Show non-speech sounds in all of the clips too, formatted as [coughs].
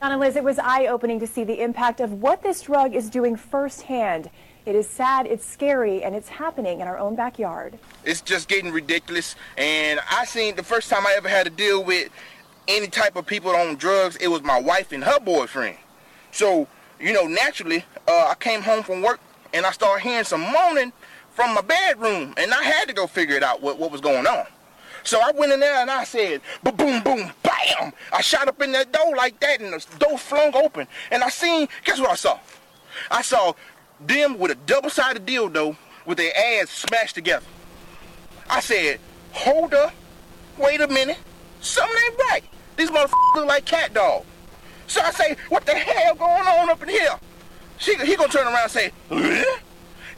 Donna Liz, it was eye-opening to see the impact of what this drug is doing firsthand. It is sad, it's scary, and it's happening in our own backyard. It's just getting ridiculous. And I seen the first time I ever had to deal with any type of people on drugs, it was my wife and her boyfriend. So, you know, naturally, uh, I came home from work and I started hearing some moaning from my bedroom. And I had to go figure it out what, what was going on. So I went in there and I said, boom, boom, boom, bam! I shot up in that door like that and the door flung open. And I seen, guess what I saw? I saw them with a double-sided dildo with their ass smashed together. I said, hold up, wait a minute, something ain't right. These motherfuckers look like cat dog. So I say, what the hell going on up in here? She, he gonna turn around and say, "Huh?"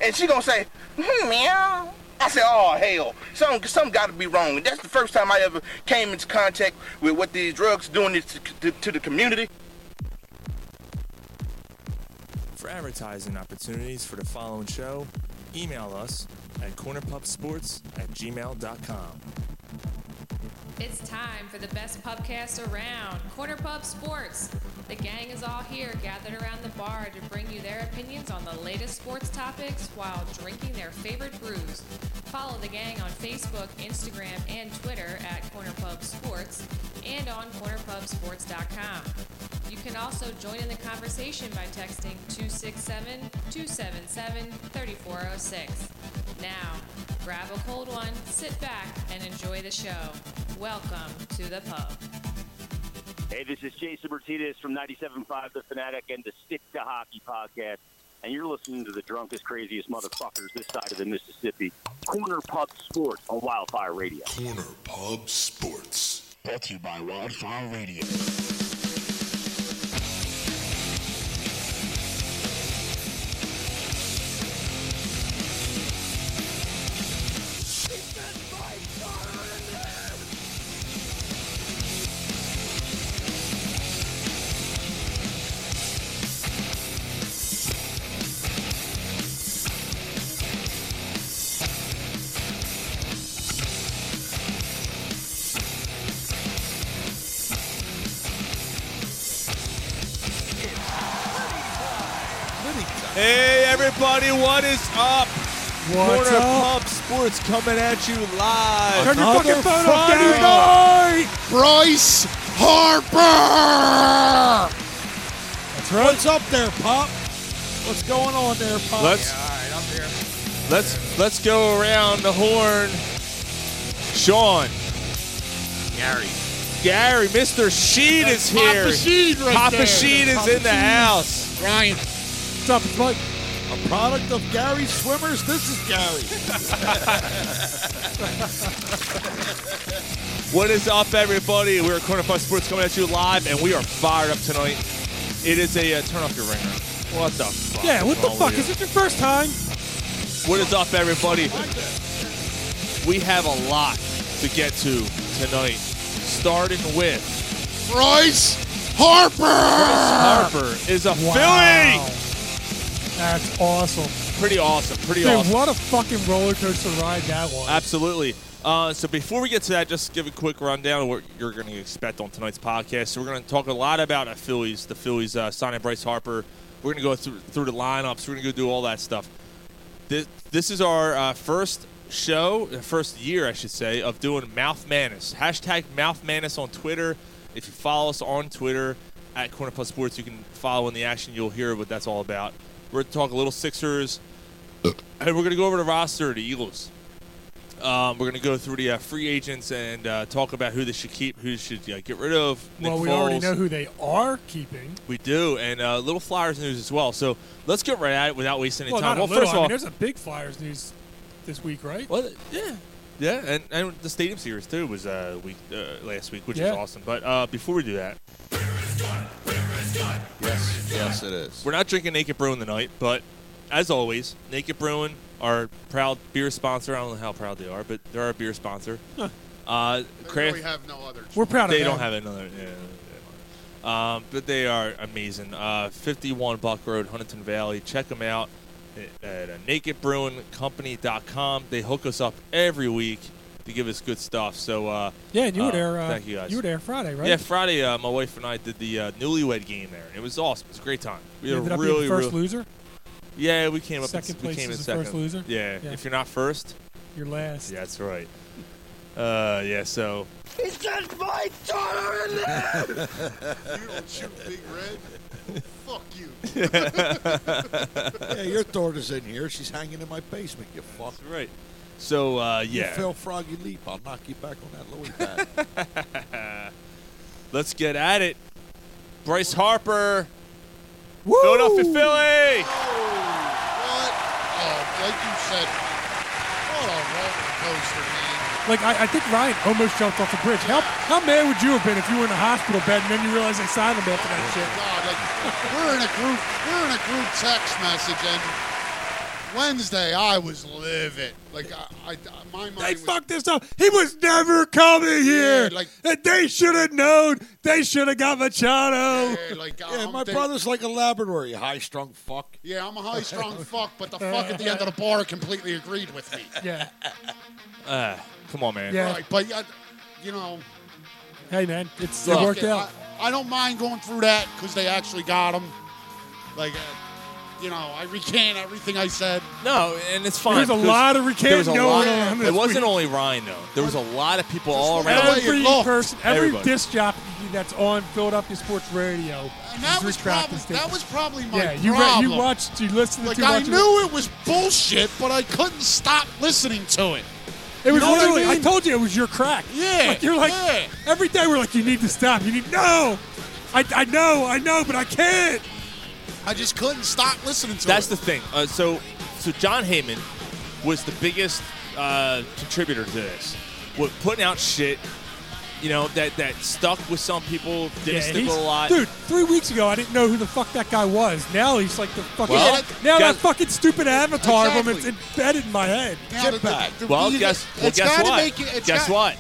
and she gonna say, hmm, meow. I said, oh hell, something, something gotta be wrong. And that's the first time I ever came into contact with what these drugs doing to, to, to the community. For advertising opportunities for the following show, email us at cornerpubsports at gmail.com. It's time for the best pubcast around, Corner Pub Sports. The gang is all here, gathered around the bar to bring you their opinions on the latest sports topics while drinking their favorite brews. Follow the gang on Facebook, Instagram, and Twitter at Corner Pub Sports and on cornerpubsports.com. You can also join in the conversation by texting 267 277 3406. Now, grab a cold one, sit back, and enjoy the show. Welcome to the pub. Hey, this is Jason Martinez from 97.5 The Fanatic and the Stick to Hockey podcast. And you're listening to the drunkest, craziest motherfuckers this side of the Mississippi. Corner Pub Sports on Wildfire Radio. Corner Pub Sports. Brought to you by Wildfire Radio. Hey everybody, what is up? What's Corner up? Pub Sports coming at you live. Turn your fucking phone Another off, Friday Gary. night. Bryce Harper! What's up there, Pop? What's going on there, Pop? Let's let's let's go around the horn. Sean, Gary. Gary, Mr. Sheed is Papa here. Sheed right Papa there. Sheed is Papa in the Sheed. house. Ryan. What's up, Mike? A product of Gary Swimmers. This is Gary. [laughs] What is up, everybody? We're Corner Pub Sports coming at you live, and we are fired up tonight. It is a uh, turn off your ringer. What the fuck? Yeah, what Oh, the is wrong fuck? with you? Is it your first time? What is up, everybody? We have a lot to get to tonight, starting with Bryce Harper! Harper is a Uh, Wow. That's awesome. Philly. Pretty awesome. Pretty Dude, awesome. what a fucking roller coaster ride that was. Absolutely. Uh, so before we get to that, just give a quick rundown of what you're going to expect on tonight's podcast. So we're going to talk a lot about the Phillies, the Phillies uh, signing Bryce Harper. We're going to go through, through the lineups. We're going to go do all that stuff. This, this is our uh, first show, the first year, I should say, of doing Mouth Madness. Hashtag Mouth Madness on Twitter. If you follow us on Twitter at Corner Plus Sports, you can follow in the action. You'll hear what that's all about. We're going to talk a little Sixers, and we're going to go over the roster of the Eagles. Um, we're going to go through the uh, free agents and uh, talk about who they should keep, who they should uh, get rid of. Nick well, we Foles. already know who they are keeping. We do, and uh, little Flyers news as well. So let's get right at it without wasting any Well, time. not a Well, little. first I of all, mean, there's a big Flyers news this week, right? Well, th- yeah, yeah, and, and the stadium series too was uh, week uh, last week, which Yeah. is awesome. But uh, before we do that, Yes, yes, it is. we're not drinking Naked Brewing tonight, but as always, Naked Brewing, our proud beer sponsor. I don't know how proud they are, but they're our beer sponsor. Uh, We craft, have no other. We're proud they of don't them. have another. Yeah, they don't. um, but they are amazing. Uh, 51 Buck Road, Huntington Valley. Check them out at, at uh, nakedbrewingcompany.com. They hook us up every week. to give us good stuff. So uh, Yeah, and you were uh, there. Uh, thank you guys. were there Friday, right? Yeah, Friday, uh, my wife and I did the uh, newlywed game there. It was awesome. It was a great time. We You had ended a up being really first really- loser? Yeah, we came up. Second in, place we came is in the second. first loser? Yeah. Yeah. if you're not first, Your last. Yeah, that's right. Uh, yeah. So He just my daughter in there! You don't shoot Big Red. Fuck [laughs] you. yeah, your daughter's in here. She's hanging in my basement. You fuck. right. So uh, You yeah. fail froggy leap. I'll knock you back on that lily [laughs] pad. Let's get at it. Bryce Harper. Philadelphia Philly. What? Oh, like you said, what a roller coaster, man. Like I, I think Ryan almost jumped off a bridge. How how mad would you have been if you were in a hospital bed and then you realized they signed him after that shit? God, like we're in a group, we're in a group text message, and Wednesday I was livid. Like I, I my mind They was fucked this up. He was never coming here. Yeah, like- and they should have known. They should have got Machado. Yeah, like yeah, I'm my think- brother's like a Labrador. You high strung fuck. Yeah, I'm a high [laughs] strung fuck, but the fuck at the end of the bar completely agreed with me. Yeah. Uh, come on, man. Yeah. Right, but uh, you know, Hey man, it's it fuck worked it. out. I, I don't mind going through that because they actually got him. Like, uh, you know, I recant everything I said. No, and it's fine. There's a because lot of there was recanting a going lot- on. this It wasn't week. only Ryan though. There was a lot of people all look at the around. way you every looked. person, every Everybody. disc jockey that's on Philadelphia sports radio. And that is was retracting probably that statements. was probably my yeah. You re- problem. you watched, you listened to like too I much. of it. knew it was bullshit, but I couldn't stop listening to it. It was know what I literally. I, mean? told you it was your crack. Yeah, Like, you're like yeah. every day. We're like, you need to stop. You need no. I, I know, I know, but I can't. I just couldn't stop listening to That's it. the thing. Uh, so, so John Heyman was the biggest uh, contributor to this. With putting out shit, you know that that stuck with some people, didn't Yeah, stick he's- with a lot. Dude, three weeks ago I didn't know who the fuck that guy was. Now he's like the fucking. Well, now guess- that fucking stupid avatar of Exactly. him is embedded in my head. Now, the- Jetpack. the- the well, reason- guess well, it's guess gotta what? make you- it's guess got- what?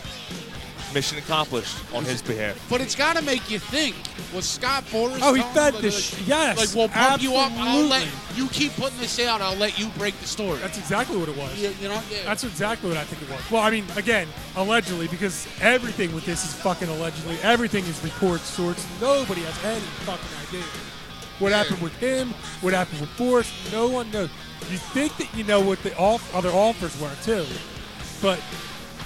Mission accomplished on his behalf. But it's got to make you think. Was Scott Boras? Oh, he telling fed you, the sh- yes, Like we'll pump you up. I'll let absolutely. you keep putting this out. I'll let you break the story. That's exactly what it was. you, you know. Yeah. That's exactly what I think it was. Well, I mean, again, allegedly, because everything with this is fucking allegedly. Everything is report sorts. Nobody has any fucking idea what happened with him, what happened with Forrest. No one knows. You think that you know what the off- other offers were too, but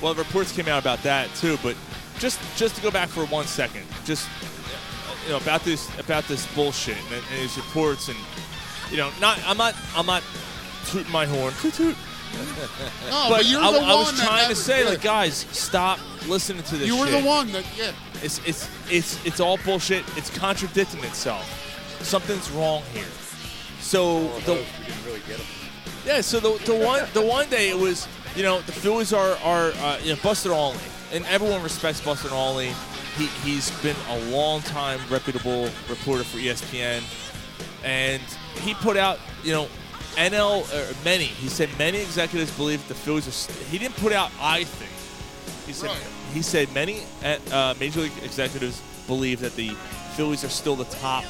Well, reports came out about that too, but just just to go back for one second, just you know about this about this bullshit and, and these reports and you know not I'm not I'm not tooting my horn, toot toot. no, But you're I, the I one was that trying never- to say, yeah. like, guys, stop listening to this. you were shit. the one that yeah. It's it's it's it's all bullshit. It's contradicting itself. Something's wrong here. So the yeah. So the, the one the one day it was you know the Phillies are are uh, you know Buster Olney and everyone respects Buster Olney. He he's been a long time reputable reporter for E ESPN, and he put out you know. NL or many, he said many executives believe the Phillies are. St- he didn't put out I think. He said, Right. he said many uh, major league executives believe that the Phillies are still the top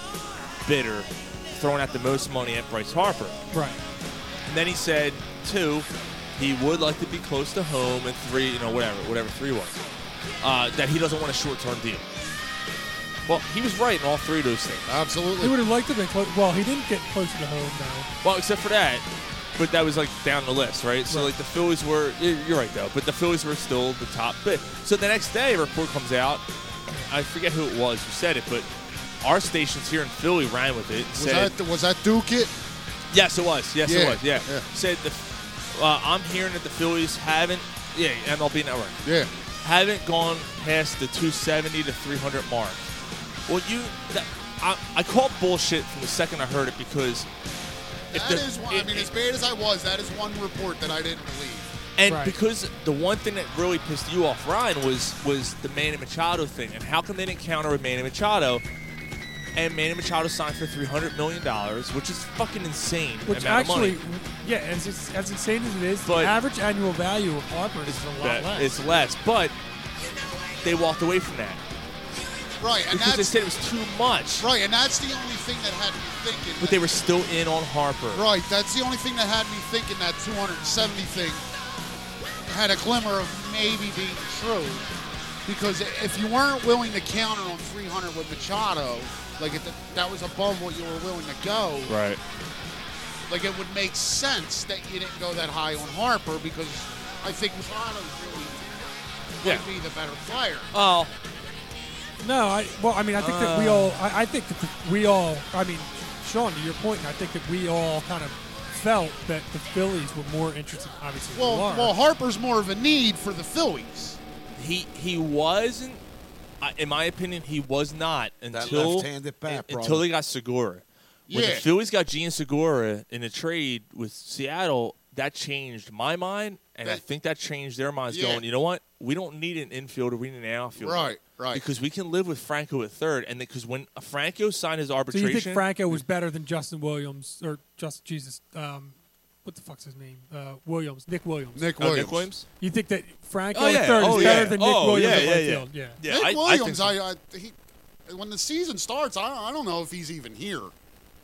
bidder, throwing out the most money at Bryce Harper. right. And then he said, two, he would like to be close to home, and three, you know, whatever, whatever three was, uh, that he doesn't want a short-term deal. Well, he was right in all three of those things. He Absolutely. would have liked to have been close. Well, he didn't get closer to home though. Well, except for that, but that was like down the list, right? So like the Phillies were, y- you're right though, but the Phillies were still the top bid. So the next day, a report comes out. I forget who it was who said it, but our stations here in Philly ran with it. and Was said, that was that Duke it? yes, it was. Yes, it Yeah, was. Yeah. yeah. Said the, uh, I'm hearing that the Phillies haven't, yeah, MLB Network Yeah. haven't gone past the 270 to 300 mark. Well, you, that, I, I call bullshit from the second I heard it because. if That the- is one. I it- mean, it- as bad as I was, that is one report that I didn't believe. And Right. because the one thing that really pissed you off, Ryan, was was the Manny Machado thing, and how come they didn't counter with Manny Machado? And Manny Machado signed for three hundred million dollars, which is fucking insane Which amount actually, of money. yeah, as, it's- as insane as it is, But- the average annual value of Harper is a lot That- less. It's less, but they walked away from that Right, and because they that's said it was too much. right, and that's the only thing that had me thinking. But they were still in on Harper. Right, that's the only thing that had me thinking that 270 thing had a glimmer of maybe being true because if you weren't willing to counter on 300 with Machado, like if that was above what you were willing to go, Right. like it would make sense that you didn't go that high on Harper because I think Machado's really Yeah. would be the better player. Oh. No, I well, I mean, I think that we Uh. all, I, I think that we all, I mean, Sean, to your point, I think that we all kind of felt that the Phillies were more interested, obviously. Well, they are. well, Harper's more of a need for the Phillies. He he wasn't. I- In my opinion, he was not until left-handed bat, un- brother. until they got Segura. When Yeah. the Phillies got Gene Segura in a trade with Seattle, that changed my mind, and I That- think that changed their minds. Yeah. Going, you know what? We don't need an infielder. We need an outfielder. Right, right. Because we can live with Franco at third, and because when Franco signed his so arbitration, you think Franco was better than Justin Williams or just Jesus? Um, what the fuck's his name? Uh, Williams, Nick Williams. Nick Oh, Williams. Nick Williams? You think that Franco Oh, yeah. at third Oh, is yeah. better than Nick Oh, Williams yeah, at yeah, right yeah. field? Yeah. Yeah, I- I Nick think Williams, so. I, I, he, when the season starts, I, I don't know if he's even here.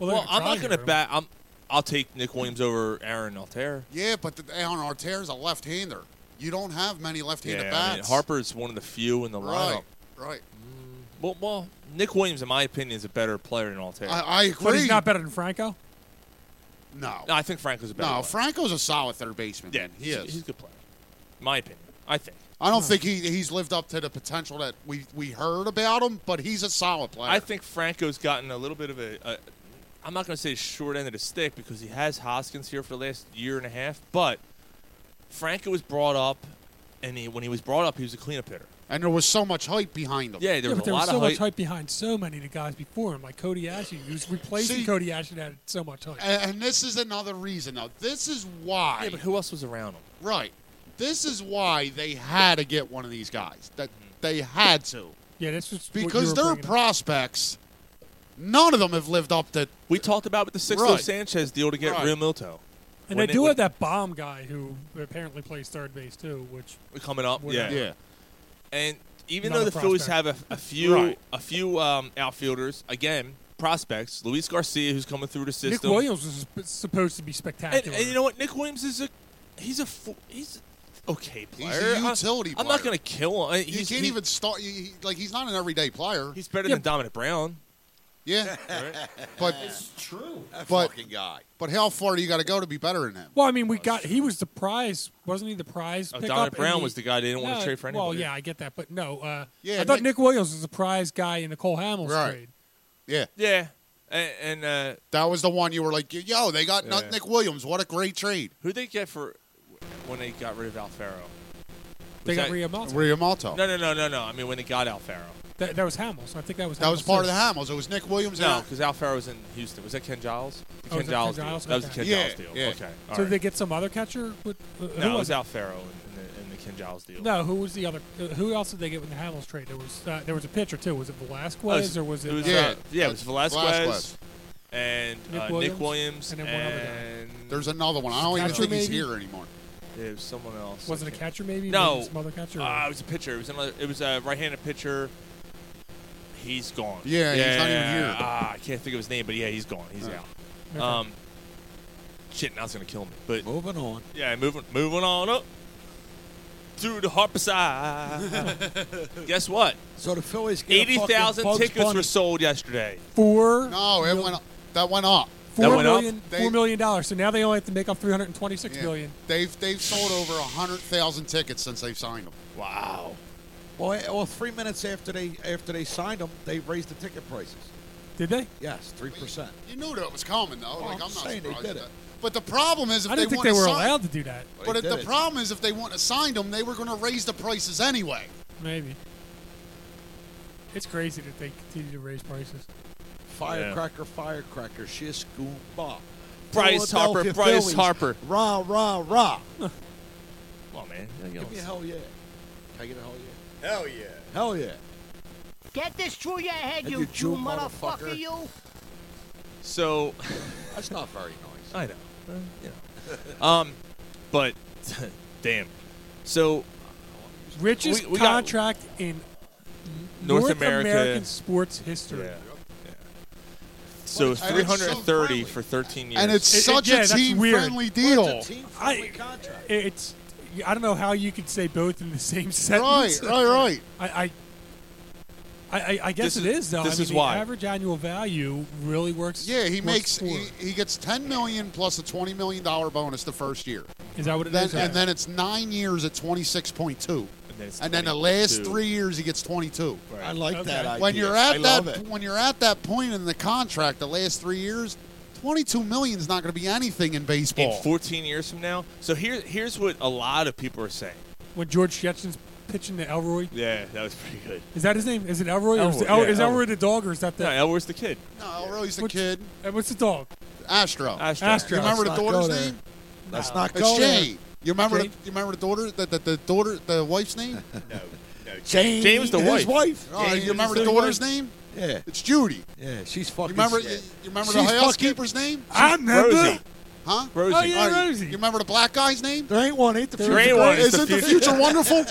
they're Well, gonna I'm try not going to him. bat. I'm. I'll take Nick Williams over Aaron Altair. Yeah, but the, Alan Arter's a left-hander. You don't have many left-handed Yeah, bats. I mean, Harper's one of the few in the right, lineup. right. Well, well, Nick Williams, in my opinion, is a better player than Altair. I, I agree. But he's not better than Franco. No, no, I think Franco's a better. no. player. Franco's a solid third baseman. yeah, man. he he's, is. he's a good player. In my opinion, I think. I don't think he, he's lived up to the potential that we, we heard about him, but he's a solid player. I think Franco's gotten a little bit of a. a I'm not going to say short end of the stick because he has Hoskins here for the last year and a half, but Franco was brought up, and he, when he was brought up, he was a cleanup hitter. and there was so much hype behind him. Yeah, there yeah, was but there a lot was so of much hype. hype behind so many of the guys before him, like Cody Ashton, who's replacing See- Cody Ashton had so much hype. And, and this is another reason. Now, this is why. Yeah, but who else was around him? right. This is why they had to get one of these guys. That they had to yeah, that's just what you because were their bringing up. prospects, none of them have lived up to. We talked about with the Sixto Right. Sanchez deal to get Right. Real Milto. and when they it do would- have that bomb guy who apparently plays third base too, which coming up. We're not- And even Not though a the Phillies have prospect. a, a few Right. a few um, outfielders, again, prospects, Luis Garcia who's coming through the system. Nick Williams was sp- supposed to be and, spectacular. and you know what? Nick Williams is a he's a fo- he's a okay He's player. a utility I'm, I'm not player. going to kill him. I- You He's, can't he- even start. You, he- like he's not an everyday player. He's better than Dominic Brown. [laughs] Yeah, but True. That But- fucking guy. but how far do you got to go to be better than him? well, I mean, we got he was the prize, wasn't he? The prize. Oh, pickup? Dominic And Brown he- was the guy they didn't want No, to trade for anybody. Well, yeah, I get that, but no. Uh, Yeah, I thought Nick- Nick Williams was the prize guy in the Cole Hamels Right. trade. Yeah, yeah, and, and uh, that was the one you were like, yo, they got Yeah. Nick Williams. What a great trade. who they get for when they got rid of Alfaro? They Was got that- Rio Malta. Riamalto. No, no, no, no, no. I mean when they got Alfaro. That, that was Hamels. I think that was. That was Hamels, part too. of the Hamels. It was Nick Williams. No, and because Alfaro was in Houston. Was that Ken Giles? The Oh, was that Ken deal. Giles? That was the Okay. Ken Yeah, Giles deal. yeah. Okay. all So did they right. get some other catcher? With, uh, who no, it was it? Alfaro in the, in the Ken Giles deal. No, who was the other? Uh, who else did they get with the Hamels trade? There was uh, there was a pitcher too. Was it Velasquez Oh, it's- or was it? was, uh, Yeah. uh, yeah, it was Velasquez, Velasquez. and Nick uh, Williams, Nick Williams, and and, then one other guy. There's another one. I don't even Catcher, think he's maybe? here anymore. it was someone else. was I it a can't- catcher maybe? No. Was it some other catcher. Uh, it was a pitcher. It was another. It was a right-handed pitcher. He's gone. Yeah, he's not even here. Ah, I can't think of his name, but yeah, he's gone. He's All right. out. Okay. Um, shit, now it's gonna kill me. But Moving on. Yeah, moving moving on up through the [laughs] Harper side. Guess what? So the Phillies get a Eighty fucking thousand Bugs tickets Bunny. were sold yesterday. four. No, it went up. That went up. That Four went up? million, They- four million dollars. So now they only have to make up three hundred and twenty-six Yeah. million. They've they've sold over hundred thousand tickets since they've signed them. Wow. Well, eh, well, three minutes after they after they signed him, they raised the ticket prices. Did they? Yes, three percent. You knew that was coming though. like I'm I'm not saying they surprised. did at it. that. But the problem is if I they didn't think wouldn't they were have signed- allowed to do that. But They if did the it. problem is if they wouldn't have signed them, they were going to raise the prices anyway. Maybe. It's crazy that they continue to raise prices. Firecracker, firecracker, shish goomba. Bryce Harper, Philadelphia Bryce Phillies. Harper. Rah, rah, rah. Come on, man. Give me a hell yeah. Can I get a hell yeah? Hell yeah. Hell yeah. Get this through your head, Head, you, you Jew Jew motherfucker, motherfucker. you! So [laughs] That's not very nice. I know. Uh, you know. um, but [laughs] damn. So Richest We- we got- contract in North America- American sports history. yeah. yeah. So it's so three hundred and thirty friendly. for thirteen years. And it's It- it- such yeah, a that's team weird. friendly Well, deal. it's a team I- contract. It's I don't know how you could say both in the same Right, sentence. right, right. I, I, I, I- I guess This it is- is though. this I mean, is why. the average annual value really works. Yeah, he works makes for he, it. he gets ten million plus a twenty million dollar bonus the first year. Is that what it then, is? And Yeah. then it's nine years at twenty six point two. And then, the last 22. three years he gets twenty two. I like that idea. When you're I at love that it. when you're at that point in the contract, the last three years, twenty two million is not going to be anything in baseball. in 14 years from now. So here, here's what a lot of people are saying. when George Jetson's pitching to Elroy, Yeah, that was pretty good. is that his name? Is it Elroy? or is, Elroy, it El- yeah, is Elroy. Elroy the dog or is that the? No, Elroy's the kid. No, Elroy's the kid. what's the dog? Astro. Astro. Astro. You remember the Let's not daughter's go there. name? Let's not It's go there. Jane. You remember? The, Jane? you remember the daughter? The, the, the daughter? The [laughs] wife's name? no, no. Jane, Jane's the his wife. wife. Oh, Jane you remember is the the daughter's wife. name? Yeah. It's Judy. Yeah, she's fucking. You remember? You, sick. you remember She's the fucking- housekeeper's name? I remember. Rosie. Huh? Rosie. Oh, yeah, All right. Rosie. You remember the black guy's name? There ain't one. Ain't the There future. ain't great? one, it's Is the it the future. future [laughs] wonderful?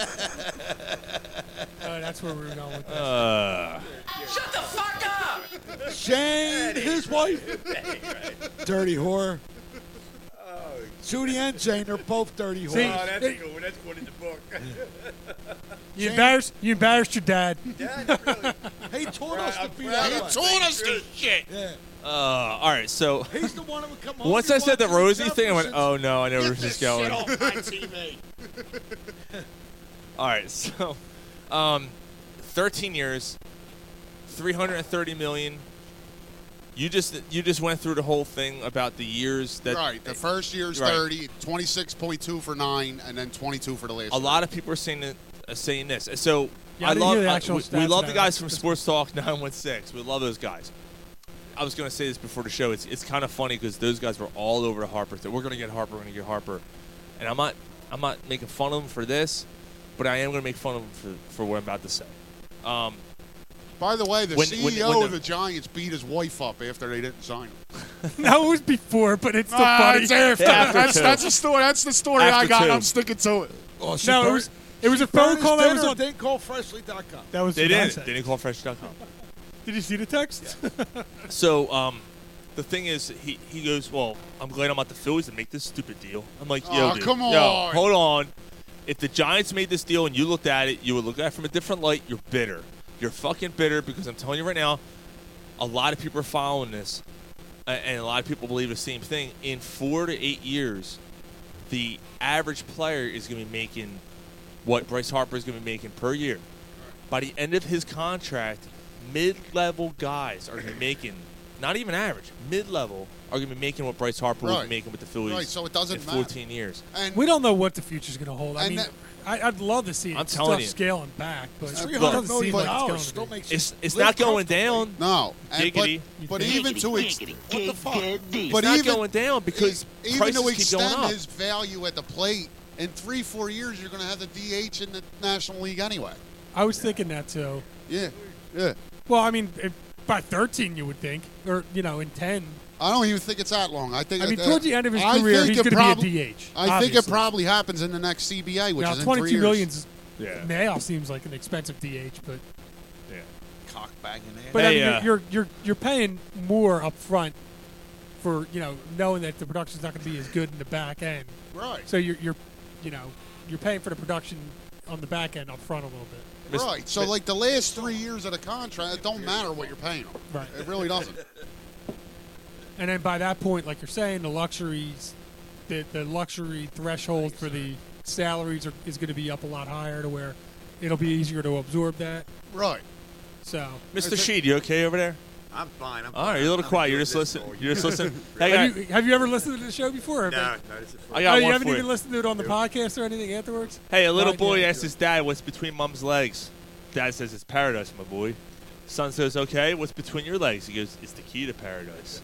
Oh, that's where we were going with that. Uh, Shut the fuck up! Shane, his wife. dirty whore. Judy and Jane are both dirty whores. See, cool. Oh. That's going in the book. [laughs] you embarrassed. You embarrassed your dad. he taught us to be proud that of way. us. Taught us to shit. Yeah. uh, all right, so He's the one who would come on. once I said the Rosie thing, I went, oh no, I know where this is going. [laughs] TV. All right, so um, 13 years, 330 million. You just you just went through the whole thing about the years that right. The first year's Right. 30, 26.2 for nine, and then 22 for the last a lot of people are saying that, uh, saying this. And So Yeah, I I didn't love hear the I- actual we, stats we on love the that. guys from Sports Talk [laughs] 916. We love those guys. I was going to say this before the show. It's it's kind of funny because those guys were all over to Harper. That we're going to get Harper. We're going to get Harper. And I'm not I'm not making fun of them for this, but I am going to make fun of them for, for what I'm about to say. Um, By the way, the When- CEO when- when of the- the Giants beat his wife up after they didn't sign [laughs] him. No, it was before, but it's still Ah, funny. [laughs] it's after. Yeah, [laughs] that's, two. that's the story. That's the story After I got. two. I'm sticking to it. she No, it burned- was- it was a she phone burned his call that was dinner, on- Then call freshly.com. That was they what I didn't. said. They didn't call Fresh.com. Did you see the text? So, um, the thing is, he, he goes, Well, I'm glad I'm not the Phillies to make this stupid deal. I'm like, Yo, Aw, dude, come Yo, on." hold on. If the Giants made this deal and you looked at it, you would look at it from a different light. You're bitter. You're fucking bitter because I'm telling you right now, a lot of people are following this, a- and a lot of people believe the same thing. In four to eight years, the average player is going to be making what Bryce Harper is going to be making per year. By the end of his contract, mid-level guys are going to be making, not even average, mid-level are going to be making what Bryce Harper would Right. be making with the Phillies. Right, so it doesn't in matter. 14 years. we don't know what the future's going to hold. I And mean, that- I, I'd love to see it I'm stuff telling you. scaling back, but It's it $300 doesn't seem million like it's dollars. going to Still be. makes It's, it's not going down. No, and, but Giggity. but even to ex- What the fuck? It's but not even- e-, going down because even prices to keep going extend up. his value at the plate in three four years, you're going to have the DH in the National League anyway. I was thinking that too. Yeah, yeah. Well, I mean, if, by 13, you would think, or you know, in 10. I don't even think it's that long. I think I mean, uh, towards the end of his I career, think he's gonna it be a probably- DH, I think it obviously. probably happens in the next CBA, which now, is in 22 three years. millions Yeah. now seems like an expensive DH, but Yeah. Cock banging ass. but I mean, Hey, uh, you're, you're you're you're paying more up front for you know knowing that the production's not going to be as good in the back end. Right. So you're you're you know you're paying for the production on the back end up front a little bit. Right. So, like the last three years of the contract, it don't matter what you're paying them. Right. It really doesn't. And then by that point, like you're saying, the luxuries, the, the luxury threshold for the salaries are, is going to be up a lot higher to where it'll be easier to absorb that. Right. So, Mr. Sheed, you okay over there? I'm fine. I'm All right, fine. you're a little I'm quiet. You're doing just this listening. for you. You're just [laughs] listening. I got- have, you, have you ever listened to the show before? No, no, this is the first I got Oh, you one haven't for even you. listened to it on the podcast or anything afterwards. Hey, a little Podcast. boy asks his dad what's between mom's legs. Dad says it's paradise, my boy. Son says, okay, what's between your legs? He goes, it's the key to paradise.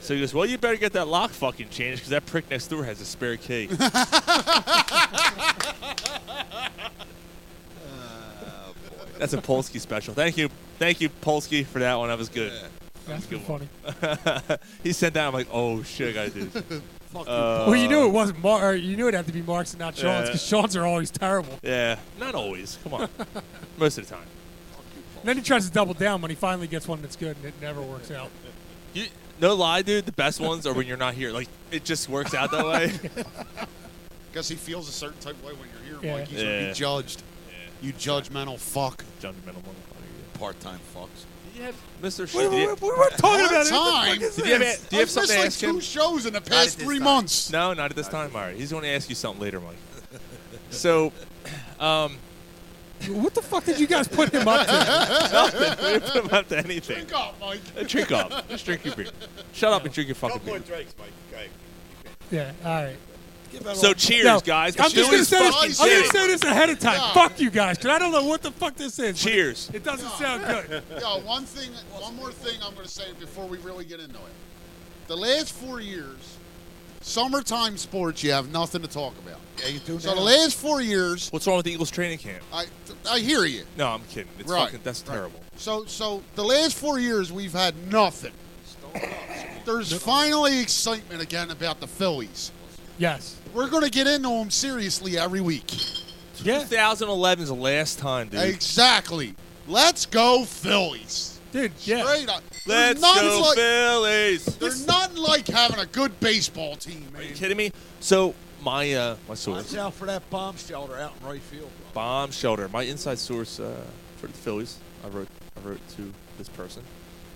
So he goes, well, you better get that lock fucking changed because that prick next door has a spare key. [laughs] That's a Polsky special. Thank you. Thank you, Polsky, for that one. That was good. That's That was pretty a good one. [laughs] he sent that. I'm like, oh, shit, I got to do this. Fuck Uh, well, you knew it wasn't Mar- or you knew it had to be Mark's and not Sean's because Yeah. Sean's are always terrible. Yeah, not always. Come on. Most of the time. And then he tries to double down when he finally gets one that's good and it never works out. You, no lie, dude. The best ones are when you're not here. Like it just works out that way. guess he feels a certain type of way when you're here, Yeah. Mike. He's gonna Yeah. be judged. You judgmental fuck. Judgmental Part time fucks. Did you have Mr. Wait, wait, wait, what we're talking about? Time. Did you have, do you have something I've missed to like ask two him? shows in the past three months. No, not at this time. All right, he's going to ask you something later, Mike. So, [laughs] um, What the fuck did you guys put him up to? [laughs] nothing. We didn't put him up to anything. Drink up, Mike. Uh, drink up. Just drink your beer. Shut up and drink your fucking More beer. drinks, Mike. Okay. Yeah, all right. So cheers, No, guys. I'm just gonna Doing say fucking this. I'm gonna shit. say this ahead of time. Yeah. Fuck you guys, because I don't know what the fuck this is. but it- Cheers. It doesn't sound [laughs] good. Yo, one thing, one more thing I'm going to say before we really get into it. The last four years, summertime sports, you have nothing to talk about. Yeah, you do So the last four years. What's wrong with the Eagles training camp? I, I hear you. No, I'm kidding. It's Right, fucking, that's terrible. So, so the last four years, we've had nothing. There's finally excitement again about the Phillies. Yes. We're going to get into them seriously every week. 2011 is the last time, dude. Exactly. Let's go Phillies. Dude, yeah. Straight up. Let's There's nothing go like, Phillies. There's nothing like having a good baseball team, man. Are you kidding me? So my uh, my source, Watch out for that bomb shelter out in right field. bomb shelter, my inside source uh, for the Phillies. I wrote I wrote to this person.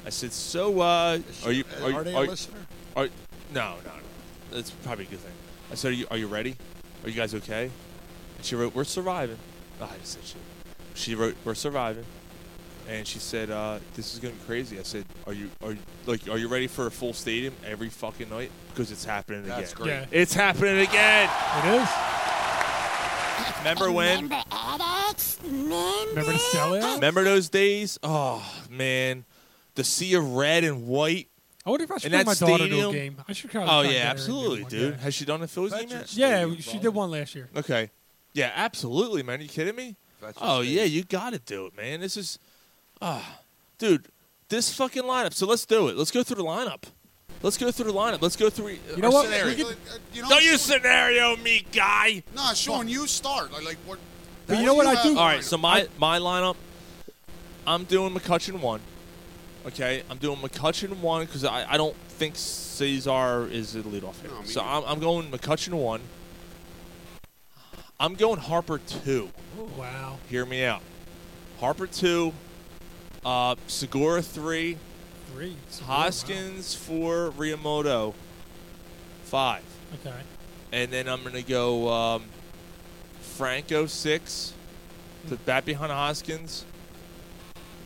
I said, so uh, are you she- are, you- are they a are, you- listener? Are, no, no, no. That's probably a good thing. I said, are you, are you ready? Are you guys okay? And she wrote, we're surviving. Oh, I just said shit. She wrote, we're surviving. And she said, uh, this is gonna be crazy. I said, are you are you, like are you ready for a full stadium every fucking night? Because it's happening That's again. great. Yeah. It's happening again. It is. Remember when? Remember to sell it? Remember those days? Oh man, the sea of red and white. I wonder if I should bring my daughter to a game. I should kinda Oh try and get her yeah, in absolutely, dude. Has she done a Phillies game yet? Yeah, she did one last year. Okay. Yeah, absolutely, man. Are you kidding me? Oh yeah, you got to do it, man. This is, ah, dude, this fucking lineup. So let's do it. Let's go through the lineup. Let's go through the lineup. Let's go through. You know what? Scenario. We could- uh, you know, Don't you scenario me, guy. Nah, Sean, you start. Like, like what? But you know what I do? All right, so my my lineup, I'm doing McCutcheon one. Okay, I'm doing McCutcheon one because I, I don't think Cesar is the leadoff hitter. so I'm, I'm going McCutcheon one. I'm going Harper two. Wow. Hear me out. Harper two. Uh, Segura three. Three. Hoskins four. Riamoto five. Okay. And then I'm gonna go um, Franco six to Hmm. bat behind Hoskins.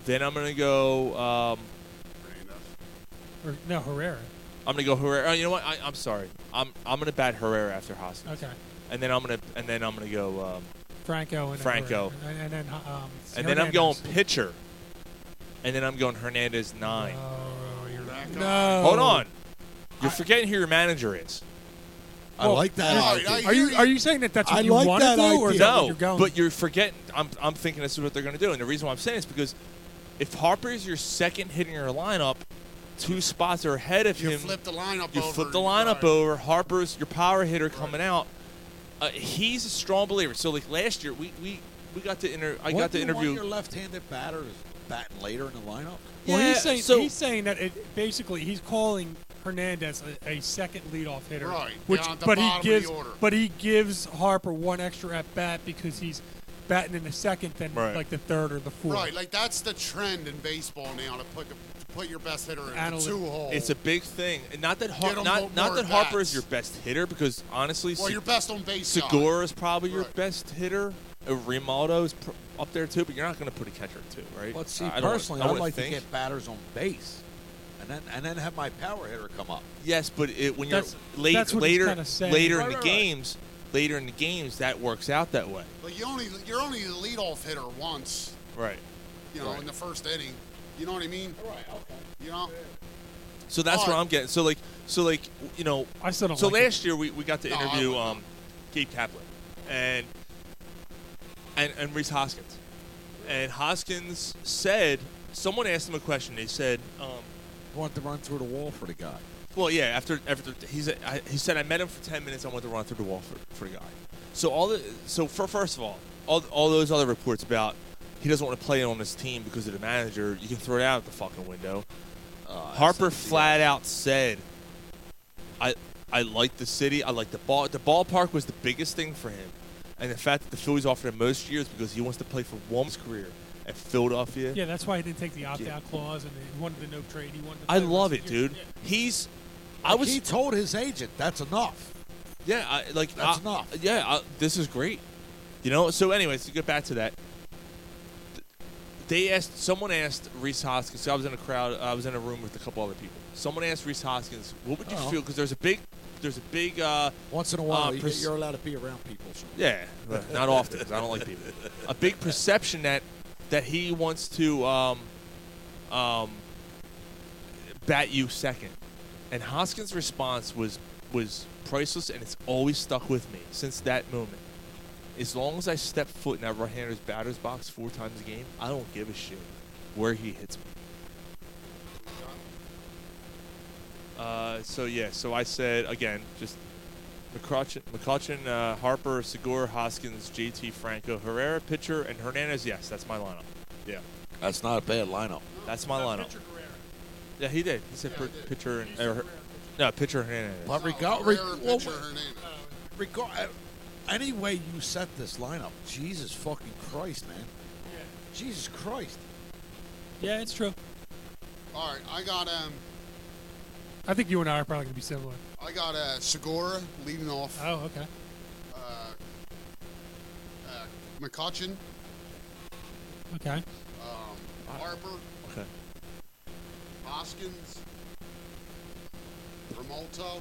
Then I'm gonna go. Um, Or, no, Herrera. I'm gonna go Herrera. Oh, you know what? I, I'm sorry. I'm I'm gonna bat Herrera after Hoskins. Okay. And then I'm gonna and then I'm gonna go. Um, Franco and Franco. Herrera. And, and then um, and then I'm going Hernandez. pitcher. And then I'm going Hernandez Oh, nine. No. Hold on. You're forgetting who your manager is. Well, Are you are you saying that that's what you want to do, or is that no? what you're going? But you're forgetting. I'm, I'm thinking this is what they're going to do, and the reason why I'm saying this is because if Harper is your second hitter in your lineup, two spots are ahead of You him. flip the lineup You over flip the and- lineup right. over. Harper's your power hitter coming out. Uh, he's a strong believer. So like last year, we we, we got to inter- I got to interview. your left-handed batters batting later in the lineup. Well, Yeah, he's saying so- he's saying that it basically he's calling Hernandez a, a second leadoff hitter, Right, Which, down at the but bottom he of gives, the order. but he gives Harper one extra at bat because he's batting in the second than Right. like the third or the fourth. Right, like that's the trend in baseball now to put the, to put your best hitter in the Analy- two hole. It's a big thing, and not that Get Har- 'em more not not that Harper bats. is your best hitter because honestly, Well, Se- your best on base guy. Segura is probably your best hitter. Uh, Rimaldo is pr- up there too, but you're not going to put a catcher at two, right? But see, I- I don't- personally, I I would wouldn't like think. to get batters on base, and then and then have my power hitter come up. Yes, but it, when you're That's- late, that's what he's later, kinda saying. later Right, in the right, right. games, later in the games, that works out that way, But you only you're only the leadoff hitter once, right? you know, Right. in the first inning. You know what I mean? Right. Okay. You know. So that's what I'm getting. So like, so like, you know, I still don't So like last year we, we got to No, I interview don't. um, Gabe Kaplan and and and Reese Hoskins, and Hoskins said someone asked him a question. They said, um, want to run through the wall for the guy. Well, yeah. After after he's I, he said I met him for ten minutes. I went to run through the wall for, for the guy. So all the so for first of all, all all those other reports about he doesn't want to play on his team because of the manager. You can throw it out Uh, at the fucking window. Harper flat out said, I I like the city. I like the ball. The ballpark was the biggest thing for him, and the fact that the Phillies offered him most years because he wants to play for one's career at Philadelphia. Yeah, that's why he didn't take the opt-out clause and he wanted the no trade. He wanted. I love it, dude. He's. I was. He told his agent that's enough. Yeah, I, like That's I- enough. Yeah, I, this is great. You know. So, anyways, to get back to that, th- they asked. Someone asked Reese Hoskins. I was in a crowd. I was in a room with a couple other people. Someone asked Reese Hoskins, "What would you Oh. feel?" Because there's a big, there's a big. Uh, Once in a while, uh, you pers- are allowed to be around people. so- yeah, but not often 'cause I don't like people. A big perception that that he wants to um, um, bat you second, and Hoskins' response was was priceless, and it's always stuck with me since that moment. As long as I step foot in that right-hander's batter's box four times a game, I don't give a shit where he hits me. Uh, so yeah, so I said again, just McCutcheon, McCutcheon uh, Harper, Segura, Hoskins, JT, Franco, Herrera, pitcher, and Hernandez. Yes, that's my lineup. Yeah, That's not a bad lineup. that's my lineup. yeah, he did. He said per- pitcher and er, no pitcher Hernandez. But regard, re- well, regard, any way you set this lineup, Jesus fucking Christ, man. Jesus Christ. Yeah, it's true. All right, I got um, I think you and I are probably gonna be similar. I got uh, Segura leading off. Uh-huh. Oh, okay. Uh, uh, McCutcheon, Okay. um, Uh-huh. Harper, Okay. Hoskins, Remoto,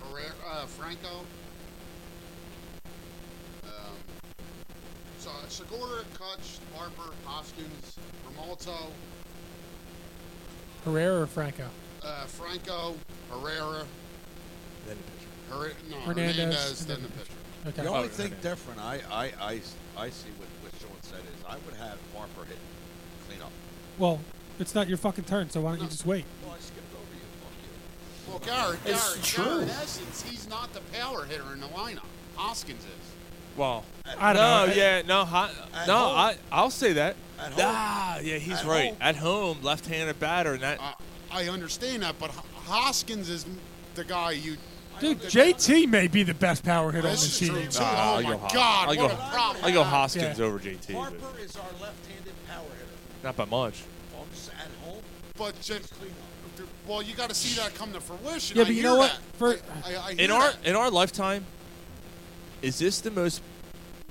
Herrera, uh, Franco. Um, so Segura, Kutch, Harper, Hoskins, Remoto, Herrera or Franco? uh, Franco, Herrera, then Herre- no, Hernandez, Hernandez, then the pitcher. Okay. The only Oh, thing okay. different, I, I, I, I see what, what Sean said is I would have Harper hit clean up. Well, it's not your fucking turn, so why don't you just wait? Well, I skipped over you. Fuck Well, Garrett, It's Garrett, true. Garrett, in essence, he's not the power hitter in the lineup. Hoskins is. Well, I don't no, know. yeah, no, hi, At no, home. I I'll say that. At home. Ah, yeah, he's At right. home. At home, left-handed batter, and that. Uh, I understand that, but Ho- Hoskins is the guy you. Dude, JT may be the best power hitter on This this is team. true, too. Nah, Oh, Ah, I'll my go Hos- God, I'll what go, a problem. I'll go Hoskins Yeah. over JT, but you. Harper is our left-handed power hitter. not by much. Well, I'm just at home. But just, well, you got to see that come to fruition. Yeah, I but you hear know what? that. For I, I hear In our that. in our lifetime, is this the most?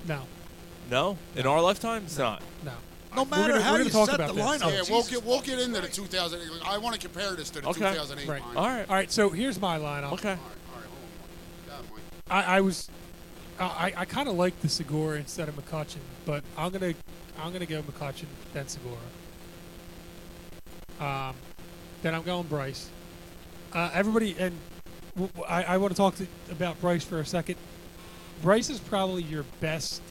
no, No, in our lifetime, it's not. no. No matter gonna- how we're gonna you talk set about the this. lineup, yeah, we'll Jesus get we'll get into the 2000. I want to compare this to the 2008 Right. Uh, lineup. All right. All right. So here's my lineup. Okay. I, I was, I, I kind of like the Segura instead of McCutcheon, but I'm gonna, I'm gonna go McCutcheon then Segura. Um, then I'm going Bryce. Uh, everybody, and w- w- I, want to talk to- about Bryce for a second. Bryce is probably your best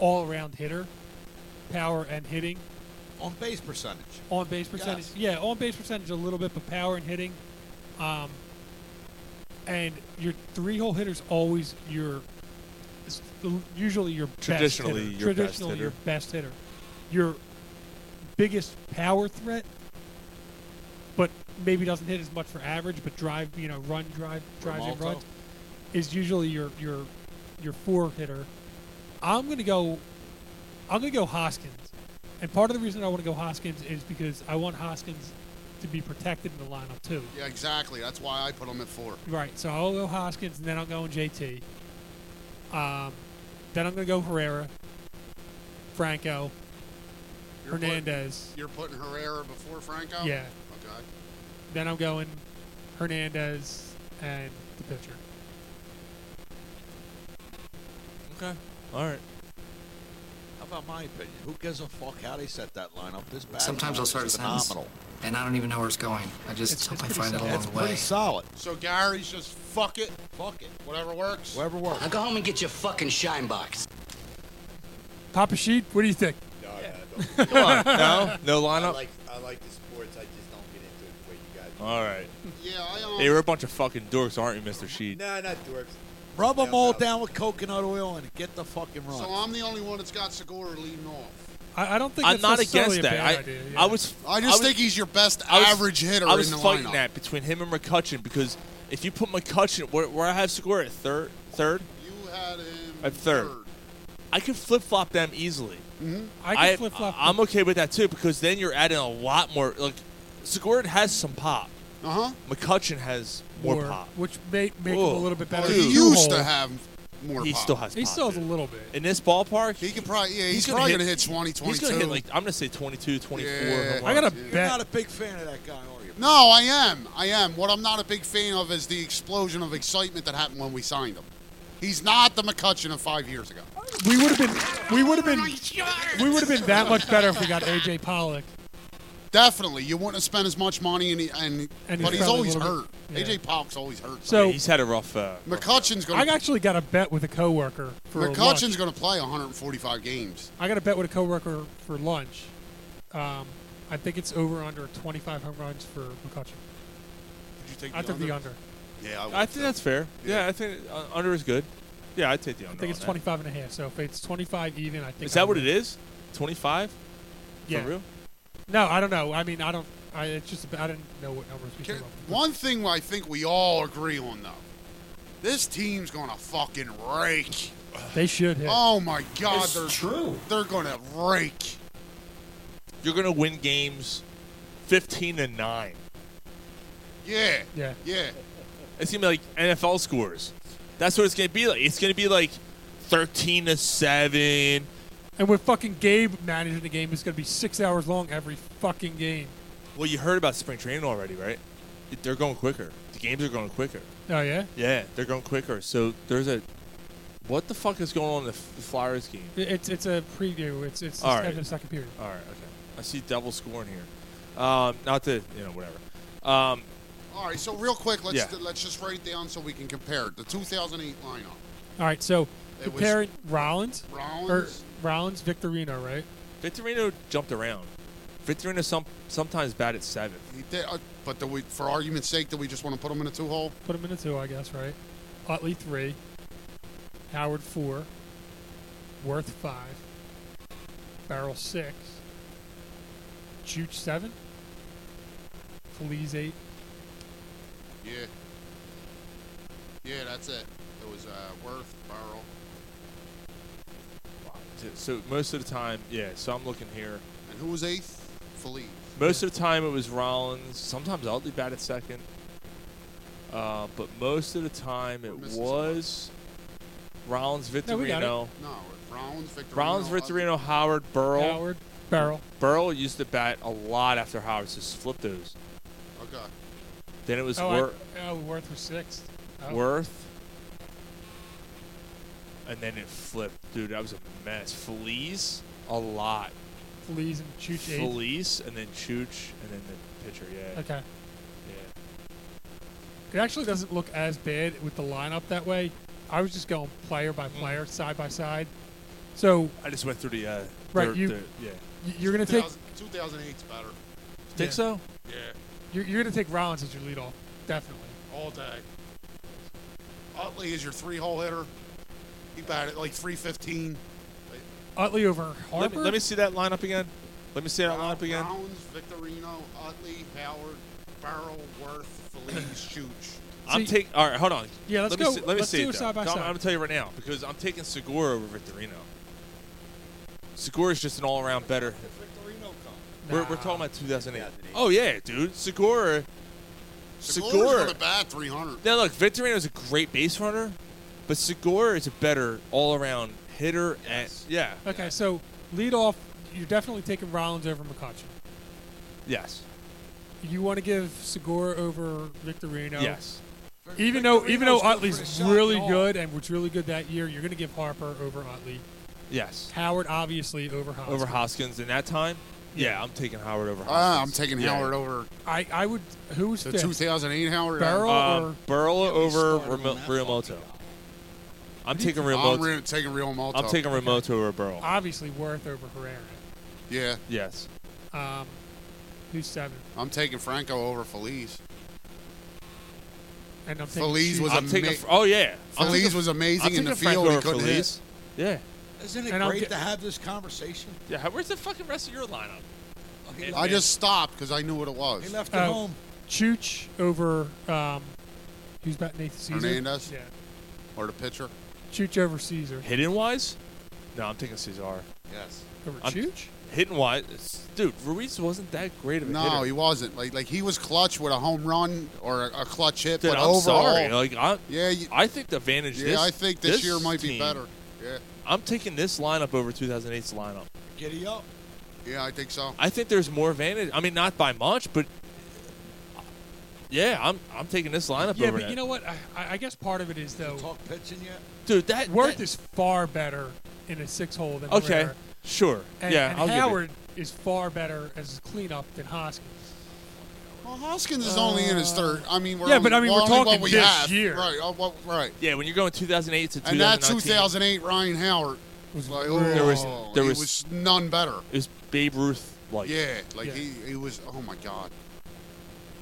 all-around hitter, power and hitting. On base percentage. On base percentage, yeah, on base percentage a little bit, but power and hitting. Um, and your three hole hitter's always your is the- usually your Traditionally best hitter. your best traditionally your hitter. best hitter, your biggest power threat, but maybe doesn't hit as much for average, but drive you know run drive drives and Remalto. runs is usually your your your four hitter. I'm gonna go I'm gonna go Hoskins. And part of the reason I want to go Hoskins is because I want Hoskins to be protected in the lineup too. Yeah, exactly. That's why I put him at four. Right. So I'll go Hoskins, and then I'll go in JT. Um, then I'm going to go Herrera, Franco, You're putting- Hernandez. you're putting Herrera before Oh. Franco. Yeah. Okay. Then I'm going Hernandez and the pitcher. Okay. All right. How about my opinion? Who gives a fuck how they set that lineup? This bad Sometimes I'll start a sentence, phenomenal. and I don't even know where it's going. I just hope I find it along That's the way. pretty solid. So Gary's just fuck it, fuck it, whatever works. [laughs] Whatever works. Now go home and get your fucking shine box. Papa Sheet, what do you think? No, no lineup? I like, I like the sports. I just don't get into it the way you guys. do. All right. Yeah, I um, Hey, we're a bunch of fucking dorks, aren't we, Mr. Sheed? Nah, not dorks. Rub them all down with coconut oil and get the fucking run. So I'm the only one that's got Segura leading off. I, I don't think I'm that's not necessarily against a that. bad I, idea, I was. I just was- think he's your best I was- average hitter I was in the fighting lineup. that between him and McCutcheon because if you put McCutcheon where, where I have score at third, third, you had him at third. I could flip flop them easily. I could flip-flop I'm okay with that too because then you're adding a lot more. Like Segura has some pop. Uh huh. McCutcheon has more, pop. which may make him Whoa. a little bit better. Or as a he two used to hole. have more He pop. still has He pop, still has a little bit. In this ballpark, he could probably yeah. He's, gonna probably gonna hit 20, He's gonna 22. hit like I'm gonna say 22, 24. Yeah. home I gotta runs. bet You're not a big fan of that guy, are you? No, I am. I am. What I'm not a big fan of is the explosion of excitement that happened when we signed him. He's not the McCutcheon of five years ago. We would have been, we would have been, we would have been that much better if we got AJ Pollock. Definitely, you wouldn't have spent as much money, and he, and, And he's but he's probably a always little hurt. bit- yeah. AJ Pollock's always hurt. So- Yeah, he's had a rough. Uh, McCutcheon's gonna I actually got a bet with a coworker for lunch. McCutcheon's gonna play 145 games. I got a bet with a coworker for lunch. Um, I think it's over under 25 home runs for McCutcheon. Did you take I the took the under? under. Yeah, I think that's fair. Yeah, I think uh, under is good. Yeah, I would take the under. I think it's on that. 25 and a half. So if it's 25 even, I think. Is that I'm what in. it is? 25? Yeah. For real? No, I don't know. I mean, I don't. I, it's just I didn't know what numbers we came up. with. One thing I think we all agree on though, this team's gonna fucking rake. They should hit. Oh my God, It's they're true. They're gonna rake. You're going to win games 15 to 9. Yeah. Yeah. Yeah. It's going to be like NFL scores. That's what it's going to be like. It's going to be like 13 to 7. And with fucking Gabe managing the game, it's going to be six hours long every fucking game. Well, you heard about spring training already, right? They're going quicker. The games are going quicker. Oh yeah. Yeah, they're going quicker. So there's a. What the fuck is going on in the, the Flyers game? It- It's it's a preview. It's it's the All end right. of the second period. All right, okay. I see double scoring here. Um, not to, you know, whatever. Um, All right, so real quick, let's Yeah. let's just write it down so we can compare it. The 2008 lineup. All right. So It was comparing Rollins, or Rollins. Rollins Victorino, right? Victorino jumped around. Victorino some sometimes bat at seven. He did, uh, but do we, for argument's sake, do we just want to put him in a two-hole? Put him in a two, I guess, right? Utley three, Howard four, Worth five, Barrel six, Juch seven, Feliz eight. Yeah. Yeah, that's it. It was uh, Worth, Burrow. So most of the time, yeah. So I'm looking here. And who was eighth? Felipe. Most of the time it was Rollins. Sometimes Utley batted second. Uh, but most of the time it was Rollins, Victorino. No, Rollins, Victorino. Rollins, Utley. Victorino, Howard, Burl. Howard, Burrell. Burl used to bat a lot after Howard, so flip those. Okay. Then it was oh, I- Wor- oh, Worth was sixth. Oh. Worth. And then it flipped. Dude, that was a mess. Feliz, a lot. Feliz and Chooch eight. Feliz, and then Chooch, and then the pitcher, yeah. Okay. Yeah. It actually doesn't look as bad with the lineup that way. I was just going player Mm. by player, side by side. So I just went through the. Uh, right, third- you third- yeah. y- you're gonna take 2008's better. Think Yeah. so? Yeah. you're, you're gonna take Rollins as your leadoff, definitely. All day. Utley is your three-hole hitter. He batted like 315. Utley over Let Harper. me, let me see that lineup again. Let me see that lineup again. Rollins, Victorino, Utley, Howard, Burrow, Worth, Feliz, Chooch. I'm See- taking. All right, hold on. Yeah, let's let me go- See, let me let's see do it, it side though. by I'm, side. I'm gonna tell you right now because I'm taking Segura over Victorino. Segura is just an all-around better. We're, we're talking about 2008. Oh yeah, dude, Segura. Segura's Segura. gonna bat 300. Now look, Victorino is a great base runner, but Segura is a better all-around hitter. And yeah, Okay, so leadoff, you're definitely taking Rollins over McCutcheon. yes, You want to give Segura over Victorino. yes. Even though even though Victorino's good for Utley's the shot really and all. good and was really good that year, you're gonna give Harper over Utley. Yes. Howard obviously over Hoskins. Over Hoskins in that time. Yeah, I'm taking Howard over. Ah, I'm Hoskins. taking Yeah. Howard over I, I would who's the fifth? 2008 Howard. Burrow Um, or Burl over Remo- Riomoto. I'm taking I'm Riomoto. re- taking Real Malto. I'm taking Riomoto over Burl. obviously Worth over Herrera. Yeah, Yes. Um, who's seven? I'm taking Franco over Feliz. And I'm taking Feliz Chu- was I'm taking. ama- Fr- oh yeah. I'm Feliz taking- was I'm amazing in the taking Franco field. He over couldn't Feliz. hit. Yeah. Isn't it And I'll great get- to have this conversation? Yeah, how- where's the fucking rest of your lineup? If- I if- just stopped because I knew what it was. He left Oh, Chooch over um, who's batting eighth season? Hernandez? Yeah. Or the pitcher? Chooch over Caesar. Hitting wise? No, I'm taking Cesar. Yes. Over I'm- Chooch? Hitting wise, dude, Ruiz wasn't that great of a hitter. No, he wasn't. Like like he was clutch with a home run or a, a clutch hit, Dude, but I'm overall, sorry. Like, I, yeah, I think the advantage. Yeah, this, I think this year might be team- better. Yeah. I'm taking this lineup over 2008's lineup. Giddy up. Yeah, I think so. I think there's more advantage. I mean, not by much, but yeah, I'm I'm taking this lineup Yeah, over. but that. you know what? I, I I guess part of it is though. Talk pitching yet? dude, that Worth is far better in a six hole than Okay, Rare. sure. And, Yeah, and I'll give it. Howard is far better as a cleanup than Hoskins. Well, Hoskins is only in his third. I mean, we're yeah, only, but I mean, we're only what talking we this have. year. right? oh, well, right. yeah, when you're going 2008 to And that 2019, 2008 Ryan Howard was like, oh, there was there he was, was none better. It was Babe Ruth like. yeah, like he he was. Oh my God,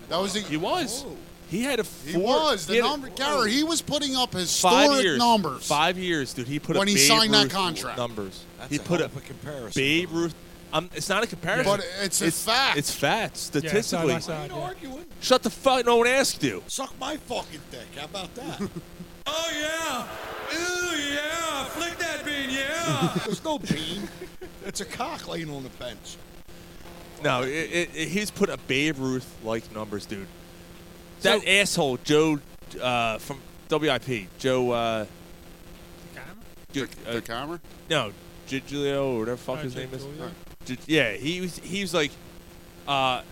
that was the, he was. He had a four. he was the had a- oh, number. Gary, he was putting up historic five years, numbers. Five years, dude. He put up When he Babe signed that Ruth contract. numbers. That's he a put hell up of a comparison, Babe Ruth. Um, it's not a comparison, But it's a fact. It's fact statistically. Yeah, side by side, yeah. Shut the fuck! No one asked you. Suck my fucking dick. How about that? [laughs] Oh yeah. Ooh yeah. Flick that bean, yeah. There's no bean. It's a cock laying on the bench. [laughs] No, it, it, it- he's put up Babe Ruth like numbers, dude. That asshole Joe uh, from WIP, Joe. Uh, Ju- uh, the camera. No, Giglio or whatever the fuck Oh, his Jake name is. Giglio. Gi- yeah, he was he was like, uh,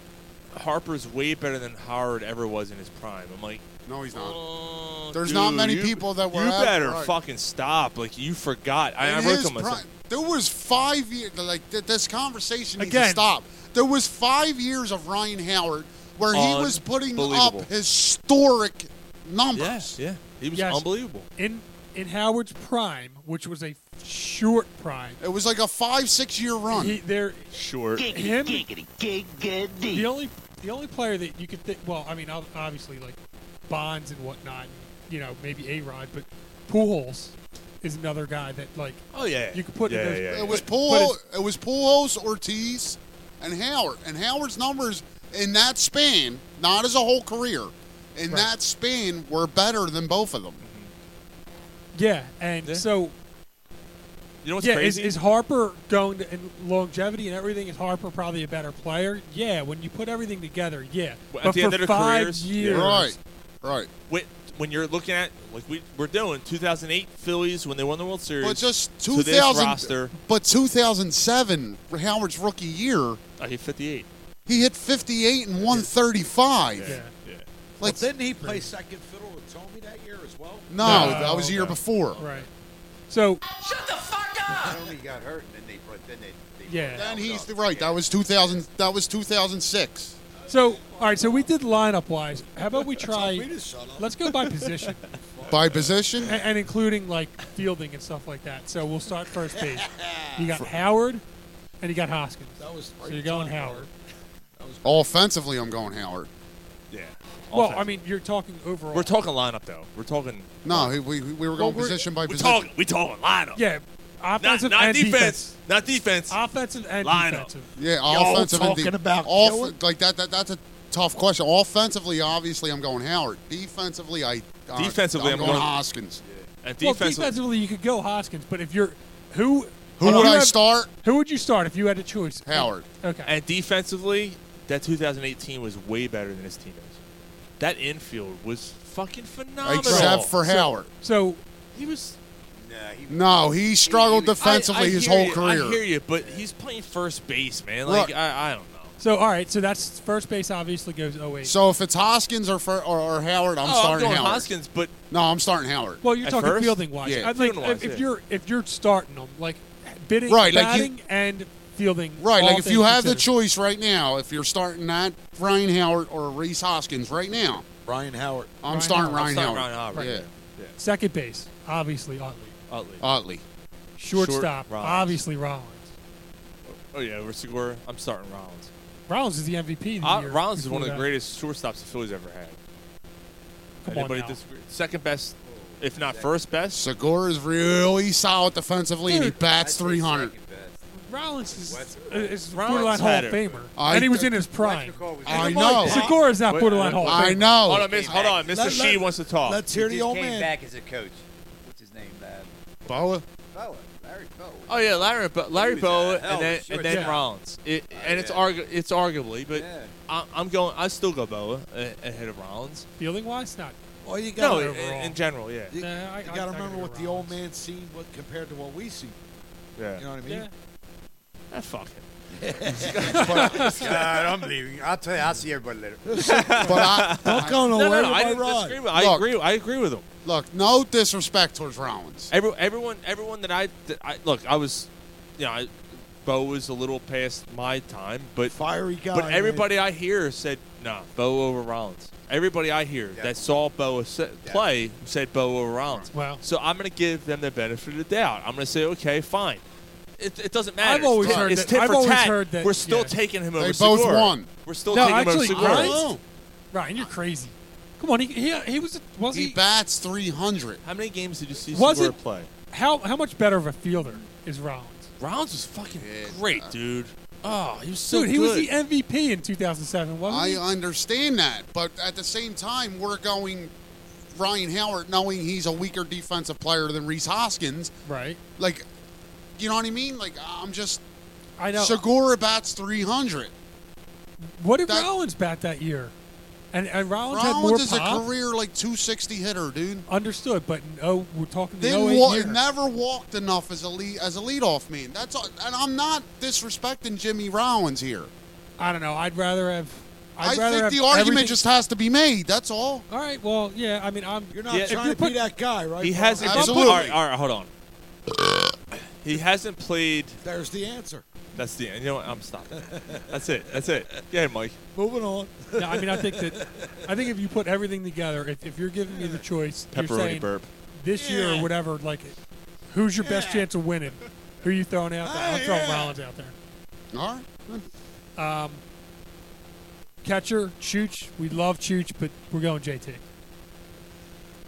Harper's way better than Howard ever was in his prime. I'm like, No, he's not. "Oh, There's not dude, many you- people that were. You at- better right. fucking stop. Like you forgot. I, In I wrote his to myself. prime- There was five years. Like th- this conversation needs to Again. stop. There was five years of Ryan Howard where he was putting up Uh, Unbelievable. historic numbers. Yeah, he was Yes. unbelievable. In in Howard's prime, which was a short prime. It was like a five six year run. He, there, Short. him, the only the only player that you could think. Well, I mean, ob- obviously like Bonds and whatnot. You know, maybe A Rod, but Pujols is another guy that like. Oh, yeah. You could put Yeah, in those, yeah, yeah. It was but- but Pujols, it's- it was Pujols, Ortiz, and Howard. And Howard's numbers in that span, not as a whole career, in Right. that span were better than both of them. Yeah, and so You know what's yeah, crazy? Is, is Harper going to and longevity and everything? Is Harper probably a better player? Yeah, when you put everything together, yeah. Well, at but the for end of their five careers, yeah. years, Right. Right. When, when you're looking at like we we're doing 2008 Phillies when they won the World Series. But just to this 2000 roster. But 2007, for Howard's rookie year, I hit 58. he hit 58 and 135. Yeah. yeah. Like, didn't he play second fiddle with Tommy that year as well? no, that was the year before. Right. So Shut the fuck up. Tony got hurt, and then they brought, then they, they Yeah. Then he's right. That was 2000. That was 2006. so all right. So we did lineup wise. How about we try? let's go by [laughs] position By position, and, and including like fielding and stuff like that. So we'll start first [laughs] base. You got Howard, and you got Hoskins. That was so you're going Howard. offensively, I'm going Howard. Yeah. Well, Offense. I mean, you're talking overall. we're talking lineup though. We're talking. No, he- we, we were Well, going we're- position by we position. talking. We talking lineup. Yeah, offensive not and Uh, defense, Not defense. Offensive and Lineup. defensive. Yeah, Y'all offensive and talking de- about off- killing? like that, that. That's a tough question. Offensively, obviously, I'm going Howard. Defensively, I uh, Defensively, I'm going, going- Hoskins. And well, defense. defensively, you could go Hoskins, but if you're who Who if would you I have- start? Who would you start if you had a choice? Howard. Okay. And defensively, that 2018 was way better than his teammates. That infield was fucking phenomenal. Except for Howard. So he was. No, he struggled defensively I, I his hear whole you, career. I hear you, but he's playing first base, man. Like Right. I, I don't know. So all right, so that's first base obviously goes 08. So if it's Hoskins or for, or, or Howard, I'm Oh, I'm starting going Howard. Hoskins, but no, I'm starting Howard. well, you're talking fielding wise. Yeah. I'd like, Fielding-wise, if, if yeah. you're if you're starting them like bidding, Right, like you- batting and fielding. Right, all like if things you have the considered. choice right now, if you're starting not Ryan Howard or Reese Hoskins right now, Ryan Howard. I'm Ryan starting Howard. Ryan I'm Howard. starting Ryan Howard. Yeah. Second base, obviously Utley. Utley. Utley. Shortstop, Rollins. obviously Rollins. Oh yeah, over Segura. I'm starting Rollins. Rollins is the MVP. The Uh, year Rollins is one of before the that. greatest shortstops the Phillies ever had. Come on Anybody now. disagree? Second best if not first best. Segura is really solid defensively, and he bats 300. uh, Rollins is, uh, Westbrook. is Rollins borderline Hall of had it. Famer, I- and he was in his prime. I Come on, know. Segura's not Wait, borderline Hall of Famer. I know. Hold on, miss, hold on. Mr. Let- She let- wants to talk. let's He just came back as a coach. What's his name? Uh, Boa. Boa. Larry Boa. Oh yeah, Larry Bo- He Larry was Boa a hell and then of a and then shortstop. Oh, Rollins. It, and it's yeah. argu- it's arguably, but Yeah. I, I'm going. I still go Boa a- ahead of Rollins. Fielding wise, not. Well, you No, got in- in general, yeah. You, Nah, I- I- got I to gotta remember go what the old man seen, what compared to what we see. Yeah. You know what I mean? Yeah. Ah, fuck it. God, I'm leaving. I'll tell you. I'll see everybody later. [laughs] I- no, no, no, I didn't disagree with- I Look. agree. I agree with him. Look, no disrespect towards Rollins. Every, everyone, everyone that I, that I look, I was, you know, I, Bo was a little past my time, but fiery guy. But everybody I hear said nah, Bo over Rollins. Everybody I hear that saw Bo se- play said Bo over Rollins. Wow. So I'm going to give them the benefit of the doubt. I'm going to say, okay, fine. It, it doesn't matter. I've always it's, tit- heard it's that- tit I've for always tat. heard that- We're still yeah. taking him They over. both Segura. won. We're still no, taking actually, him over. Segura. Ryan, Ryan, you're crazy. Come on, he he, he was was he, bats 300. How many games did you see Was Segura it- play? how how much better of a fielder is Rollins? Rollins was fucking great, dude. Oh, he was so Dude, good. he was the MVP in 2007, wasn't I uh, he? understand that, but at the same time, we're going Ryan Howard knowing he's a weaker defensive player than Reese Hoskins. Right. Like, you know what I mean? Like, I'm just. I know. Segura bats 300. What did Rollins bat that year? And, and Rollins, had more Rollins is pop. a career like 260 hitter, dude. Understood, but no, we're talking the Didn't 08 wa- year. never walked enough as a lead as a leadoff man. That's all, and I'm not disrespecting Jimmy Rollins here. I don't know. I'd rather have. I'd I rather think have the argument everything- just has to be made. That's all. All right. Well, yeah. I mean, I'm. You're not Yeah. trying to be that guy, right? He has Rollins? Absolutely. All right, all right, hold on. he hasn't played. There's the answer. That's the end. You know what? I'm stopping. That's it. That's it. Go ahead, Mike. Moving on. [laughs] No, I mean, I think that. I think if you put everything together, if, if you're giving me the choice, you're Pepperoni saying burp. this year or whatever, like, who's your best chance of winning? Who are you throwing out there? Oh, I'm throwing Rollins out there. All right. Um, catcher, Chooch. We love Chooch, but we're going JT.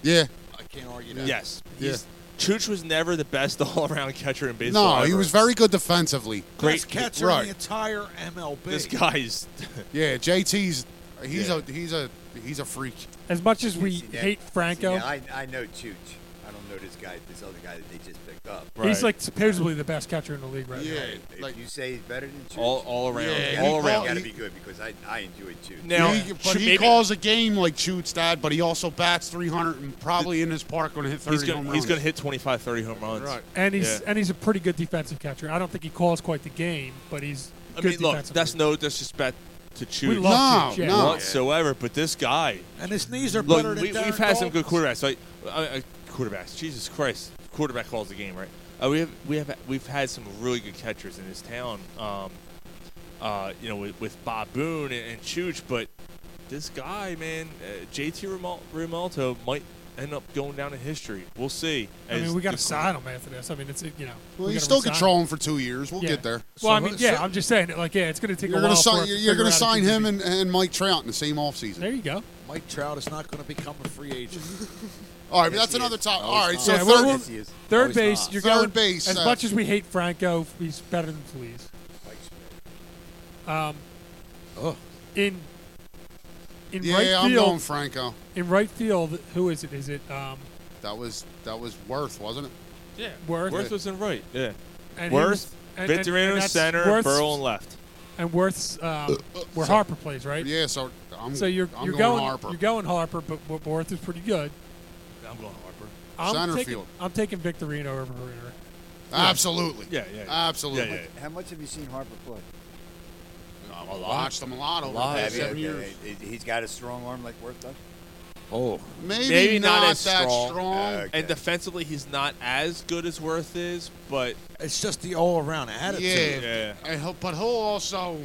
Yeah. I can't argue that. Yes. Yeah. He's- Chooch was never the best [laughs] all-around catcher in No, baseball. he ever. was very good defensively. Best catcher in right? the entire MLB. This [laughs] guy's. Yeah, JT's. He's a he's a he's a freak. As much as we See, now- hate see, Franco, now I, I know Chooch. I don't know this guy, this other guy that they just picked up. he's like supposedly the best catcher in the league right now. If you say he's better than Chooch, All- all around, Yeah, all Oh, he- around. Got to be good because I, I enjoyed Chooch. he, but he calls a game like Choots dad, but he also bats 300 and probably in his park going to hit 30 He's home gonna, runs. he's gonna hit 25, 30 home runs. Right. And he's Yeah. and he's a pretty good defensive catcher. I don't think he calls quite the game, but he's I good mean, look, defensively. that's no disrespect to Chooch. We love No, Chooch, yeah. no. whatsoever. But this guy, And his knees are Look, better than we, Darren have had some Dalton's. good quarterbacks. Like uh, quarterbacks, Jesus Christ, quarterback calls the game, right? Uh, we have we have we've had some really good catchers in this town. Um, uh, you know, with, with Bob Boone and, and Chooch, but this guy, man, uh, JT Rimalt- Rimalto might end up going down in history. We'll see. I mean, as we got the to sign him after this. I mean, it's you know. Well, we you gotta still resign control him for two years. We'll Yeah. get there. Well, I mean, yeah, I'm just saying that, like, yeah, it's going to take You're a gonna while. sign. for You're, you're going gonna to sign him and, and Mike Trout in the same offseason. There you go. Mike Trout is not going to become a free agent. All right, but that's another top. No, All right, he's so not. Yeah, we'll- third, we'll- third No, he's base. not. You're Third going base, As uh, much as we hate Franco, he's better than Fleas. Um, in in Yeah, right I'm field, going Franco. In right field, who is it? Is it um, that was that was Worth, wasn't it? Yeah, Worth. Worth was in right. Yeah. And he was- Worth, and- and- Victorino and that's center, Worth's- Burrow and left. and Worth's um, where Uh, So- Harper plays, right? Yeah, so I'm. so you're I'm you're going, going, Harper. you're going Harper, but Wor- Worth is pretty good. I'm going Harper. I'm Center taking, field. I'm taking Victorino over Herrera. Absolutely. Yeah, yeah, yeah. Absolutely. Yeah, yeah, How much have you seen Harper play? I watched him a lot over the past seven years. He's got a strong arm like Worth does. Oh, Maybe not that strong. Okay. And defensively, he's not as good as Worth is, but it's just the all-around attitude. Yeah. I hope, but he'll also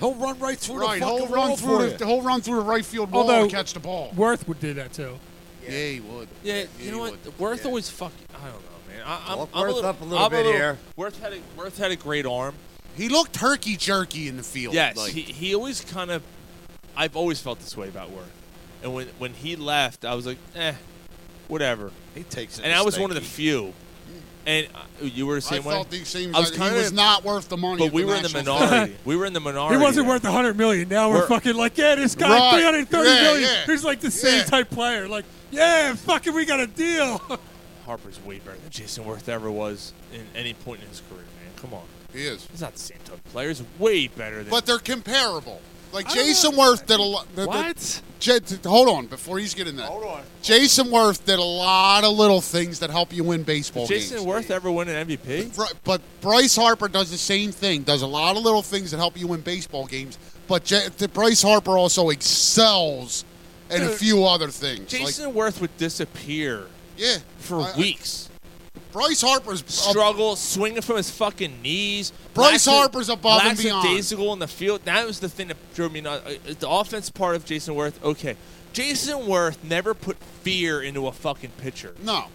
he'll run right through right, the he'll fucking run wall through for the he'll run through the right field wall Although and catch the ball. Worth would do that too. Yeah, he would. Yeah, he you know what? would. Worth Yeah. always fucking. I don't know, man. I, I'm, Walk I'm Worth a little, up a little I'm bit here. Worth had a, Worth had a great arm. He looked herky jerky in the field. Yes, like- he, he always kind of. I've always felt this way about Worth, and when when he left, I was like, eh. whatever. He takes it And I was stinky. one of the few. And uh, you were the I same way. felt he seemed I like was he kinda- was not worth the money. But at we were in the national minority. we were in the minority. He wasn't there. worth 100 million. Now we're, We're- fucking like, yeah, this guy Right. 330 Yeah, million. yeah. He's like the same Yeah. type player. Like, yeah, fucking, we got a [laughs] deal. Harper's way better than Jason Worth ever was in any point in his career, man. Come on. He is. He's not the same type of player. He's way better than. But they're comparable. Like Jason Worth did a lot. What? hold on, before he's getting that. Hold on. Jason Worth did a lot of little things that help you win baseball Did Jason games. Worth ever win an MVP? Right, but Bryce Harper does the same thing. Does a lot of little things that help you win baseball games. But J- the Bryce Harper also excels in a Dude, few other things. like, Jason Worth would disappear. Yeah. For I- I- weeks. Bryce Harper's struggle, swinging from his fucking knees. Bryce Lackad- Harper's above and beyond. lackadaisical in the field. That was the thing that drove me nuts. Uh, The offense part of Jason Worth. Okay, Jason Worth never put fear into a fucking pitcher. No.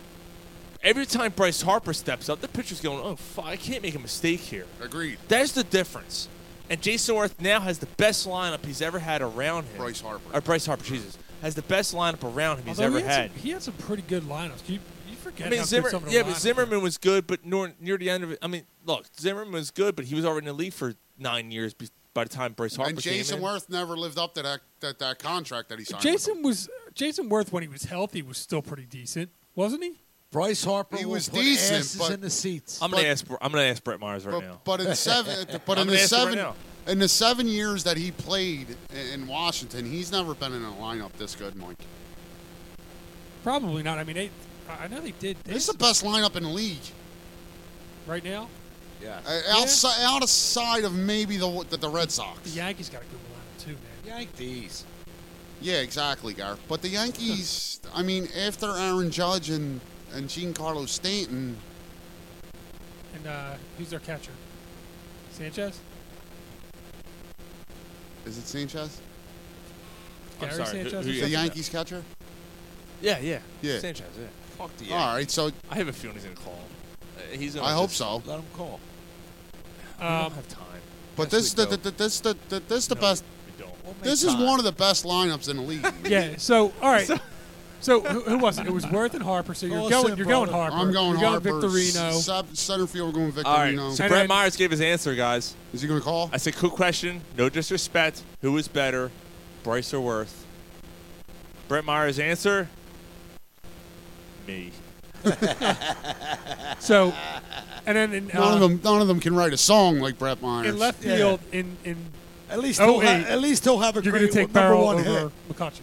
Every time Bryce Harper steps up, the pitcher's going, "Oh fuck, I can't make a mistake here." Agreed. That's the difference. And Jason Worth now has the best lineup he's ever had around him. Bryce Harper. Or Bryce Harper, Jesus, has the best lineup around him he's Although ever he had. Some, he had some pretty good lineups. You, you forget I mean, how Zimmer, good some of the yeah, lineups but Zimmerman was good, but near, near the end of it, I mean, look, Zimmerman was good, but he was already in the league for nine years be- by the time Bryce Harper and came Jason in. Worth never lived up to that, that, that contract that he signed. Jason was Jason Worth when he was healthy was still pretty decent, wasn't he? Bryce Harper He will was put decent, asses but- in the seats. I'm gonna ask. I'm gonna ask Brett Myers right but, now. but in seven, but I'm in gonna the ask him right seven, now. in the seven years that he played i- in Washington, he's never been in a lineup this good, Mike. Probably not. I mean, they, I I know they did It's the best lineup in the league. right now. Yeah. Uh, outside, outside of maybe the, the the Red Sox. The Yankees got a good lineup too, man. Yankees. Yeah, exactly, Gar. But the Yankees, I mean, after Aaron Judge and and Giancarlo Stanton, And uh, who's their catcher? Sanchez. [laughs] is it Sanchez? I'm Gary sorry, who- Sanchez who or you the something? Yankees catcher. Yeah, yeah, Yeah. Sanchez. Yeah. Fuck the All Yankees. right, so- I have a feeling he's gonna call. Uh, he's. Gonna I hope just so. Let him call. we Um, don't have time. But Yes, this is we the, the, do. the this the, the this the No, best. we don't. We'll make this is time. one of the best lineups in the league. [laughs] Yeah. So all right. So, who, who was it? It was Worth and Harper. So you're going. You're going Harper. Oh, I'm going you're Harper. Going [laughs] Victorino. S- sub- center field, we're going All right. Victorino. So Brett Myers gave his answer, guys. Is he gonna call? I said, "Quick question. No disrespect. Who is better, Bryce or Worth?" Brett Myers' answer. Me. So, and then in, none uh, of them, none of them can write a song like Brett Myers. in left field, in in oh at least he'll ha- eight, at least he'll have a You're great to take one- number Barrel one over McCutcheon.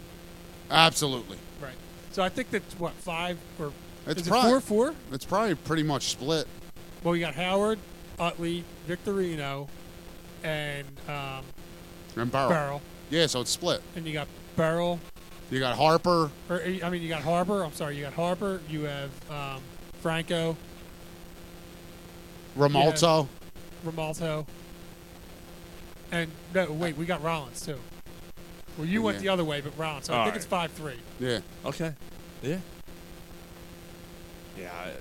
absolutely. Right. So I think that's what five or It's is it probably four four? It's probably pretty much split. Well, you got Howard, Utley, Victorino, and um, And Barrel. Barrel. Yeah, so it's split. and you got Barrel. You got Harper. Or eh, I mean, you got Harper. I'm sorry, you got Harper. You have um, Franco, Romalto. Romalto, and no, wait, we got Rollins too. Well, you went Yeah. the other way, but Rollins. So I Oh, All think right. it's five three. Yeah. Okay. Yeah. Yeah. I, man.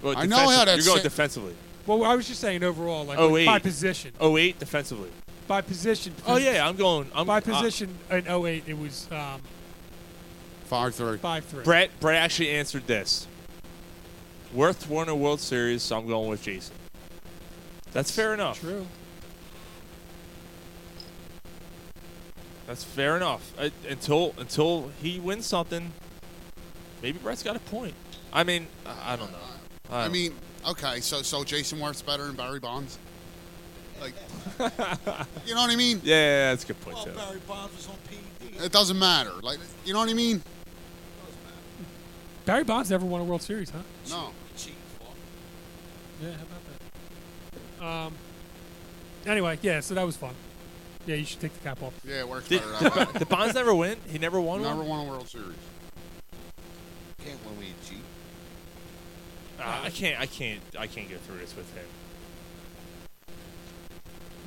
Well, I know how defensive- that You're going sit- defensively. Well, I was just saying overall, like Oh eight. by position, Oh eight defensively. by position. Oh yeah, I'm going. I'm Hmm. by uh, position in 08, it was um, Five three. five three. Brett. Brett actually answered this. Worth won a World Series, so I'm going with Jason. That's fair enough. True. That's fair enough. I, until until he wins something, maybe Brett's got a point. I mean, I I don't know. I, I don't- mean, okay, so so Jason Worth's better than Barry Bonds. [laughs] Like, you know what I mean? yeah, yeah, yeah, that's a good point too. Barry Bonds was on E PD. It doesn't matter. Like, you know what I mean? Barry Bonds never won a World Series, huh? No. Yeah, how about that? Um. Anyway, yeah. So that was fun. Yeah, you should take the cap off. Yeah, it works Did, better did, that Bo- way. did Bonds never win? He never won Never one. won a World Series. Can't win with a Jeep. Ah, I can't. I can't. I can't get through this with him.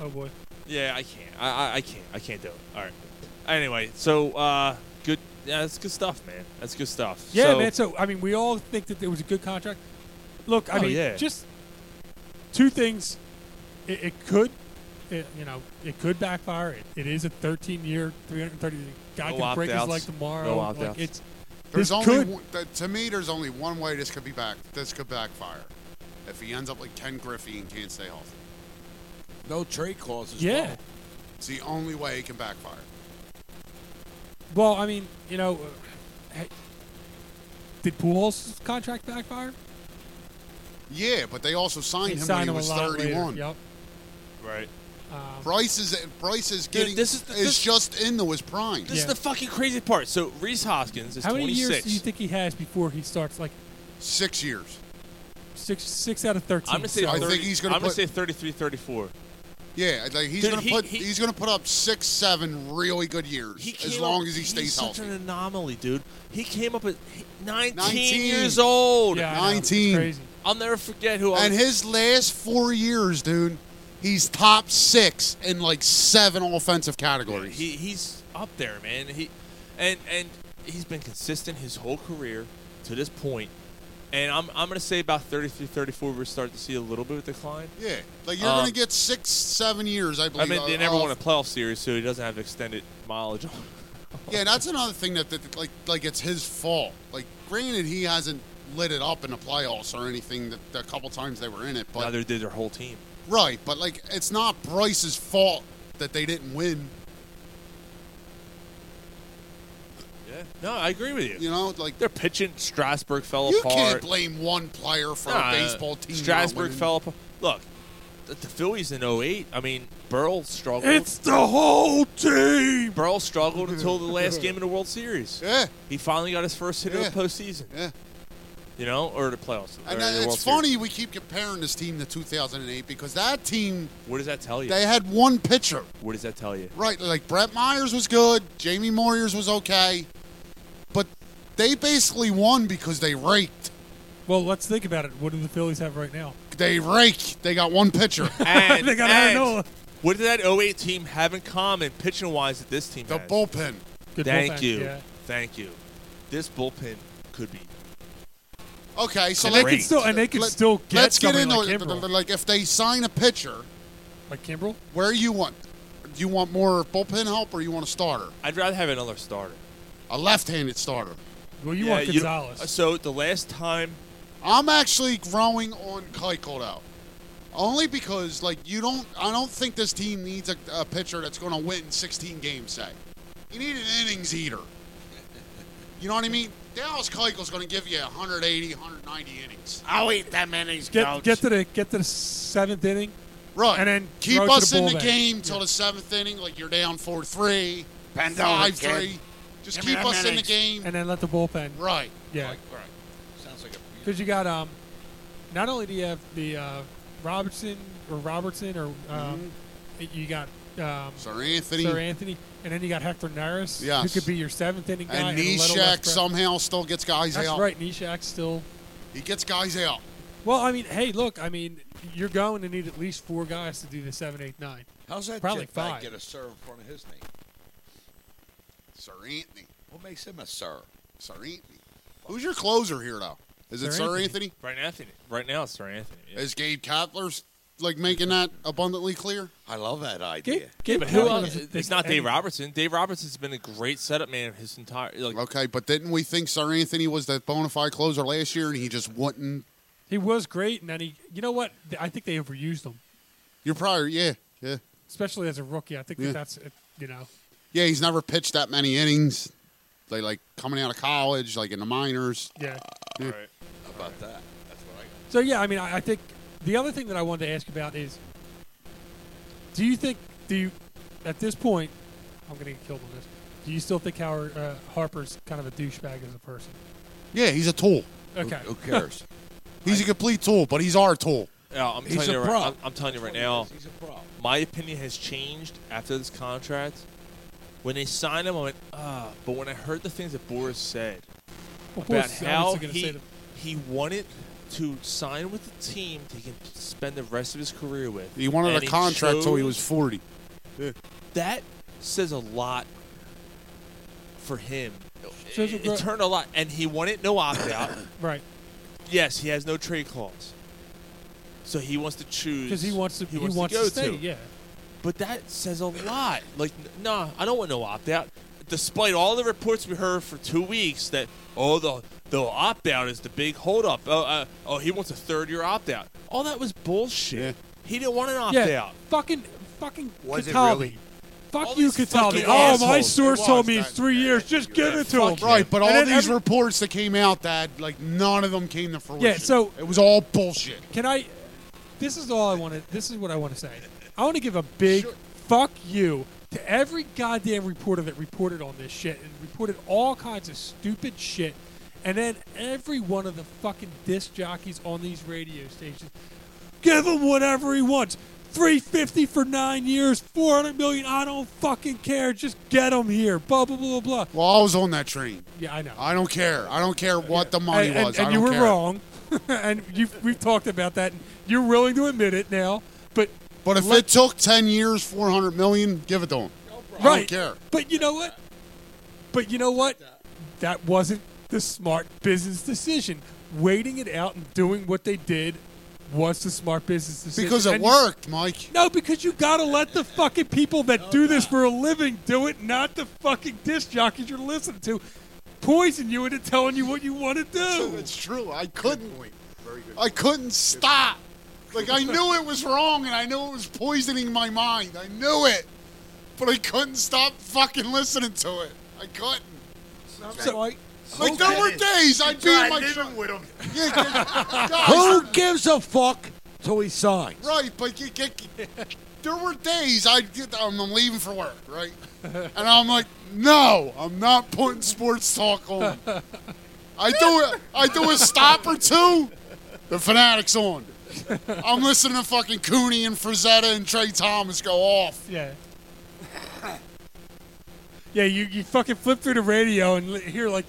Oh boy. Yeah, I can't. I, I, I can't. I can't do it. All right. Anyway, so uh, good. Yeah, that's good stuff, man. That's good stuff. Yeah, so, man. So I mean, we all think that it was a good contract. Look, I Oh, mean, yeah. just two things. It, it could, it, you know, it could backfire. It, it is a 13-year, 330. Guy No can break his opt-outs. leg tomorrow. No like opt-outs. it's There's This only could- one- that- to me, there's only one way this could be back. This could backfire if he ends up like Ken Griffey and can't stay healthy. No trade clauses. Yeah. It's the only way it can backfire. Well, I mean, you know, uh, hey, did Pujols' contract backfire? Yeah, but they also signed They him signed when him he a was lot later, 31. yep. Right. Bryce is Bryce is Dude, getting this this is is, the- this- just into his prime. This is the fucking crazy part. So Reese Hoskins is How many 26. years do you think he has before he starts? Like six years. Six, six out of thirteen. I'm gonna say so- 30, gonna I'm gonna put- say 33, 34. Yeah, like he's Dude, gonna he- put he's gonna put up six, seven really good years as came long up- as he he's stays such healthy. an anomaly, dude. He came up at 19, 19. years old. Yeah, I know. It's 19. crazy. I'll never forget who. I And was, his last four years, dude, he's top six in like seven offensive categories. he he's up there, man. He and and he's been consistent his whole career to this point. And I'm I'm gonna say about 33, 34, we're starting to see a little bit of decline. yeah, like you're Um, gonna get six, seven years, I I believe. mean, they uh, never off- won a playoff series, so he doesn't have extended mileage. on Yeah, that's another thing that, that like like it's his fault. Like, granted, he hasn't lit it up in the playoffs or anything. That the couple times they were in it, but Neither did their whole team. right, but like it's not Bryce's fault that they didn't win. Yeah, no, I agree with you. You know, like they're pitching. Strasburg fell You apart. can't blame one player for Nah, a baseball team. not Strasburg winning. fell apart. Look, the, the Phillies in 08, I mean, Burl struggled. It's the whole team. Burl [laughs] struggled until the last game of the World Series. Yeah. He finally got his first hit Yeah. of the postseason. Yeah. You know, or the playoffs. or the And that, World it's Series. funny we keep comparing this team to 2008 because that team What does that tell you? they had one pitcher. What does that tell you? Right, like Brett Myers was good, Jamie Moyers was okay, but they basically won because they raked. Well, let's think about it. What do the Phillies have right now? They rake. [laughs] They got [laughs] one pitcher. And, They got and Aaron Nola. what did that 08 team have in common, pitching wise, that this team The has? bullpen. Good Thank bullpen, you. yeah. Thank you. This bullpen could be. Okay, so And they let- could still- and they could still get Let's get somebody into like it. Kimbrel. Like if they sign a pitcher, like Kimbrel, where you want? Do you want more bullpen help or you want a starter? I'd rather have another starter. A left-handed starter. Well, Yeah, you- so the last time I'm actually growing on Keuchel though, only because like you don't. I don't think this team needs a, a pitcher that's going to win 16 games. Say, you need an innings eater. You know what I mean? Dallas Keuchel's going to give you 180, 190 innings. I'll eat them innings, get, get to the get to the seventh inning, Right, And then keep throw it to us in the bullpen. game till the seventh inning. Like you're down four three, Bend over, five kid. three. Just Give me keep them us in the innings. game. and then let the bullpen. Right. Yeah. right. Sounds like a. Because you got um, not only do you have the uh, Robertson or Robertson or um, you got um, Mm-hmm. Sir Anthony. Sir Anthony, and then you got Hector Neris, who Yes. could be your seventh inning guy. And a little Nishak left field. somehow still gets guys That's out. right, Nishak still. He gets guys out. Well, I mean, hey, look, I mean, you're going to need at least four guys to do the seven, eight, nine. How's that Probably jet back five. get a sir in front of his name? Sir Anthony. What makes him a sir? Sir Anthony. Who's your closer here, though? Is it Sir Sir Anthony? Anthony. Right, Anthony. Right now, it's Sir Anthony. yeah. Is Gabe Kapler's like making that abundantly clear? I love that idea. Yeah, but who else? It's not Dave Robertson. Dave Robertson's been a great setup man his entire. Like, Okay, but didn't we think Sir Anthony was that bona fide closer last year, and he just wouldn't? He was great, and then he, you know what? Th- I think they overused him, You're probably yeah, yeah, especially as a rookie. I think that Yeah. that's, uh, you know, yeah. He's never pitched that many innings. They like coming out of college, like in the minors. yeah. Yeah. How about that? That's what I got. So yeah, I mean, I, I think the other thing that I wanted to ask about is, do you think do you, at this point, I'm going to get killed on this. Do you still think Howard uh, Harper's kind of a douchebag as a person? Yeah, he's a tool. Okay. Who [laughs] cares? He's a complete tool, but he's our tool. Yeah, I'm He's telling a you prop. right, I'm, I'm telling you right now, He's a prop. my opinion has changed after this contract. When they signed him, I went ah, but when I heard the things that Boris said Well, about Boris is how obviously gonna say he that- he wanted to sign with the team that he can spend the rest of his career with, He wanted and a contract till he chose- was forty. that says a lot for him. Says It, a gro- it turned a lot, and he wanted no opt out. [coughs] Right. yes, he has no trade clause, so he wants to choose Because he wants to. He wants, go to stay. Yeah. but that says a lot. Like, n- nah, I don't want no opt out. despite all the reports we heard for two weeks that oh the the opt out is the big holdup. Oh, uh, oh he wants a third year opt out. All that was bullshit. He didn't want an opt yeah, out. fucking, fucking Was it Katabi. really? Fuck All you, these Katabi. fucking Oh, my assholes. source It told was me it's three years. Just give it to him. Right, but And all then these reports that came out that like none of them came to fruition. Yeah, so it was all bullshit. Can I? This is all I want to. This is what I want to say. I want to give a big fuck you to every goddamn reporter that reported on this shit and reported all kinds of stupid shit, and then every one of the fucking disc jockeys on these radio stations. Give him whatever he wants. 350 for nine years, 400 million. I don't fucking care. Just get him here. Blah blah blah blah. Well, I was on that train. Yeah, I know. I don't care. I don't care what the money and, and- was. and I you don't were care. wrong, [laughs] and you we've talked about that. And you're willing to admit it now, but But if let- it took ten years, four hundred million, give it to him. I right, don't care. But you know what? But you know what? That wasn't the smart business decision. Waiting it out and doing what they did was the smart business decision. Because it And you- worked, Mike. no, because you gotta let the fucking people that do this for a living do it, not the fucking disc jockeys you're listening to, poison you into telling you what you want to do. [laughs] It's true. I couldn't. I couldn't stop. Like I knew it was wrong, and I knew it was poisoning my mind. I knew it, but I couldn't stop fucking listening to it. I couldn't. So, like, like there were days I'd be in my truck. with [laughs] him. Guys, Who gives a fuck till he signs? right, but you get, there were days I'd get. I'm leaving for work, right? And I'm like, no, I'm not putting sports talk on. I do it. I do a stop or two. The fanatics on. I'm listening to fucking Cooney and Frazetta and Trey Thomas go off. Yeah. Yeah, you, you fucking flip through the radio and li- hear like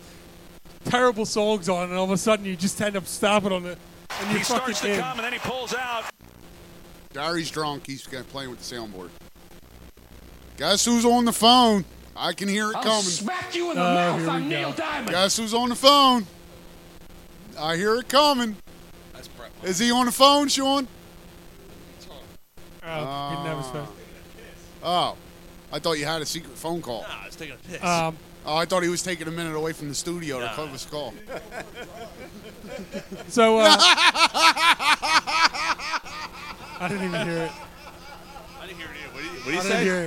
terrible songs on, and all of a sudden you just end up stopping on the. And you He fucking starts to in. come and then he pulls out. Gary's drunk. He's got- playing with the soundboard. Guess who's on the phone? I can hear it I'll coming. smack you in the Oh, mouth. here we I'm go. Neil Diamond. Guess who's on the phone? I hear it coming. That's Brett. Is he on the phone, Sean? Oh, he never spoke. Oh, I thought you had a secret phone call. I was taking a piss. Um, oh, I thought he was taking a minute away from the studio to cover his call. [laughs] [laughs] So uh, I didn't even hear it. I didn't hear it. What what did he I didn't say? hear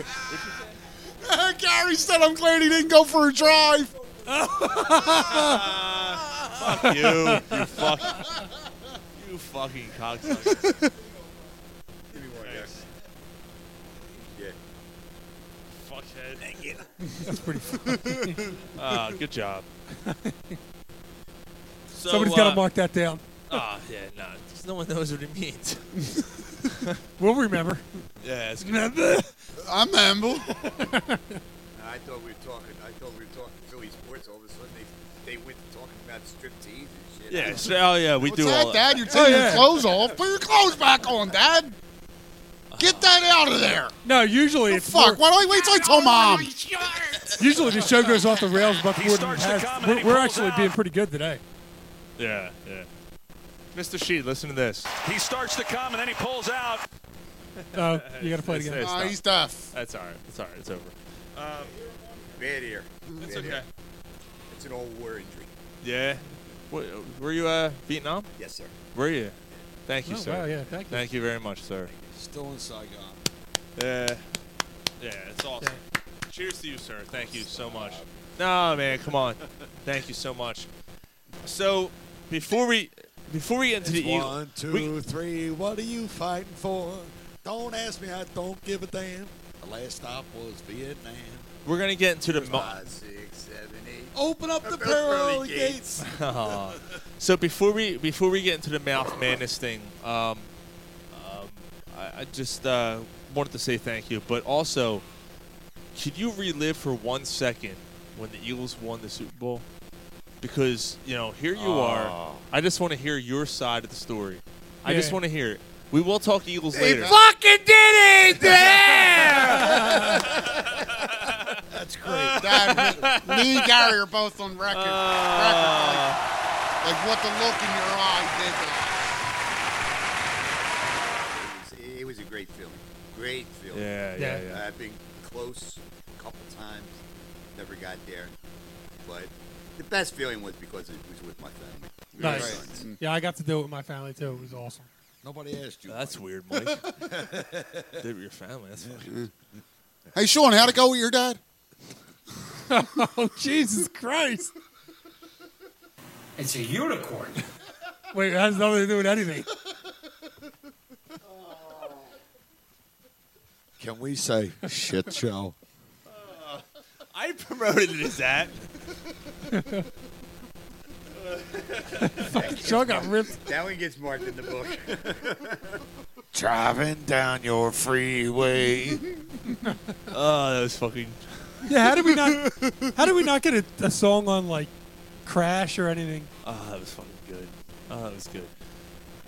it. Gary said, "I'm glad he didn't go for a drive." fuck you, you fuck, you fucking cocksucker. Give me one, guys. Yeah. Fuckhead. Thank you. That's [laughs] pretty funny. Ah, good job. So, Somebody's got uh, to mark that down. Ah, yeah, no, no one knows what it means. We'll remember. yeah, [laughs] it's Remember? I'm Amble. No, I thought we were talking. I thought we were talking Philly sports. All of a sudden, they they went talking about striptease and shit. Yeah, so- oh yeah, we What's do that, all that. Dad? Oh, You're taking your clothes off. Put your clothes back on, Dad. Get that out of there. No, usually it's Oh, Fuck. Why don't I wait till I tell Mom? Usually the show goes off the rails, but He more than starts to has. come and We're, he we're pulls actually being pretty good today. Yeah, yeah. Mr. Sheed, listen to this. He starts to come and then he pulls out. [laughs] Oh, you got to play it It's- again. it's not- deaf. That's all right. It's all right. It's over. Um, Bad ear. It's Bad ear. okay. It's an old war injury. Yeah. What, were you uh, Vietnam? Yes, sir. Were you? Thank you, Oh, sir. wow, yeah, thank you. Thank you very much, sir. Still in Saigon. Yeah. Yeah, it's awesome. Cheers to you, sir. Thank you so much. No, man, come on. Thank you so much. So, before we before we get into It's the Eagle- one, two, we- three, What are you fighting for? Don't ask me. I don't give a damn. The last stop was Vietnam. we're gonna get into the mo- Six, seven, eight. Open up the Open up pearly pearly gates. Aw. so before we before we get into the mouth madness thing, um, um, I, I just uh, wanted to say thank you, but also, could you relive for one second when the Eagles won the Super Bowl? Because you know, here you are. I just want to hear your side of the story. I just Yeah. want to hear it. We will talk Eagles later. fucking did [laughs] it! Damn! That's great. Dad, me, me and Gary are both on Uh. record. record like, like what the look in your eye did. to- It was, it was a great feeling. Uh, Great feeling. Yeah, yeah, Yeah. yeah. I've been close a couple times. never got there. But the best feeling was because it was with my family. We were Nice. Mm. friends. Yeah, I got to do it with my family too. It was [laughs] awesome. Nobody asked you. That's weird, [laughs] Mike. Did it with your family. [laughs] That's funny. Hey, Sean, how'd it go with your dad? oh, [laughs] Jesus Christ. It's a unicorn. Wait, that has nothing to do [laughs] with anything. Can we say shit show? I promoted it as that. That Sean gets got marked- ripped. That one gets marked in the book. Driving down your freeway. oh, that was fucking. Yeah, how did we not? How did we not get a, a song on like Crash or anything? Oh, that was fucking good. Oh, that was good.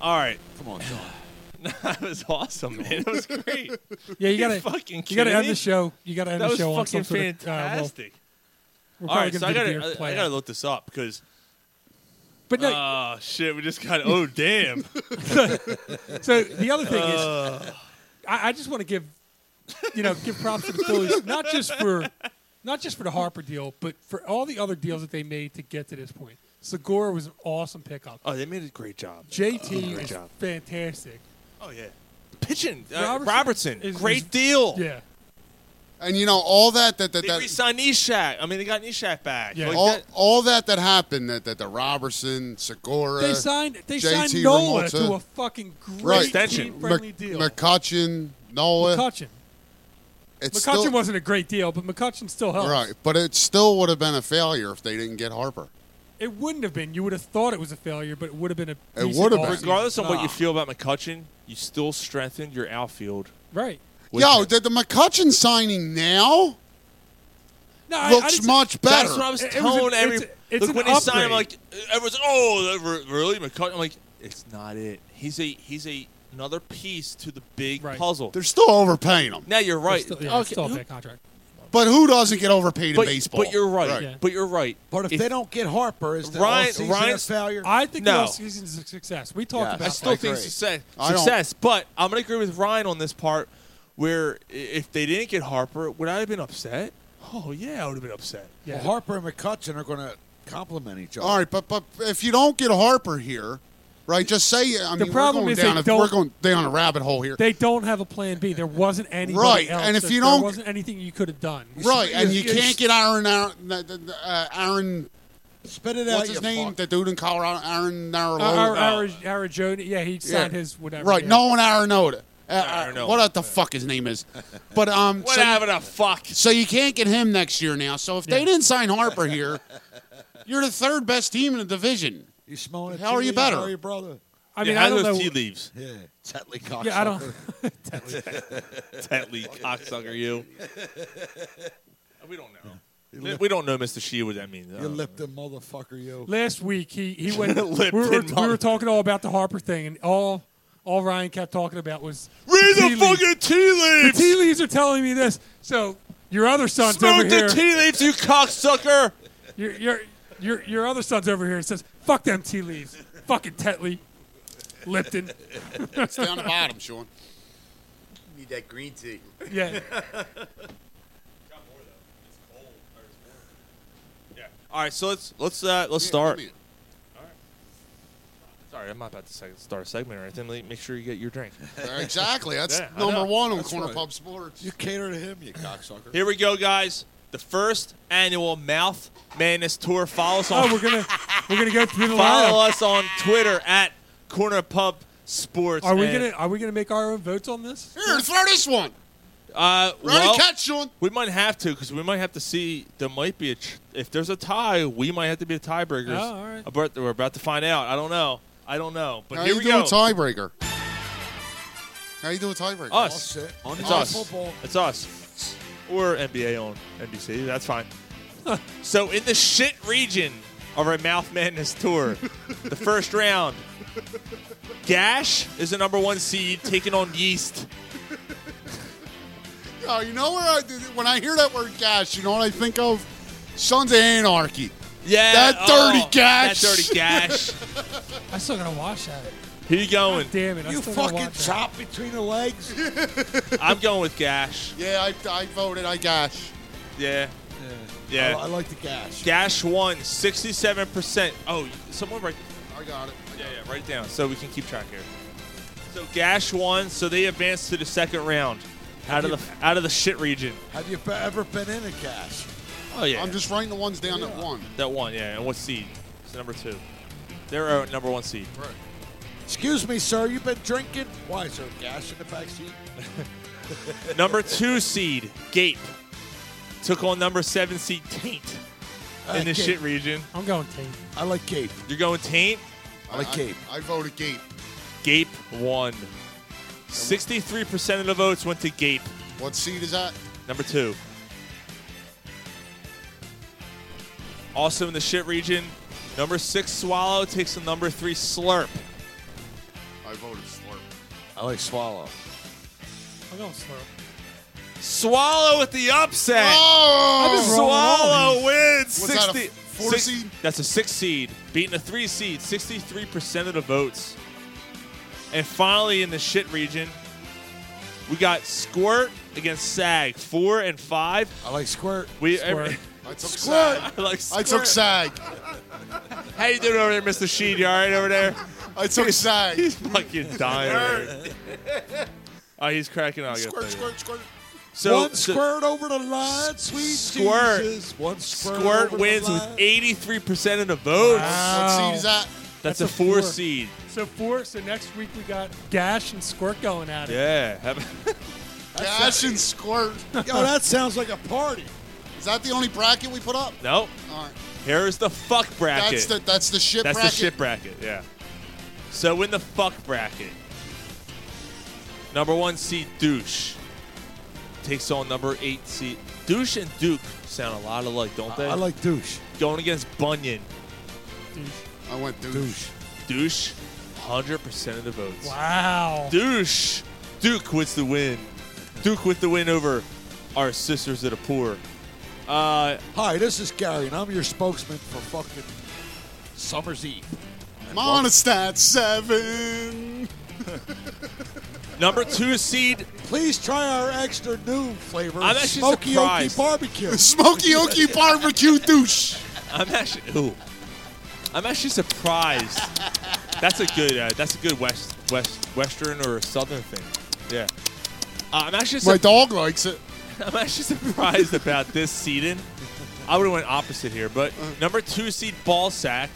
All right. Come on, John. [laughs] that was awesome, man. It was [laughs] great. Yeah, you Are gotta fucking. you gotta kidding end me? the show. You gotta end That the was show on fucking some sort of- uh, well, fantastic. we're All probably right, gonna so I do the gotta beer I, I play gotta out. look this up because. But no- oh shit! We just got. Oh [laughs] damn. so the other thing Uh. is, I, I just want to give, you know, give props to the Phillies, not just for, not just for the Harper deal, but for all the other deals that they made to get to this point. Segura was an awesome pickup. Oh, they made a great job. JT Great is job. fantastic. Oh yeah, pitching uh, Robertson, Robertson is- great is- deal. Yeah, [laughs] And you know all that that that, they that re-signed Nishak. I mean, they got Nishak back. Like all, that- all that that happened that that the Robertson, Segura, they signed they JT signed Nola Remolta. to a fucking great friendly Mc- deal. McCutcheon, Nola. McCutcheon. It's McCutcheon still, wasn't a great deal, but McCutcheon still helped. right, but it still would have been a failure if they didn't get Harper. It wouldn't have been. You would have thought it was a failure, but it would have been a. decent would have been. offseason. regardless of what you Ah. feel about McCutcheon, you still strengthened your outfield. Right. Yo, did the McCutcheon signing now No, looks much better? That's what I was telling every. look, when he signed, like everyone's, oh, that re- really McCutcheon? I'm like, it's not it. He's a he's a another piece to the big puzzle. They're still overpaying him. Now you're right. Still, yeah, it's Okay, still a who- bad contract. But who doesn't get overpaid in but, baseball? but you're right. But you're right. But if, they don't get Harper, is the Ryan- offseason Ryan's- a failure? I think No. the offseason's a success. We talked about I still that. think success. I don't- Success, but I'm gonna agree with Ryan on this part. Where i- if they didn't get Harper, would I have been upset? Oh yeah, I would have been upset. Well, Harper and McCutcheon are going to complement each other. All right, but but if you don't get Harper here, right? Just say I The mean problem we're is going down they a, we're don't- going down a rabbit hole here. They don't have a plan B. There wasn't anybody Right, else. and if so you there don't- wasn't anything you could have done. right, and you can't get Aaron Aaron, uh, Aaron spit it out, What's you his name? fuck. The dude in Colorado, Aaron Uh, Narrow. Ar- Ar- Arizona- yeah, he signed his whatever. Right, yeah. no one Arenota. Uh, Arenado. uh, what the fuck his name is, [laughs] but um, so, Whatever the fuck. so you can't get him next year now. So if they didn't sign [laughs] Harper here, you're the third best team in the division. You smelling it? How are you better? How are you brother? I mean, I don't know. leaves. Yeah, Tetley cocksucker. Yeah, I don't. [laughs] Tetley cocksucker, you. [laughs] We don't know. We don't know, Mr. Shea, what that means. You lipped the motherfucker, yo. Last week he [laughs] he went. we, Lipton were, we mother- were talking all about the Harper thing, and all all Ryan kept talking about was Uh, Read the tea leaves. fucking tea The leaves. tea leaves are telling me this. So your other son's Smoke over the here. tea leaves, you cocksucker. Your your your your other son's over here and says, "Fuck them tea leaves, fucking Tetley, Lipton." It's down the [laughs] bottom, Sean. Need that green tea. [laughs] Yeah. All right, so let's let's uh, let's start. Sorry, I'm not about to se- start a segment or anything. Let- Make sure you get your drink. Exactly. That's Yeah, I number know. one on That's Corner right. Pub Sports. You cater to him, you cocksucker. Here we go, guys. The first annual Mouth Madness Tour. Follow us on. Oh, we're gonna we're gonna go through the follow lineup. us on Twitter at Corner Pub Sports. Are we and, gonna are we gonna make our own votes on this? Here, throw this one. Uh, Ronnie well, catch, Sean. We might have to because we might have to see. There might be a tr- if there's a tie, we might have to be the tiebreakers. Oh, all right. About- we're about to find out. I don't know. I don't know. But How here you we doing go. tiebreaker? How you doing tiebreaker? Us. It's All us. football. It's us. Or NBA on NBC. That's fine. so in the shit region of our Mouth Madness tour, the first round, Gash is the number one seed taking on Yeast. Oh, you know where I when I hear that word gash, you know what I think of? Sons of Anarchy. Yeah. That dirty oh, gash. That dirty [laughs] gash. I still gotta watch that. Who you [laughs] going? Damn it! I You still gotta fucking watch that. chop between the legs. I'm going with Gash. yeah, I, I voted. I gash. Yeah. Yeah. I, I like the gash. Gash one, 67%. Oh, someone write, I got it. yeah, yeah, write it down so we can keep track here. So Gash won, so they advanced to the second round, out of the out of the shit region. Have you be- ever been in a gash? Oh yeah, I'm just writing the ones down that won. that one. Yeah, and what seed? It's number two. They're our number one seed. Right. Excuse me, sir. You've been drinking. Why is there a gash in the back seat? number two seed Gape took on number seven seed Taint I in the like shit Gape. region. I'm going Taint. I like Gape. You're going Taint. I like Gape. I voted Gape. Gape won. Sixty-three percent of the votes went to Gape. What seed is that? Number two. Also in the shit region, number six Swallow takes the number three Slurp. I voted Slurp. I like Swallow. I'm going slow. Swallow with the upset. Oh! I've been rolling all Swallow these. wins. Was that a 60 four six- seed? That's a six seed, beating a three seed, 63% of the votes. And finally, in the shit region, we got Squirt against Sag, four and five. I like Squirt. We Squirt. I took Squirt. Sag. I [laughs] like I took Squirt. Sag. How you doing over there, Mr. Sheed? You all right over there? [laughs] I took Sag. He's fucking dying. over there. [laughs] Oh, he's cracking out. Squirt, squirt, squirt. So, one so- squirt over the line, sweet Squirt. Jesus. One squirt. Squirt over wins the with line. 83% of the votes. What seed is that? That's, That's a, a four, four. seed. So four. So next week we got Gash and Squirt going at it. Yeah. have- [laughs] Gash and Squirt. Yo, that sounds like a party. Is that the only bracket we put up? nope. All right. Here's the fuck bracket. That's the that's the shit That's bracket. the shit bracket, yeah. So in the fuck bracket, number one seed Douche takes on number eight seed. Douche and Duke sound a lot alike, don't I they? like douche. Going against Bunyan. I went douche. Douche. Douche, 100% of the votes. Wow. Douche. Duke with the win. Duke with the win over our sisters that are poor. Uh, Hi, this is Gary, and I'm your spokesman for fucking Summer's Eve. Monostat seven. number two seed. Please try our extra new flavor, I'm actually Smoky surprised. Oaky [laughs] Barbecue. Smoky Oaky [laughs] Barbecue douche. I'm actually. Ooh. I'm actually surprised. That's a good. Uh, that's a good west west western or southern thing. Yeah. Uh, I'm actually. My Sur- dog likes it. [laughs] I'm actually surprised about this seeding. I would have went opposite here, but Uh. number two seed Ballsack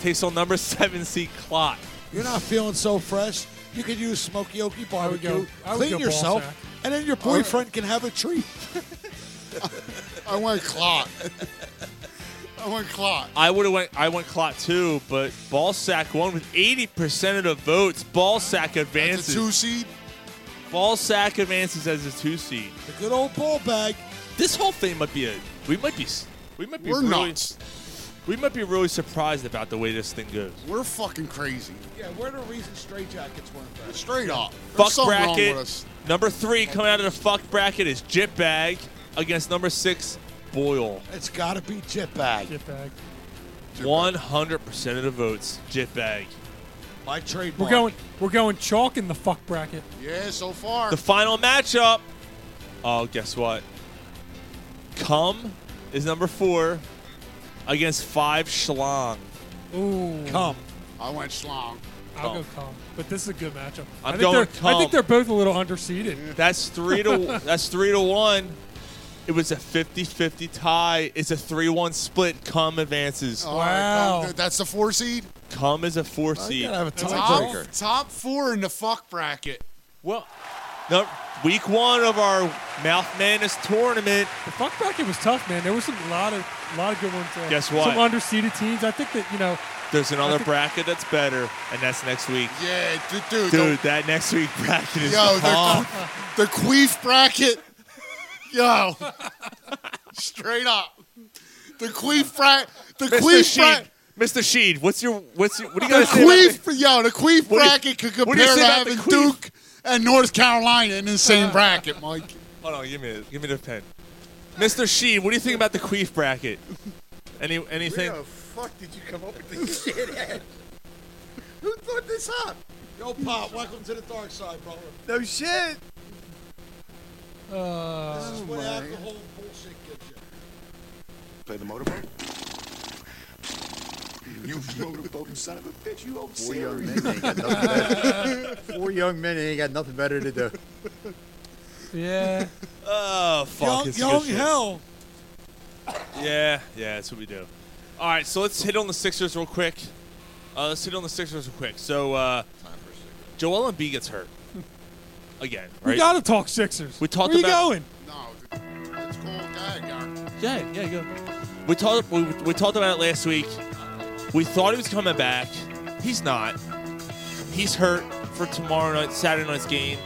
takes on number seven seed Clot. You're not feeling so fresh. You could use Smoky Oaky Barbecue, go- I would clean go yourself, ballsack. and then your boyfriend can have a treat. [laughs] I [laughs] went clot. I went clot. I would have went. I went Clot too, but Ballsack won with 80% of the votes. Ballsack That's advances. a two seed. Ballsack advances as a two seed. The good old ball bag. This whole thing might be a. We might be. s- We might be. We're really, nuts. We might be really surprised about the way this thing goes. We're fucking crazy. Yeah, we're the reason straight jackets weren't better. Straight up. Fuck There's something bracket wrong with us. number three coming out of the fuck bracket is Jitbag against number six Boyle. It's got to be chip bag. Get back. One hundred percent of the votes, Jitbag. My trademark. We're going. We're going chalk in the fuck bracket. Yeah, so far. The final matchup. Oh, guess what? Cum is number four against five Schlong. Ooh. Come. I went schlong. I'll Cum. go cum. But this is a good matchup. I'm I think going they're, I cum. think they're both a little underseeded. That's three [laughs] to that's three to one. It was a 50-50 tie. It's a 3-1 split. Cum advances. All right, Wow. well, that's the four seed. Cum is a four I seed. gotta have a Top, tiebreaker. top four in the fuck bracket. Well, no, week one of our Mouth Madness tournament. The fuck bracket was tough, man. There were some lot of lot of good ones. Uh, Guess what? Some underseeded teams. I think that you know. There's another think- bracket that's better, and that's next week. Yeah, dude. dude, Dude, that next week bracket is Yo, they're- bomb. The queef bracket. Yo. Straight up. The queef bracket. The Mr. queef Sheed, bracket. Mr. Sheed, what's your what's your, what do you The got to say? about queef, the- yo, the What queef do you- bracket could what do you compare say to about the having queef? Duke and North Carolina in the same bracket, Mike. Hold on, give me it. Give me the pen. Mr. Sheed, what do you think about the queef bracket? Any anything? fuck did you come up with this [laughs] shit at? Who thought this up? Yo, Pop, welcome to the dark side, brother. No shit. Oh Uh, Uh, This is what alcohol bullshit gives you. play the motorboat? You motorboat son of a bitch, you old Four young Siri. men ain't got nothing better. Four young men ain't got nothing better to do. Yeah. Oh fuck! Young- it's good young shit. hell. Yeah, yeah, that's what we do. All right, so let's hit on the Sixers real quick. Uh, let's hit on the Sixers real quick. So, uh, Joel Embiid gets [laughs] hurt again. Right? We gotta talk Sixers. We talked Where about- you going? Yeah, yeah, go. We talked we, we talked about it last week. We thought he was coming back. He's not. He's hurt for tomorrow night, Saturday night's game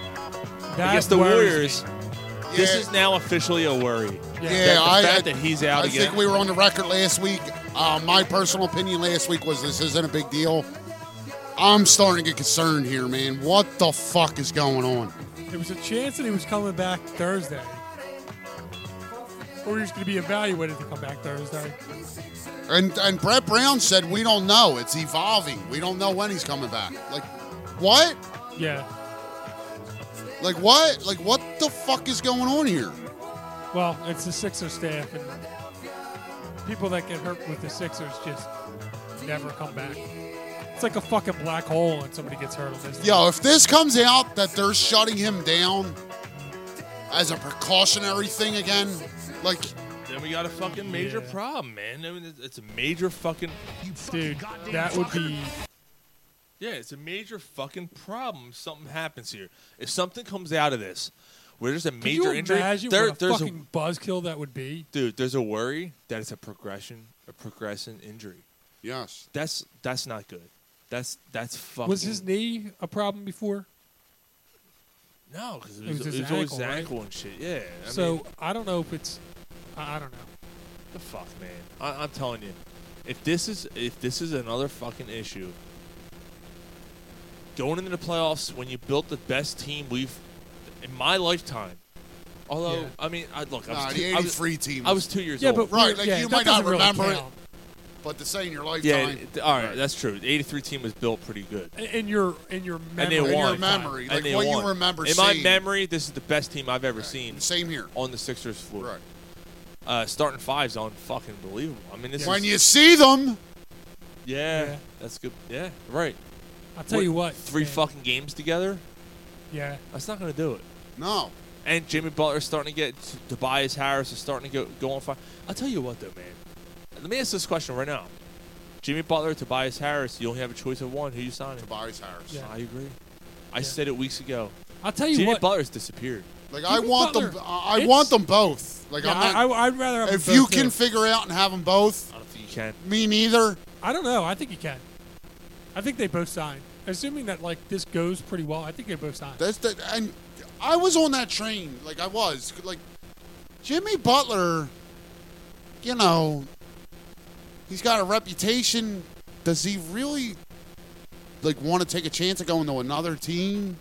That against the worries Warriors. This is now officially a worry. Yeah, That the I, fact that he's out I again. think we were on the record last week. Uh, my personal opinion last week was this isn't a big deal. I'm starting to get concerned here, man. What the fuck is going on? There was a chance that he was coming back Thursday. Or he was going to be evaluated to come back Thursday. And and Brett Brown said we don't know. It's evolving. We don't know when he's coming back. Like, what? Yeah. Like what? Like what the fuck is going on here? Well, it's the Sixers staff and people that get hurt with the Sixers just never come back. It's like a fucking black hole when somebody gets hurt on this. Yo, if this comes out that they're shutting him down as a precautionary thing again, like then we got a fucking major problem, man. I mean, it's- it's a major fucking dude. That would be Yeah, it's a major fucking problem. if Something happens here. If something comes out of this, where there's a Can major you injury, imagine there- what a there's fucking buzzkill that would be? dude, there's a worry that it's a progression, a progressing injury. Yes, that's that's not good. That's that's fucking. Was his knee a problem before? no? Because it it was, was his it was always ankle, his right? ankle and shit. Yeah. I so mean, I don't know if it's. I, I don't know. the fuck, man. I, I'm telling you, if this is if this is another fucking issue, going into the playoffs when you built the best team we've in my lifetime. Although Yeah. I mean, I, look, I Nah, was the two- I was- 83 team I was- was two years Yeah, old. but Right, like, yeah, you that might not doesn't really remember it, count. but to say in your lifetime, Yeah, it- all right, that's true. The '83 team was built pretty good, In- In your in your memory. and they won. memory, And like they what you won. remember In my seeing. memory, this is the best team I've ever seen. Same here on the Sixers floor. Right. Uh, starting five's on fucking believable. I mean, this when is, you see them, yeah, that's good. Yeah, right. I'll tell you what, three fucking games together. Yeah. That's not going to do it. No. And Jimmy Butler's starting to get Tobias Harris is starting to go, go on fire. I'll tell you what though, man. Let me ask this question right now. Jimmy Butler, Tobias Harris, you only have a choice of one. Who you signing? Tobias Harris. Yeah. I agree. I said it weeks ago. I'll tell you Jimmy what- Butler's disappeared. like I Jimmy want Butler, them, I I it's- want them both. Like Yeah, I'm not, I, would rather. Have if them you both, can too. figure out and have them both, I don't think you can. me neither. I don't know. I think you can. I think they both sign. Assuming that like this goes pretty well, I think they both sign. That's the, and I was on that train. Like I was. Like Jimmy Butler, you know, he's got a reputation. Does he really like want to take a chance of going to another team?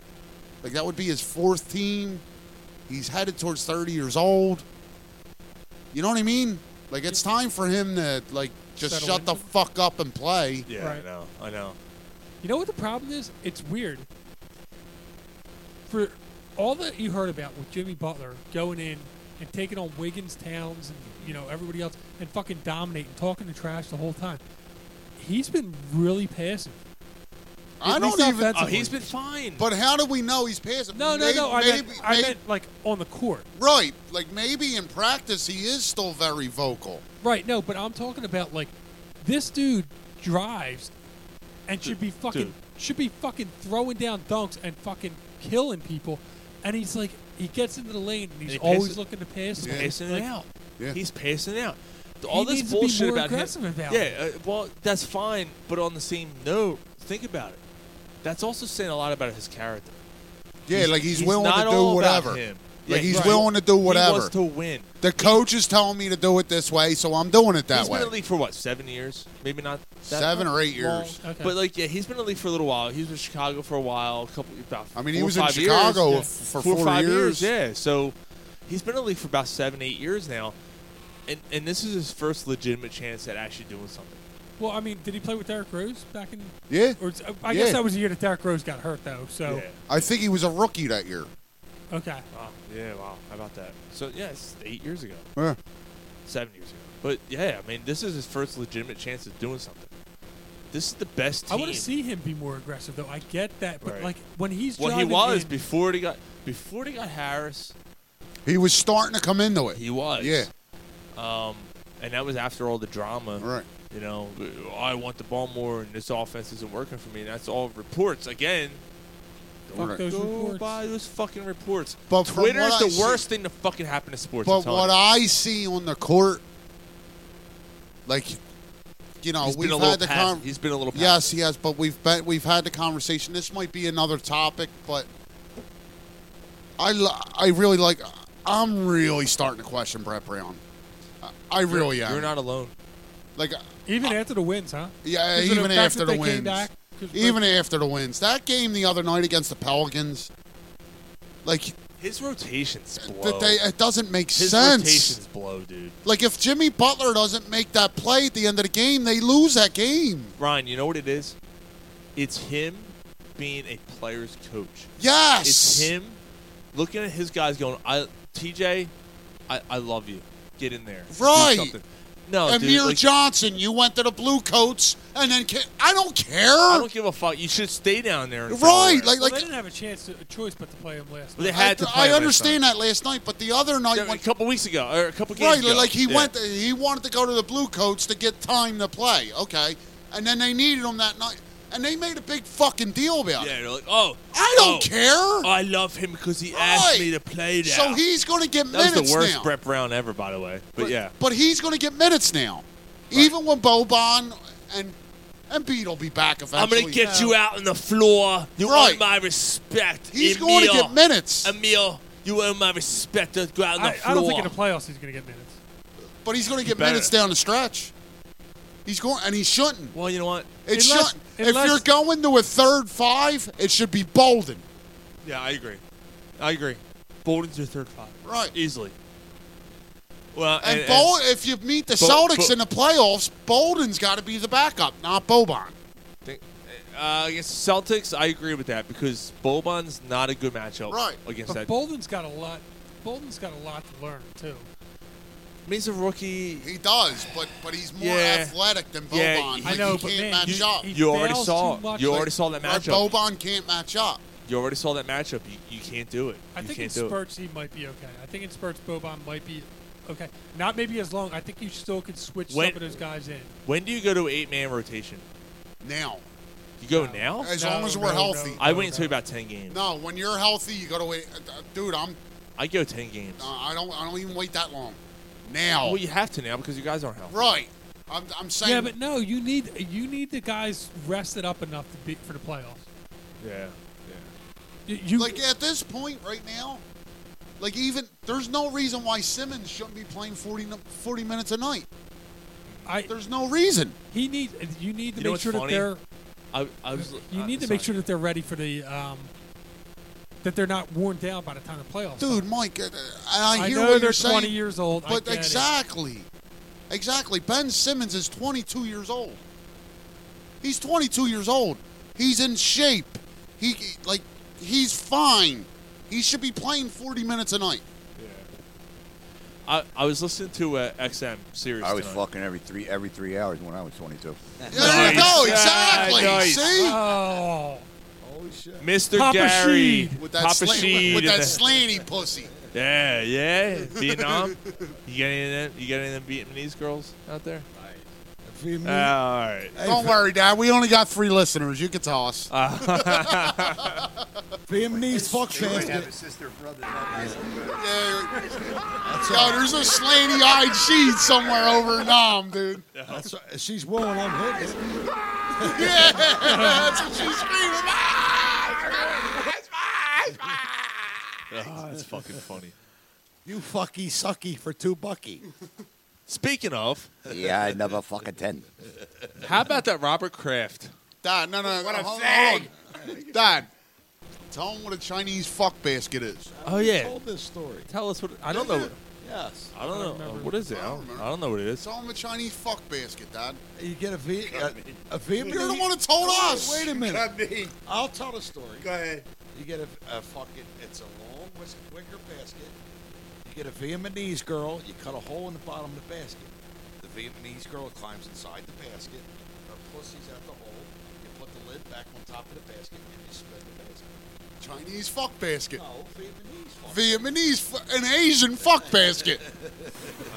Like that would be his fourth team. He's headed towards 30 years old. You know what I mean? Like it's time for him to like just Settle shut in. the fuck up and play. Yeah, I Right. know. I know. You know what the problem is? It's weird. For all that you heard about with Jimmy Butler going in and taking on Wiggins, Towns, and you know everybody else, and fucking dominating, talking to trash the whole time, he's been really passive. I At don't least even. offensively. Oh, fine. But how do we know he's passing? No, no, Maybe- no. I maybe- meant, I maybe- meant like on the court. Right. Like maybe in practice he is still very vocal. Right, no, but I'm talking about like this dude drives and should be fucking dude. should be fucking throwing down dunks and fucking killing people, and he's like he gets into the lane and he's And he always passes- looking to pass. He's it. passing it Like, out. He's passing it out. All this needs to be bullshit more about him. aggressive about yeah, it. uh, well, that's fine. But on the same note, think about it. That's also saying a lot about his character. Yeah, like he's, willing not to do all about whatever. him. Yeah, Like he's right. willing to do whatever. He wants to win. The coach is telling me to do it this way, so I'm doing it that he's way. been in the league for what seven years? Maybe not that Seven or eight long. years. Okay. But like, yeah, he's been in the league for a little while. He was in Chicago for a while, a couple about. I mean, he four or was in five Chicago years. f- for four or four five years. Yeah, so he's been in the league for about seven, eight years now, and and this is his first legitimate chance at actually doing something. Well, I mean, did he play with Derrick Rose back in? Yeah. Or, it's- I Yeah. guess that was the year that Derrick Rose got hurt, though. So I think he was a rookie that year. okay, Wow. Yeah. Wow. How about that? So yeah, it's eight years ago. Yeah. seven years ago. But yeah, I mean, this is his first legitimate chance of doing something. This is the best I team. want to see him be more aggressive, though. I get that, but Right. like when he's well, he driving was in- before he got before he got Harris. He was starting to come into it. He was. Yeah. Um, and that was after all the drama. Right. You know, I want the ball more, and this offense isn't working for me. And that's all reports again. Fuck Don't those go reports. by those fucking reports. But from Twitter what is the I see- worst thing to fucking happen to sports. I'm But telling what you. I see on the court, like, you know, He's been we've a little had the passive. con- He's been a little Yes, he has. But we've been, we've had the conversation. This might be another topic, but I li- I really like. I'm really starting to question Brett Brown. I- I You're- really am. you're not alone. Like, even after the wins, huh? yeah, Is it a even fact after that the they came wins, back? 'Cause even after the wins, that game the other night against the Pelicans, like his rotations blow. that they it doesn't make His sense. rotations blow, dude. Like if Jimmy Butler doesn't make that play at the end of the game, they lose that game. Ryan, you know what it is? It's him being a player's coach. Yes. It's him looking at his guys going, I TJ, I, I love you. Get in there. Do Right. something." No, Amir dude, like, Johnson, you went to the Blue Coats, and then ca- I don't care. I don't give a fuck. You should stay down there. and Right, follow like Well, like they didn't have a chance, to, a choice, but to play him last. Well, they night. had to I play last understand that last night, but the other night, him. a when, couple weeks ago or a couple games right? ago. Like he Yeah. went, he wanted to go to the Blue Coats to get time to play. Okay, and then they needed him that night, and they made a big fucking deal about Yeah, it. they're like, oh, I don't oh, care. I love him because he asked me to play now. So he's going to get that was minutes the worst now. Brett Brown ever, by the way. But, yeah, But he's going to get minutes now, even when Boban and and Bede will be back eventually. I'm gonna get you out on the floor. You Right. earn my respect. He's Emil. going to get minutes. Emil, you earn my respect. Let's Go out on the I, floor. I don't think in the playoffs he's going to get minutes. But he's going to get better. minutes down the stretch. He's going, and he shouldn't. Well, you know what? It Unless- shouldn't. unless- if you're going to a third five, it should be Bolden. yeah, I agree. I agree. Bolden's your third five, right? Easily. Well, And, and Bol- if you meet the Bo- Celtics Bo- in the playoffs, Bolden's got to be the backup, not Boban. Think- uh, against the Celtics, I agree with that because Boban's not a good matchup Right. against But that. Bolden's got a lot. Bolden's got a lot to learn too. I mean, he's a rookie. He does, but but he's more Yeah. athletic than Boban. Yeah, Like, I know, he but can't man, match you- up. you He already fails saw- too much. you already saw that Or matchup. Boban can't match up. You already saw that matchup. You, you can't do it. I you think in can't do it. spurts he might be okay. I think in spurts Boban might be okay. Not maybe as long. I think you still could switch When- some of those guys in. When do you go to eight man rotation? Now. You go now? As long as we're healthy. I wait until about ten games. No, when you're healthy, you got to wait. Uh, Dude, I'm. I go ten games. Uh, I don't. I don't even wait that long. Now. Well, you have to now because you guys aren't healthy. Right. I'm, I'm saying. Oh, Yeah, but no, you need you need the guys rested up enough to be for the playoffs. Yeah. You, you like at this point right now, like even there's no reason why Simmons shouldn't be playing 40, n- 40 minutes a night. I, there's no reason. He need you need to You know make what's sure that funny? they're I, I was, you uh, need to sorry. make sure that they're ready for the um, that they're not worn down by the time the playoffs. Dude, Mike, uh, I, I hear know what they're you're saying. 20 years old. I But get it. exactly. Exactly. Ben Simmons is 22 years old. He's 22 years old. He's in shape. He like he's fine. He should be playing 40 minutes [laughs] a night. I, I was listening to uh, XM series. I was tonight. fucking every three every three hours when I was 22. There you go, Nice. exactly. Ah, nice. See? Oh. Holy shit. Mr. Papa Gary. Sheed. With that, Papa slant- Sheed with and that the- slanty pussy. Yeah, yeah. Vietnam. You got any of them? You got any of them Vietnamese girls out there? Ah, Vietnamese- all right. Don't worry, Dad. We only got three listeners. You can tell us. Vietnamese fuck have bastard. a sister brother. That is Yo, there's a slanty eyed sheet somewhere over in Nam, dude. That's right. She's willing, I'm hitting. [laughs] Yeah, that's what she's screaming. Ah, that's fucking funny. You fucky sucky for two bucky. Speaking of, yeah, I never fucking ten. how about that Robert Kraft? Dad, no, no, no. What a hold, fag. hold on. Dad, tell him what a Chinese fuck basket is. Oh yeah. Told this story. Tell us what I don't know. Yes. I don't know. Uh, what is it? I don't, I don't know what it is. Tell him a Chinese fuck basket, Dad. You get a V. A, a Vietnamese. You're the one who told Wait, us. Wait a minute. Got me. I'll tell the story. Go ahead. You get a, a fucking. It's a long whis- wicker basket. You get a Vietnamese girl, you cut a hole in the bottom of the basket. The Vietnamese girl climbs inside the basket, her pussy's at the hole, you put the lid back on top of the basket, and you spread the basket. Chinese fuck basket. Oh. No, Vietnamese fuck Vietnamese, fu- an Asian fuck basket.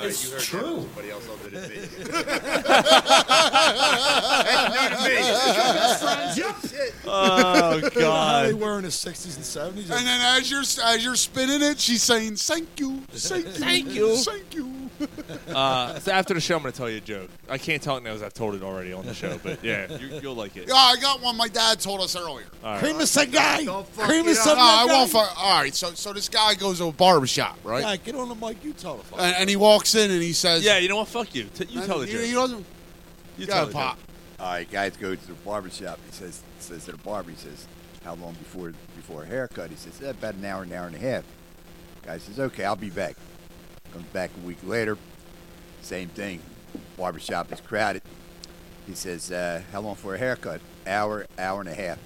It's you heard true. Somebody else other than me. [laughs] Oh, God. They were in the 60s and 70s. And then as you're as you're spinning it, she's saying thank you, thank you, Thank you. thank you. Uh, so after the show, I'm going to tell you a joke. I can't tell it now because I've told it already on the show, but yeah, [laughs] you, you'll like it. Yeah, Ah, I got one. My dad told us earlier. All right. Cream of some guy. Don't fuck Cream it of up. some No, I guy. won't fuck. All right, so so this guy goes to a barber shop, right? Yeah, get on the mic. You tell the fuck. and, and he walks in and he says, Yeah, you know what? Fuck you. T- you tell the You, joke. you doesn't. You tell it, Pop. All right, guys go to the barber shop. He says, says to the barber, he says, how long before before a haircut? He says, "Eh, about an hour, an hour and a half. Guy says, okay, I'll be back. Comes back a week later. Same thing. Barber shop is crowded. He says, uh, how long for a haircut? Hour, hour and a half.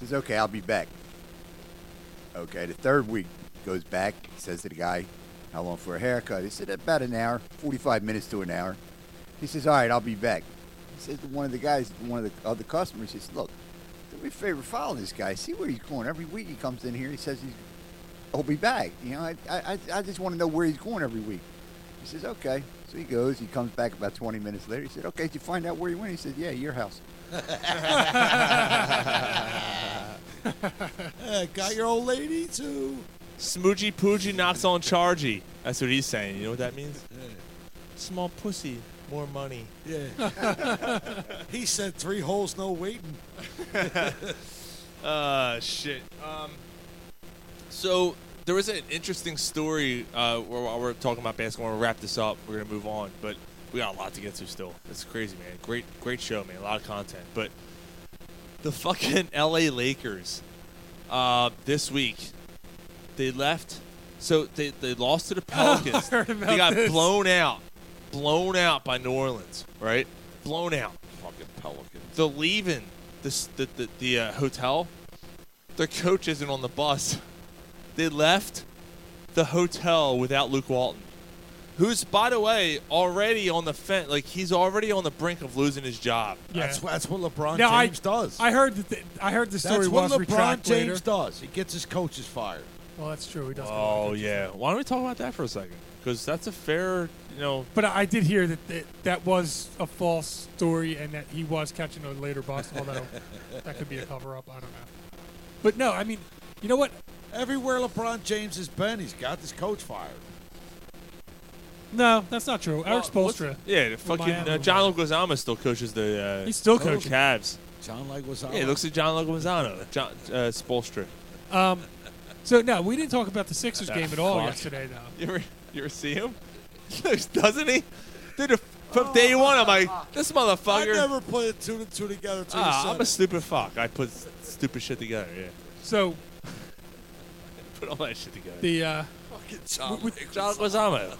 Says, okay, I'll be back. Okay, the third week goes back, says to the guy, how long for a haircut? He said, about an hour, 45 minutes to an hour. He says, all right, I'll be back. He says to one of the guys, one of the other customers, he says, look, do me a favor, follow this guy. See where he's going. Every week he comes in here, he says he's, he'll be back. You know, I, I, I just want to know where he's going every week. He says, okay. So he goes, he comes back about 20 minutes later. He said, okay, did you find out where he went? He said, yeah, your house. Uh, got your old lady too. Smoochy Poogie knocks on Chargy. That's what he's saying. You know what that means? Small pussy, more money. Yeah. [laughs] he said three holes, no waiting. uh, shit. Um, so there was an interesting story uh, where, while we're talking about basketball. We'll wrap this up. We're gonna move on, but we got a lot to get to still. It's crazy, man. Great, great show, man. A lot of content, but the fucking [laughs] L.A. Lakers uh, this week they left. So they, they lost [laughs] to the Pelicans. heard about they got this. blown out, blown out by New Orleans, right? Blown out. Fucking Pelicans. The leaving this the the, the uh, hotel. Their coach isn't on the bus. [laughs] They left the hotel without Luke Walton, who's by the way already on the fence. Like he's already on the brink of losing his job. That's that's what LeBron Now, I- James does. I heard that. The, I heard the story that's what was LeBron retracted James later. does. He gets his coaches fired. Well, that's true. He does. Oh yeah. Why don't we talk about that for a second? Because that's a fair, you know. But I I did hear that, that that was a false story and that he was catching a later bus, although that [laughs] could be a cover up. I don't know. But no, I mean, you know what? Everywhere LeBron James has been, he's got his coach fired. No, that's not true. Eric Spolstra. Yeah, the fucking uh, John Leguizamo still coaches the. Uh, He's still Cavs. coaching. Cavs. John Leguizamo. Yeah, it looks like John Leguizamo. John uh, Spolstra. Um, so no, we didn't talk about the Sixers game at all Fuck. yesterday, though. You ever, you ever see him? [laughs] Doesn't he? Dude, if- from Oh. day one, I'm like, this I motherfucker. never put two and two together. Two Ah, I'm to a seven. stupid fuck. I put s- stupid shit together. Yeah, [laughs] So put all that shit together. the uh, Fucking John we, John Leguizamo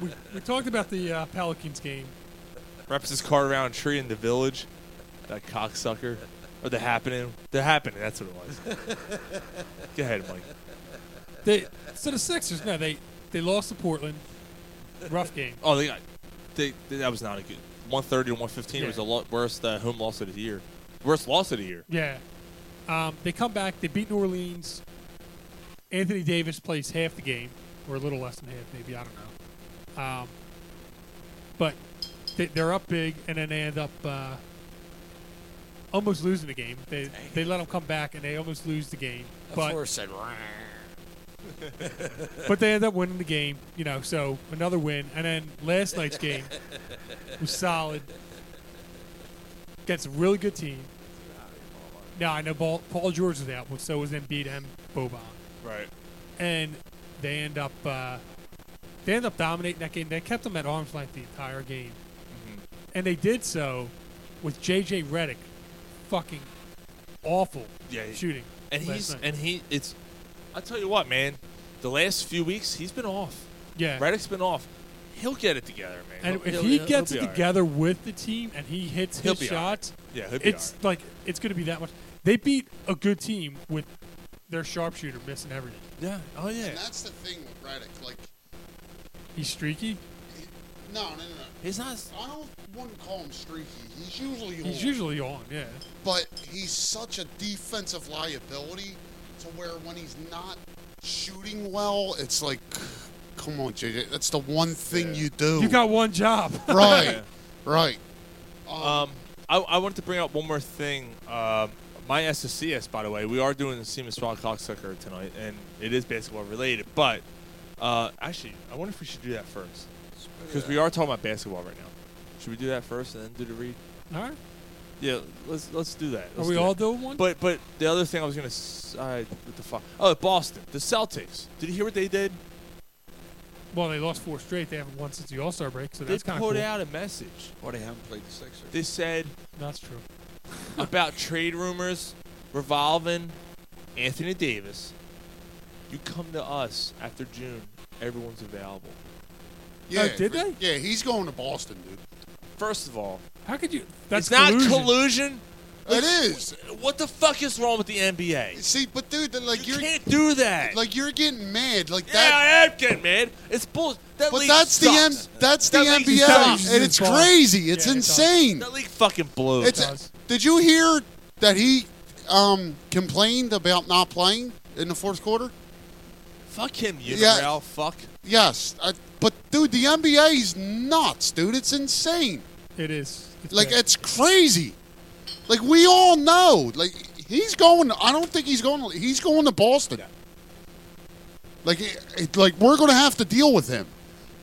we, we talked about the uh, Pelicans game. wraps his car around a tree in the village. That cocksucker. Or the happening. The happening. That's what it was. Go ahead, Mike. They so the Sixers no they they lost to Portland. Rough game. Oh, they got. They, they- that was not a good. 130 to 115 Yeah. was the lo- worst uh, home loss of the year. Worst loss of the year. Yeah. Um, they come back. They beat New Orleans. Anthony Davis plays half the game, or a little less than half, maybe. I don't know. Um, but they, they're up big, and then they end up uh, almost losing the game. They they let them come back, and they almost lose the game. of But course, said. "Rah." but they end up winning the game, you know. So another win, and then last night's game was solid. Gets a really good team. Now I know Paul, Paul George was out, but so was Embiid and Boban, Right. and they end up uh, they end up dominating that game. They kept them at arm's length the entire game, Mm-hmm. and they did so with JJ Redick, fucking awful Yeah, shooting. And last he's night. and he it's. I tell you what, man. The last few weeks, he's been off. Yeah. Reddick's been off. He'll get it together, man. And He'll- if he'll- he he'll- gets he'll be it all right. together with the team and he hits He'll his be all right. shots, Yeah, he'll be it's like it's going to be that much. They beat a good team with their sharpshooter missing everything. Yeah. Oh yeah. And that's the thing with Redick. Like He's streaky. No, no, no, no. He's not. I don't. Wouldn't call him streaky. He's usually. He's on. usually on. Yeah. But he's such a defensive liability to where when he's not shooting well, it's like, come on, JJ. That's the one thing you do. You got [laughs] one job. [laughs] Right. right. Um, I, I wanted to bring up one more thing. Um, my SSCS, by the way, we are doing the Seamus Wild Cocksucker tonight, and it is basketball related. But uh, actually, I wonder if we should do that first because we are talking about basketball right now. Should we do that first and then do the read? All right. Yeah, let's let's do that. Let's we do all that. doing one? But but the other thing I was gonna, s- uh, what the fuck? Oh, Boston, the Celtics. Did you hear what they did? Well, they lost four straight. They haven't won since the All Star break, so they that's put kind of cool. out a message. Or they haven't played the Sixers. They said That's true. about trade rumors revolving Anthony Davis. You come to us after June. Everyone's available. Yeah. Oh, did they? Yeah, he's going to Boston, dude. First of all, how could you? it's not collusion. It is. What the fuck is wrong with the NBA? See, but dude, the- like you are can't do that. Like you're getting mad. Like Yeah, that. I am getting mad. It's bullshit. That But league that's the M- sucks. that's the That league sucks. NBA, and it's crazy. It's Yeah, it does. insane. That league fucking blows. It's- did you hear that he um, complained about not playing in the fourth quarter? fuck him, you Yeah. yeah. fuck. Yes, I, but dude, the NBA is nuts, dude. It's insane. It is. like it's crazy. Like we all know. Like he's going. I don't think he's going. He's going to Boston. Like it, it- like we're going to have to deal with him.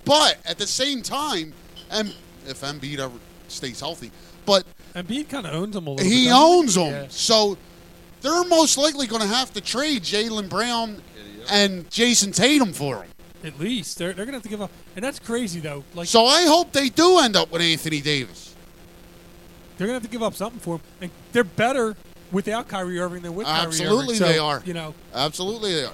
But at the same time, and if Embiid ever stays healthy, but Embiid kind of owns him a little. bit, he doesn't owns them. Yeah. So they're most likely going to have to trade Jalen Brown and Jason Tatum for him. At least they're, they're gonna have to give up, and that's crazy though. Like So I hope they do end up with Anthony Davis. they're gonna have to give up something for him. And they're better without Kyrie Irving than with Kyrie Irving. Absolutely, So, they are. You know, absolutely they are.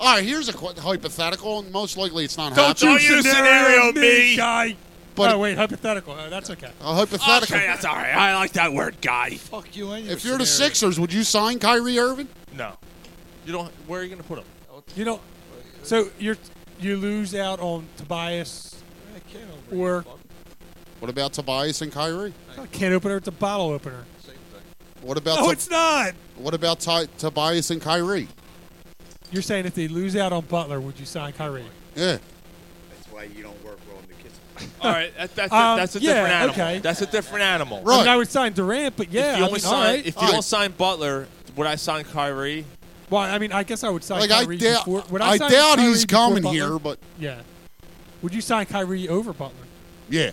All right, here's a qu- hypothetical, and most likely it's not Don't happening. you Don't you scenario scenario me, me. guy. But oh wait, hypothetical. Oh, that's okay. a hypothetical. Okay, that's all right. I like that word, guy. Fuck you. And your If you're the scenario. Sixers, would you sign Kyrie Irving? No. You don't. Where are you gonna put him? You don't. So you're you lose out on Tobias or What about Tobias and Kyrie? can opener. It's a bottle opener. What about? No, Tob- it's not. What about Ty- Tobias and Kyrie? You're saying if they lose out on Butler, would you sign Kyrie? Yeah. That's why you don't work well in the kitchen. All right, that, that's, a, Um, that's a yeah, different animal. okay. That's a different animal. I, mean, I would sign Durant, but yeah, if you only I mean, all sign, right. if you don't sign Butler, would I sign Kyrie? Well, I mean, I guess I would sign Like, I Kyrie doubt- before. Would I sign doubt Kyrie he's before coming Butler? here, but- yeah. Would you sign Kyrie over Butler? Yeah.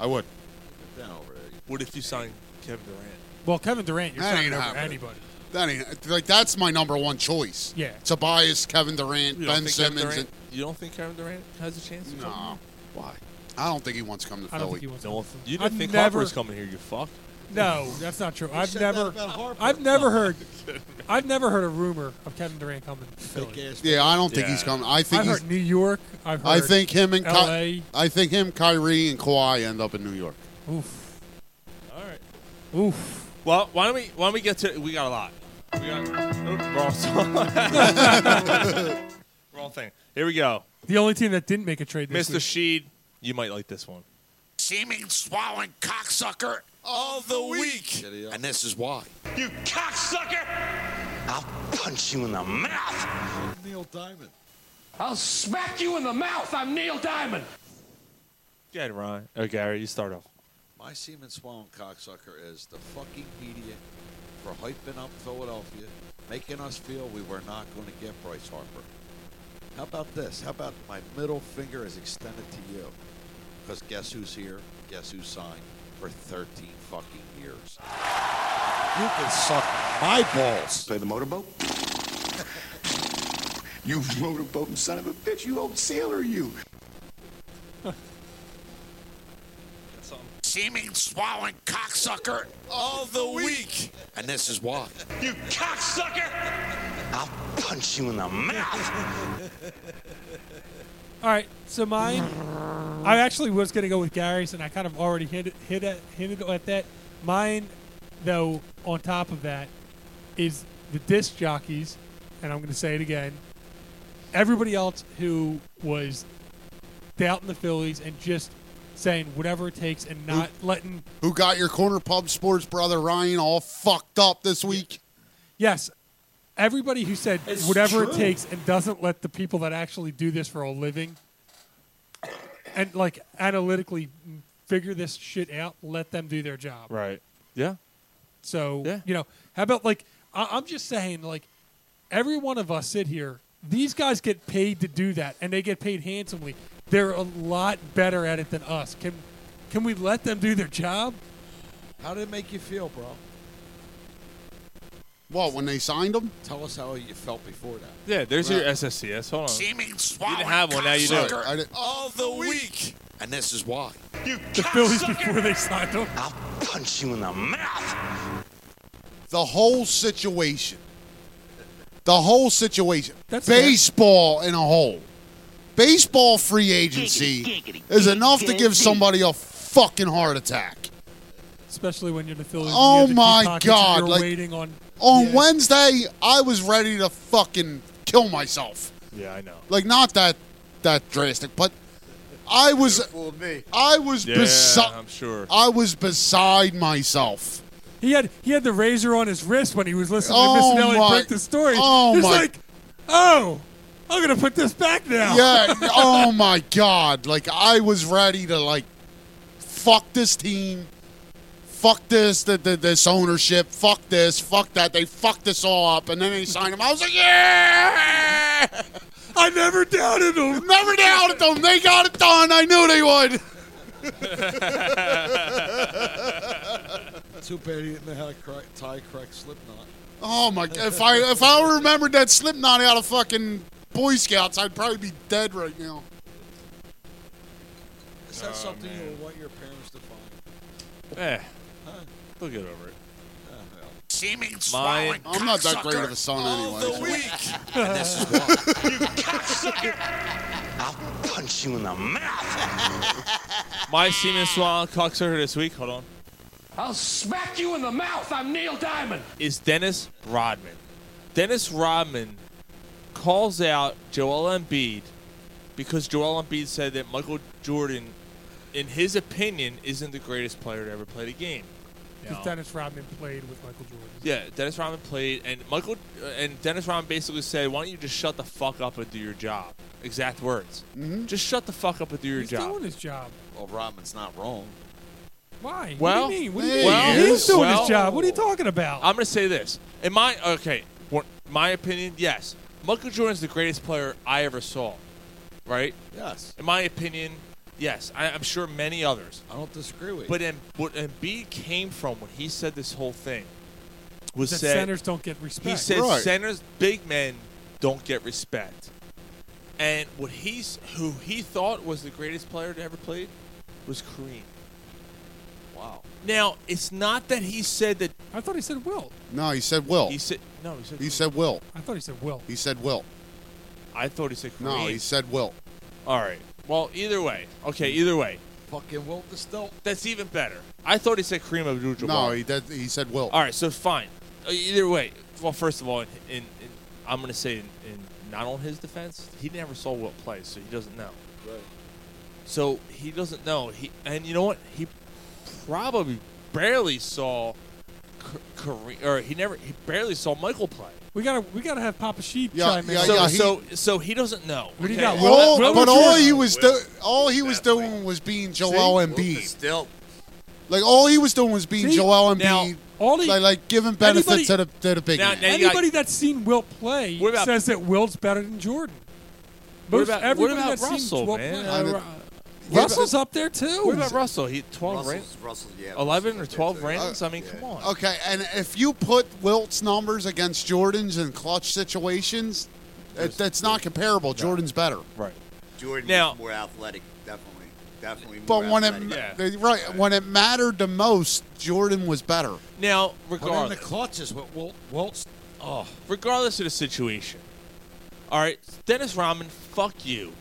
I would. What if you sign Kevin Durant? Well, Kevin Durant, you're That signing ain't over happening. anybody. That ain't like that's my number one choice. Yeah. Tobias, Kevin Durant, You don't Ben think Kevin Simmons. Durant- And, you don't think Kevin Durant has a chance? to come Why? I don't think he wants to come to I Philly. don't think he wants to No, come. you didn't I've think never- Harper was coming here. You fuck. No, that's not true. I've said that never, about Harper. I've never heard, I've never heard a rumor of Kevin Durant coming. To Philly. Yeah, I don't think he's coming. I think I've he's. heard New York. I've heard I think him and L.A. Ky- I think him, Kyrie, and Kawhi end up in New York. Oof. All right. Oof. Well, why don't we? Why don't we get to? We got a lot. We got oh, wrong song. [laughs] wrong thing. Here we go, The only team that didn't make a trade this Mr. week. Sheed. You might like this one. Seeming swallowing cocksucker of the week. And this is why. You cocksucker! I'll punch you in the mouth. Neil Diamond. I'll smack you in the mouth. I'm Neil Diamond. Get it, Ryan. Oh, Gary, you start off. My semen swallowing cocksucker is the fucking media for hyping up Philadelphia, making us feel we were not going to get Bryce Harper. How about this? How about my middle finger is extended to you? Because guess who's here? Guess who signed for 13 fucking years? You can suck my balls. Play the [laughs] motorboat. you motorboat son of a bitch. You old sailor, you. Seeming swallowing cocksucker of the week. And this is why. You cocksucker! I'll punch you in the mouth. All right, so mine. I actually was going to go with Gary's, and I kind of already hit hit at, hinted at that. Mine, though, on top of that, is the disc jockeys, and I'm going to say it again. everybody else who was doubting the Phillies and just saying whatever it takes and not letting Who got your corner pub sports brother Ryan all fucked up this week? Yes. Everybody who said It's whatever true. it takes and doesn't let the people that actually do this for a living and like analytically figure this shit out, let them do their job. Right. Yeah. So you know, how about like I- I'm just saying, like every one of us sit here. These guys get paid to do that, and they get paid handsomely. They're a lot better at it than us. Can can we let them do their job? How did it make you feel, bro? What, when they signed him? Tell us how you felt before that. Yeah, there's Right. your SSCS. Hold on. Seeming You didn't have one. Now you do. cocksucker Of the week. And this is why. You The Phillies before they signed him. I'll punch you in the mouth. The whole situation. The whole situation. That's Baseball in a whole. Baseball free agency is enough to give somebody a fucking heart attack. Especially when you're the Phillies. and you Oh have the deep my pockets and God, You're like- waiting on. On Wednesday, I was ready to fucking kill myself. Yeah, I know. Like not that that drastic, but I was fooled me. I was Yeah, beside I'm sure. I was beside myself. He had he had the razor on his wrist when he was listening Oh to Miss Nelly my- break the story. oh He's my- like, oh, I'm gonna put this back now. Yeah. oh my god. Like I was ready to like fuck this team. Fuck this, th- th- this ownership. Fuck this. Fuck that. They fucked this all up, and then they signed him. I was like, yeah. Ah, I never doubted them. Never doubted them. They got it done. I knew they would. Too bad he didn't know how to crack, tie crack Slipknot. Oh my! If I if I remembered that Slipknot out of fucking Boy Scouts, I'd probably be dead right now. Is Oh, that something you would want your parents to find? Eh, Huh? they'll get over it. Seeming swallowing I'm not that great of a son anyway. The so- week. and this is why. you cocksucker. I'll punch you in the mouth. My semen swallowing cocksucker this week. Hold on. I'll smack you in the mouth. I'm Neil Diamond. Is Dennis Rodman. Dennis Rodman calls out Joel Embiid because Joel Embiid said that Michael Jordan, in his opinion, isn't the greatest player to ever play the game. Because Now- Dennis Rodman played with Michael Jordan. Yeah, Dennis Rodman played, and Michael uh, and Dennis Rodman basically said, "Why don't you just shut the fuck up and do your job?" Exact words. Mm-hmm. Just shut the fuck up and do your He's job. doing his job. well, Rodman's not wrong. Why? Well, what do you mean? What do you mean? well, he's doing well- his job. What are you talking about? I'm gonna say this. In my okay, what- my opinion, yes, Michael Jordan's the greatest player I ever saw. Right? Yes. In my opinion, yes. I, I'm sure many others. I don't disagree with you. But em, what Embiid came from when he said this whole thing was That said, centers don't get He respect. said Right. centers, big men don't get respect. And what he's who he thought was the greatest player to ever played was Kareem. Wow. Now it's not that he said that. I thought he said Will. No, he said Will. He said no. He said Oh. He said Will. I thought he said Will. He said Will. I thought he said Kareem. No, he said Will. All right. Well, either way. Okay, either way. Fucking Walt the Stilt. That's even better. I thought he said Kareem Abdul-Jabbar. No, he did, he said Will. All right, so fine. Uh, Either way, well, first of all, in, in, in, I'm going to say, in, in not on his defense, he never saw Wilt play, so he doesn't know. Right. So he doesn't know. He and you know what? He probably barely saw K- Kareem, or he never, he barely saw Michael play. We gotta we gotta have Papa Sheep Yeah, chime in. yeah, on So, this. so, so he doesn't know. What do you okay? got, All, Will- but Will all Jordan. he was do- all he was doing was being Joel Embiid. Still, Like all he was doing was being See? Joel Embiid. all he- like, like giving benefits anybody- to the to the big Now- man. now you got- anybody that's seen Wilt play What about- says that Wilt's better than Jordan. What Most about, what everybody about that's Russell, seen Wilt man? play- Uh, uh, Russell's up there too. what about Russell? He 12 Russell's, rings, Russell, yeah. 11 or 12 rings. I mean, come on. Okay, and if you put Wilt's numbers against Jordan's in clutch situations, that, that's not comparable. Jordan's better. Right. Jordan Now- was more athletic, definitely, definitely. More But when it athletic. they- right when it mattered the most, Jordan was better. Now, But in the regardless, clutches, what Walt, Walt's. Oh. regardless of the situation, all right, Dennis Rodman, fuck you.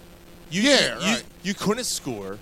You Yeah, you, right. you couldn't score.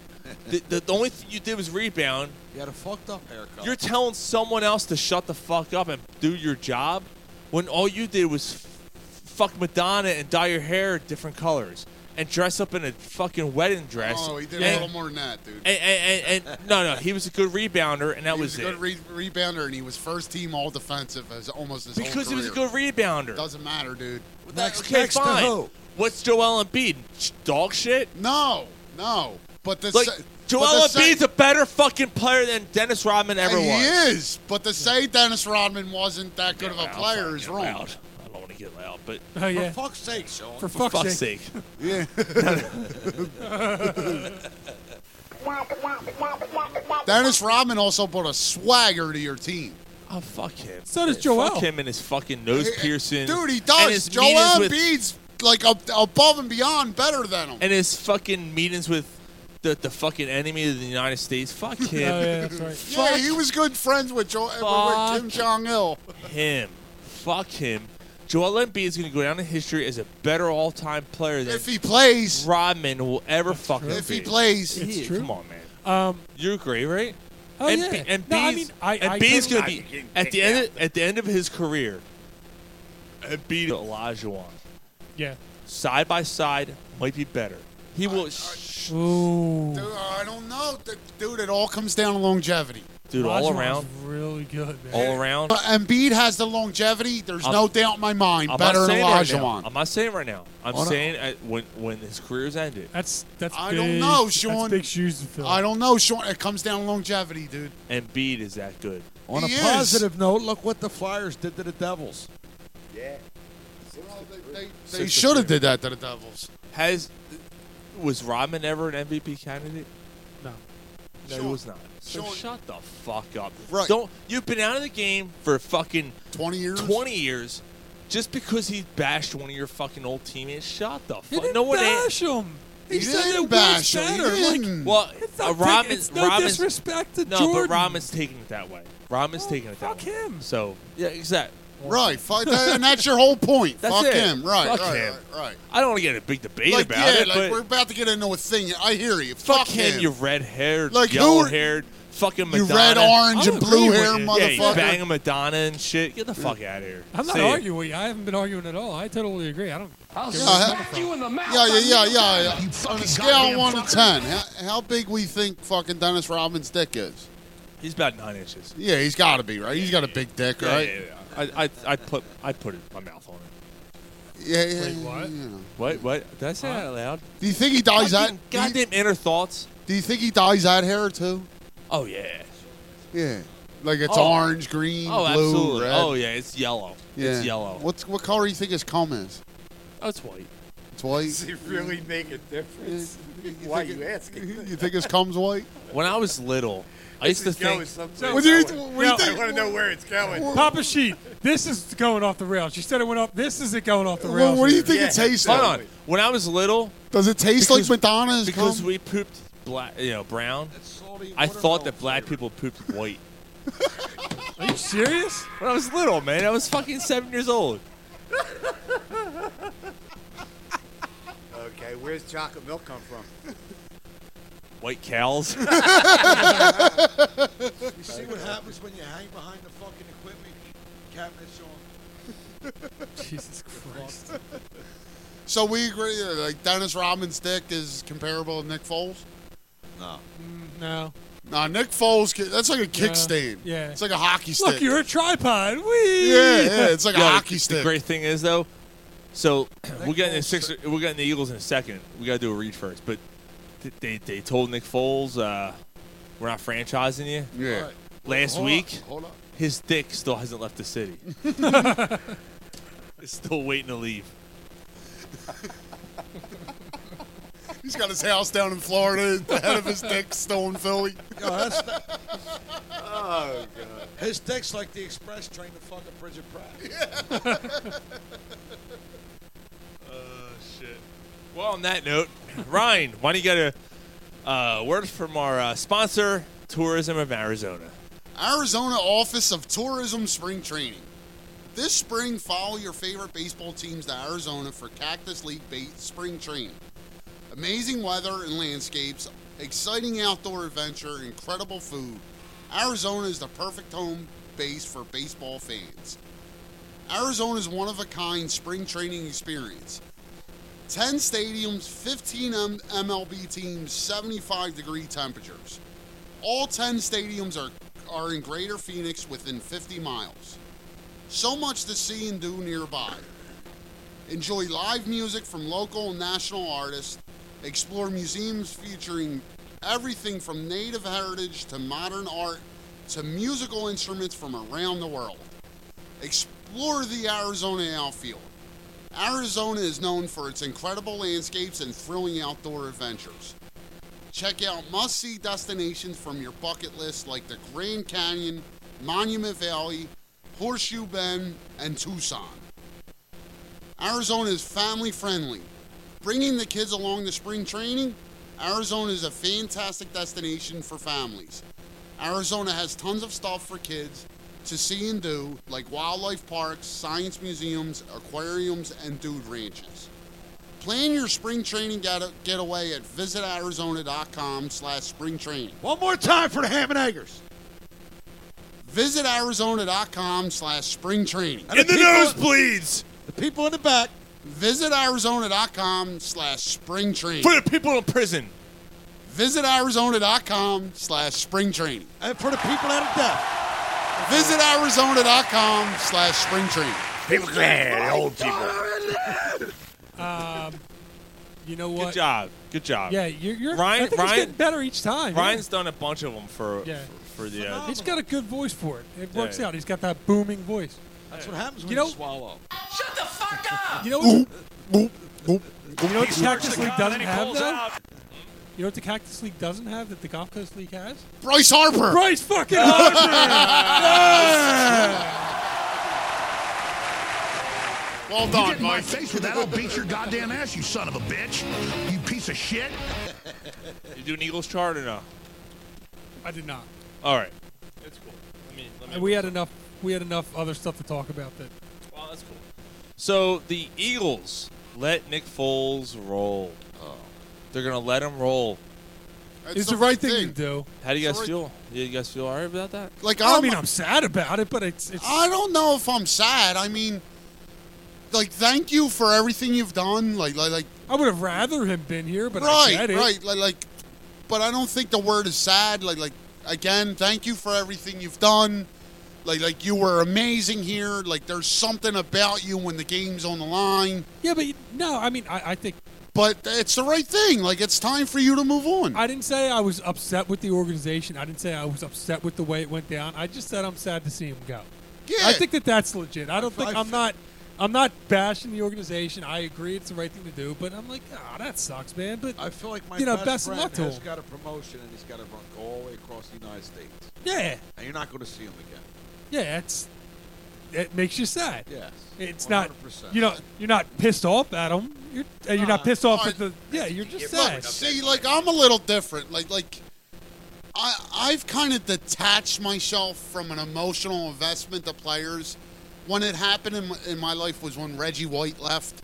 the, the, the only thing you did was rebound. You had a fucked up haircut. You're telling someone else to shut the fuck up and do your job when all you did was f- fuck Madonna and dye your hair different colors and dress up in a fucking wedding dress. Oh, he did a and, little more than that, dude. and, and, and- and- no, no, he was a good rebounder, and that he was, was, a it. good re- rebounder, and he was first team all defensive as almost his because he whole was a career. good rebounder. Doesn't matter, dude. Next- okay, next to fine. who? What's Joel Embiid? Sh- Dog shit? No, no. But the Like, se- Joel but the se- Embiid's a better fucking player than Dennis Rodman ever he was. is. But to say Dennis Rodman wasn't that good of a player is wrong. I don't want to get loud, but Oh, yeah. for fuck's sake, Sean. For fuck's sake. sake. Yeah. Dennis Rodman also brought a swagger to your team. Oh fuck him. So does Fuck Joel. him and his fucking nose piercing. Dude, he And does. his meetings Joel with- Embiid's like up, above and beyond better than him. and his fucking meetings with the, the fucking enemy of the United States. [laughs] Fuck Oh, Oh, him. Yeah, he was good friends with Joel with Kim Jong Il. him. Fuck him. Joel Embiid is going to go down in history as a better all-time player than if he plays Rodman will ever fucking. true. If he be. plays. It's He- true. come on, man. Um, You agree, right? [laughs] Oh, and yeah. B, and No, I B's, mean, I- and I B's totally- gonna be I'm getting at the kicked end of, at the end of his career. And beat Olajuwon Yeah. side by side might be better. He will. Uh, sh- Ooh. Dude, Uh, I don't know, Th- dude. It all comes down to longevity. Dude, all Olajuwon's around. uh, really good, man. All around. But Embiid has the longevity. There's I'm- no doubt in my mind. I'm not better than saying it right now. Olajuwon. I'm not saying it right now. I'm Oh, no. saying uh, when when his career's ended. That's that's. I big, don't know, that's Sean. big shoes to fill. I don't know, Sean. It comes down to longevity, dude. Embiid is that good. On He a is. positive note, look what the Flyers did to the Devils. Yeah. they Six to should have three. did that to the Devils. Has was Rodman ever an MVP candidate? No. No, he Sean. was not. So Sean. shut the fuck up. Right. Don't you've been out of the game for fucking twenty years. Twenty years. Just because he bashed one of your fucking old teammates, shut the He fuck. didn't No one bash him. He, He said didn't it bash was him. He better. didn't. Like, Well, it's uh, not big- Rodman- it's no Rodman's- disrespect to no, Jordan. but Rodman's taking it that way. Rodman's taking it that way. Fuck him. So yeah, exactly. Right. Fuck that, and that's your whole point. That's Fuck it. him. Right. Fuck right, him. Right. right. I don't want to get in a big debate Like, about yeah, it, like but we're about to get into a thing. I hear you. fuck, Fuck, him, you red haired, Like, who are- yellow haired, fucking You Madonna. red, orange, I'm and blue agreeing hair with you. Yeah, you motherfucker. banging Madonna and shit. Get the fuck out of here. I'm not Say it. arguing with you. I haven't been arguing at all. I totally agree. I don't. I'll you Uh, Yeah, yeah, yeah, yeah. yeah. On a scale of one to ten, how, how big we think fucking Dennis Rodman's dick is? He's about nine inches. Yeah, he's got to be right. He's got a big dick, Yeah, right? yeah, yeah. I, I, I put I put it, my mouth on it. Yeah, yeah, Wait, what? What? What? Did I say that out loud? Do you think he dyes Goddamn- Oh, that? Goddamn inner thoughts. Do you think he dyes that hair too? Oh yeah. Yeah, like it's Oh. orange, green, oh, blue, absolutely. red. Oh yeah, it's yellow. It's yellow. What's what color do you think his comb is? Oh, it's white. [laughs] It's white. Does it really make a difference? Why you asking? [laughs] You think his comb's white? When I was little, I used to think. What do you- what do you I think- want to know where it's going. Papa Sheet, this is going off the rails. You said it went off. This is it going off the rails. here. Hold on. When I was little, Does it taste Because- like Madonna's because cum? we pooped black, you know, brown. I thought that black people pooped white. [laughs] Are you serious? When I was little, man, I was fucking seven years old. Okay, where's chocolate milk come from? White cows. [laughs] You see what happens when you hang behind the fucking equipment cabinet, Sean? Jesus Christ. So we agree that like Dennis Rodman's dick is comparable to Nick Foles. No. No. Nah, Nick Foles. ki- That's like a Yeah. kickstand. Yeah. It's like a hockey stick. Look, you're a tripod. Wee. Yeah, yeah, it's like [laughs] a Yeah, hockey the stick. great thing is though, so we're getting the six. We're getting the Eagles in a second. We got to do a read first, but th- they they told Nick Foles, uh, we're not franchising you. Yeah. All right. Last Oh. Hold on, week, hold on. his dick still hasn't left [laughs] the city. [laughs] it's still waiting to leave. He's got his house down in Florida. [laughs] The head of his dick still in Philly. Yo, that's oh god. His dick's like the express train to fucking Bridget Pratt. Oh shit. Well, on that note, Ryan, why don't you get a uh, word from our uh, sponsor, Tourism of Arizona? Arizona Office of Tourism Spring Training. This spring, follow your favorite baseball teams to Arizona for Cactus League bait spring training. Amazing weather and landscapes, exciting outdoor adventure, incredible food. Arizona is the perfect home base for baseball fans. Arizona's one of a kind spring training experience. 10 stadiums, 15 M- MLB teams, 75 degree temperatures. All 10 stadiums are, are in greater Phoenix within 50 miles. So much to see and do nearby. Enjoy live music from local and national artists. Explore museums featuring everything from native heritage to modern art to musical instruments from around the world. Explore the Arizona outfield. Arizona is known for its incredible landscapes and thrilling outdoor adventures. Check out must see destinations from your bucket list like the Grand Canyon, Monument Valley, Horseshoe Bend, and Tucson. Arizona is family friendly. Bringing the kids along to spring training, Arizona is a fantastic destination for families. Arizona has tons of stuff for kids to see and do, like wildlife parks, science museums, aquariums, and dude ranches. Plan your spring training get- getaway at visitarizona.com slash spring training. One more time for the Ham and Eggers. Visitarizona.com slash spring training. And In the the people- nosebleeds. The people in the back. Visitarizona.com slash spring training. For the people in prison. Visitarizona.com slash spring training. And for the people out of death. Visitarizona.com slash spring training. People glad, old Ah! Um, you know what? Good job. Good job. Yeah, you're- you're- I Ryan, think he's Ryan, getting better each time, yeah. Ryan's done a bunch of them for Yeah. for, for the. Uh, He's got a good voice for it. It works Yeah. out. He's got that booming voice. That's what happens you know, swallow. Shut the fuck up! You know what? boop. You know what He the Cactus squirts the League cup, doesn't then he have pulls though? out. You know what the Cactus League doesn't have that the Gulf Coast League has? Bryce Harper. Bryce fucking Harper. [laughs] Yeah. Well you done, get in my Mike. face with that, I'll beat your goddamn ass, you son of a bitch. You piece of shit. You do an Eagles chart or no? I did not. All right. It's cool. Let me, let me We had enough. We had enough other stuff to talk about that. Well, that's cool. So the Eagles let Nick Foles roll. They're gonna let him roll. It's the right thing, to do. How do you guys feel? You guys feel alright about that? Like I I'm- mean, I'm sad about it, but it's it's I don't know if I'm sad. I mean, like, thank you for everything you've done. Like, like, like I would have rather him been here, but I right, get it. right. Like, like, but I don't think the word is sad. Like, like, again, thank you for everything you've done. Like, like, you were amazing here. Like, there's something about you when the game's on the line. Yeah, but no, I mean, I, I think. But it's the right thing. Like, it's time for you to move on. I didn't say I was upset with the organization. I didn't say I was upset with the way it went down. I just said I'm sad to see him go. Yeah. I think that that's legit. I don't think I'm not. I'm not bashing the organization. I agree it's the right thing to do, but I'm like, ah, that sucks, man. But I feel like my you know, best, best of friend luck to has him. got a promotion and he's got to run all the way across the United States. Yeah. And you're not going to see him again. Yeah, it's it makes you sad. Yes, it's not. 100%. You know, you're not pissed off at him. You're, and you're Uh, not pissed off at the. Yeah, you're just sad. Look, see, like I'm a little different. Like, like I I've kind of detached myself from an emotional investment to players. When it happened in my, in my life was when Reggie White left.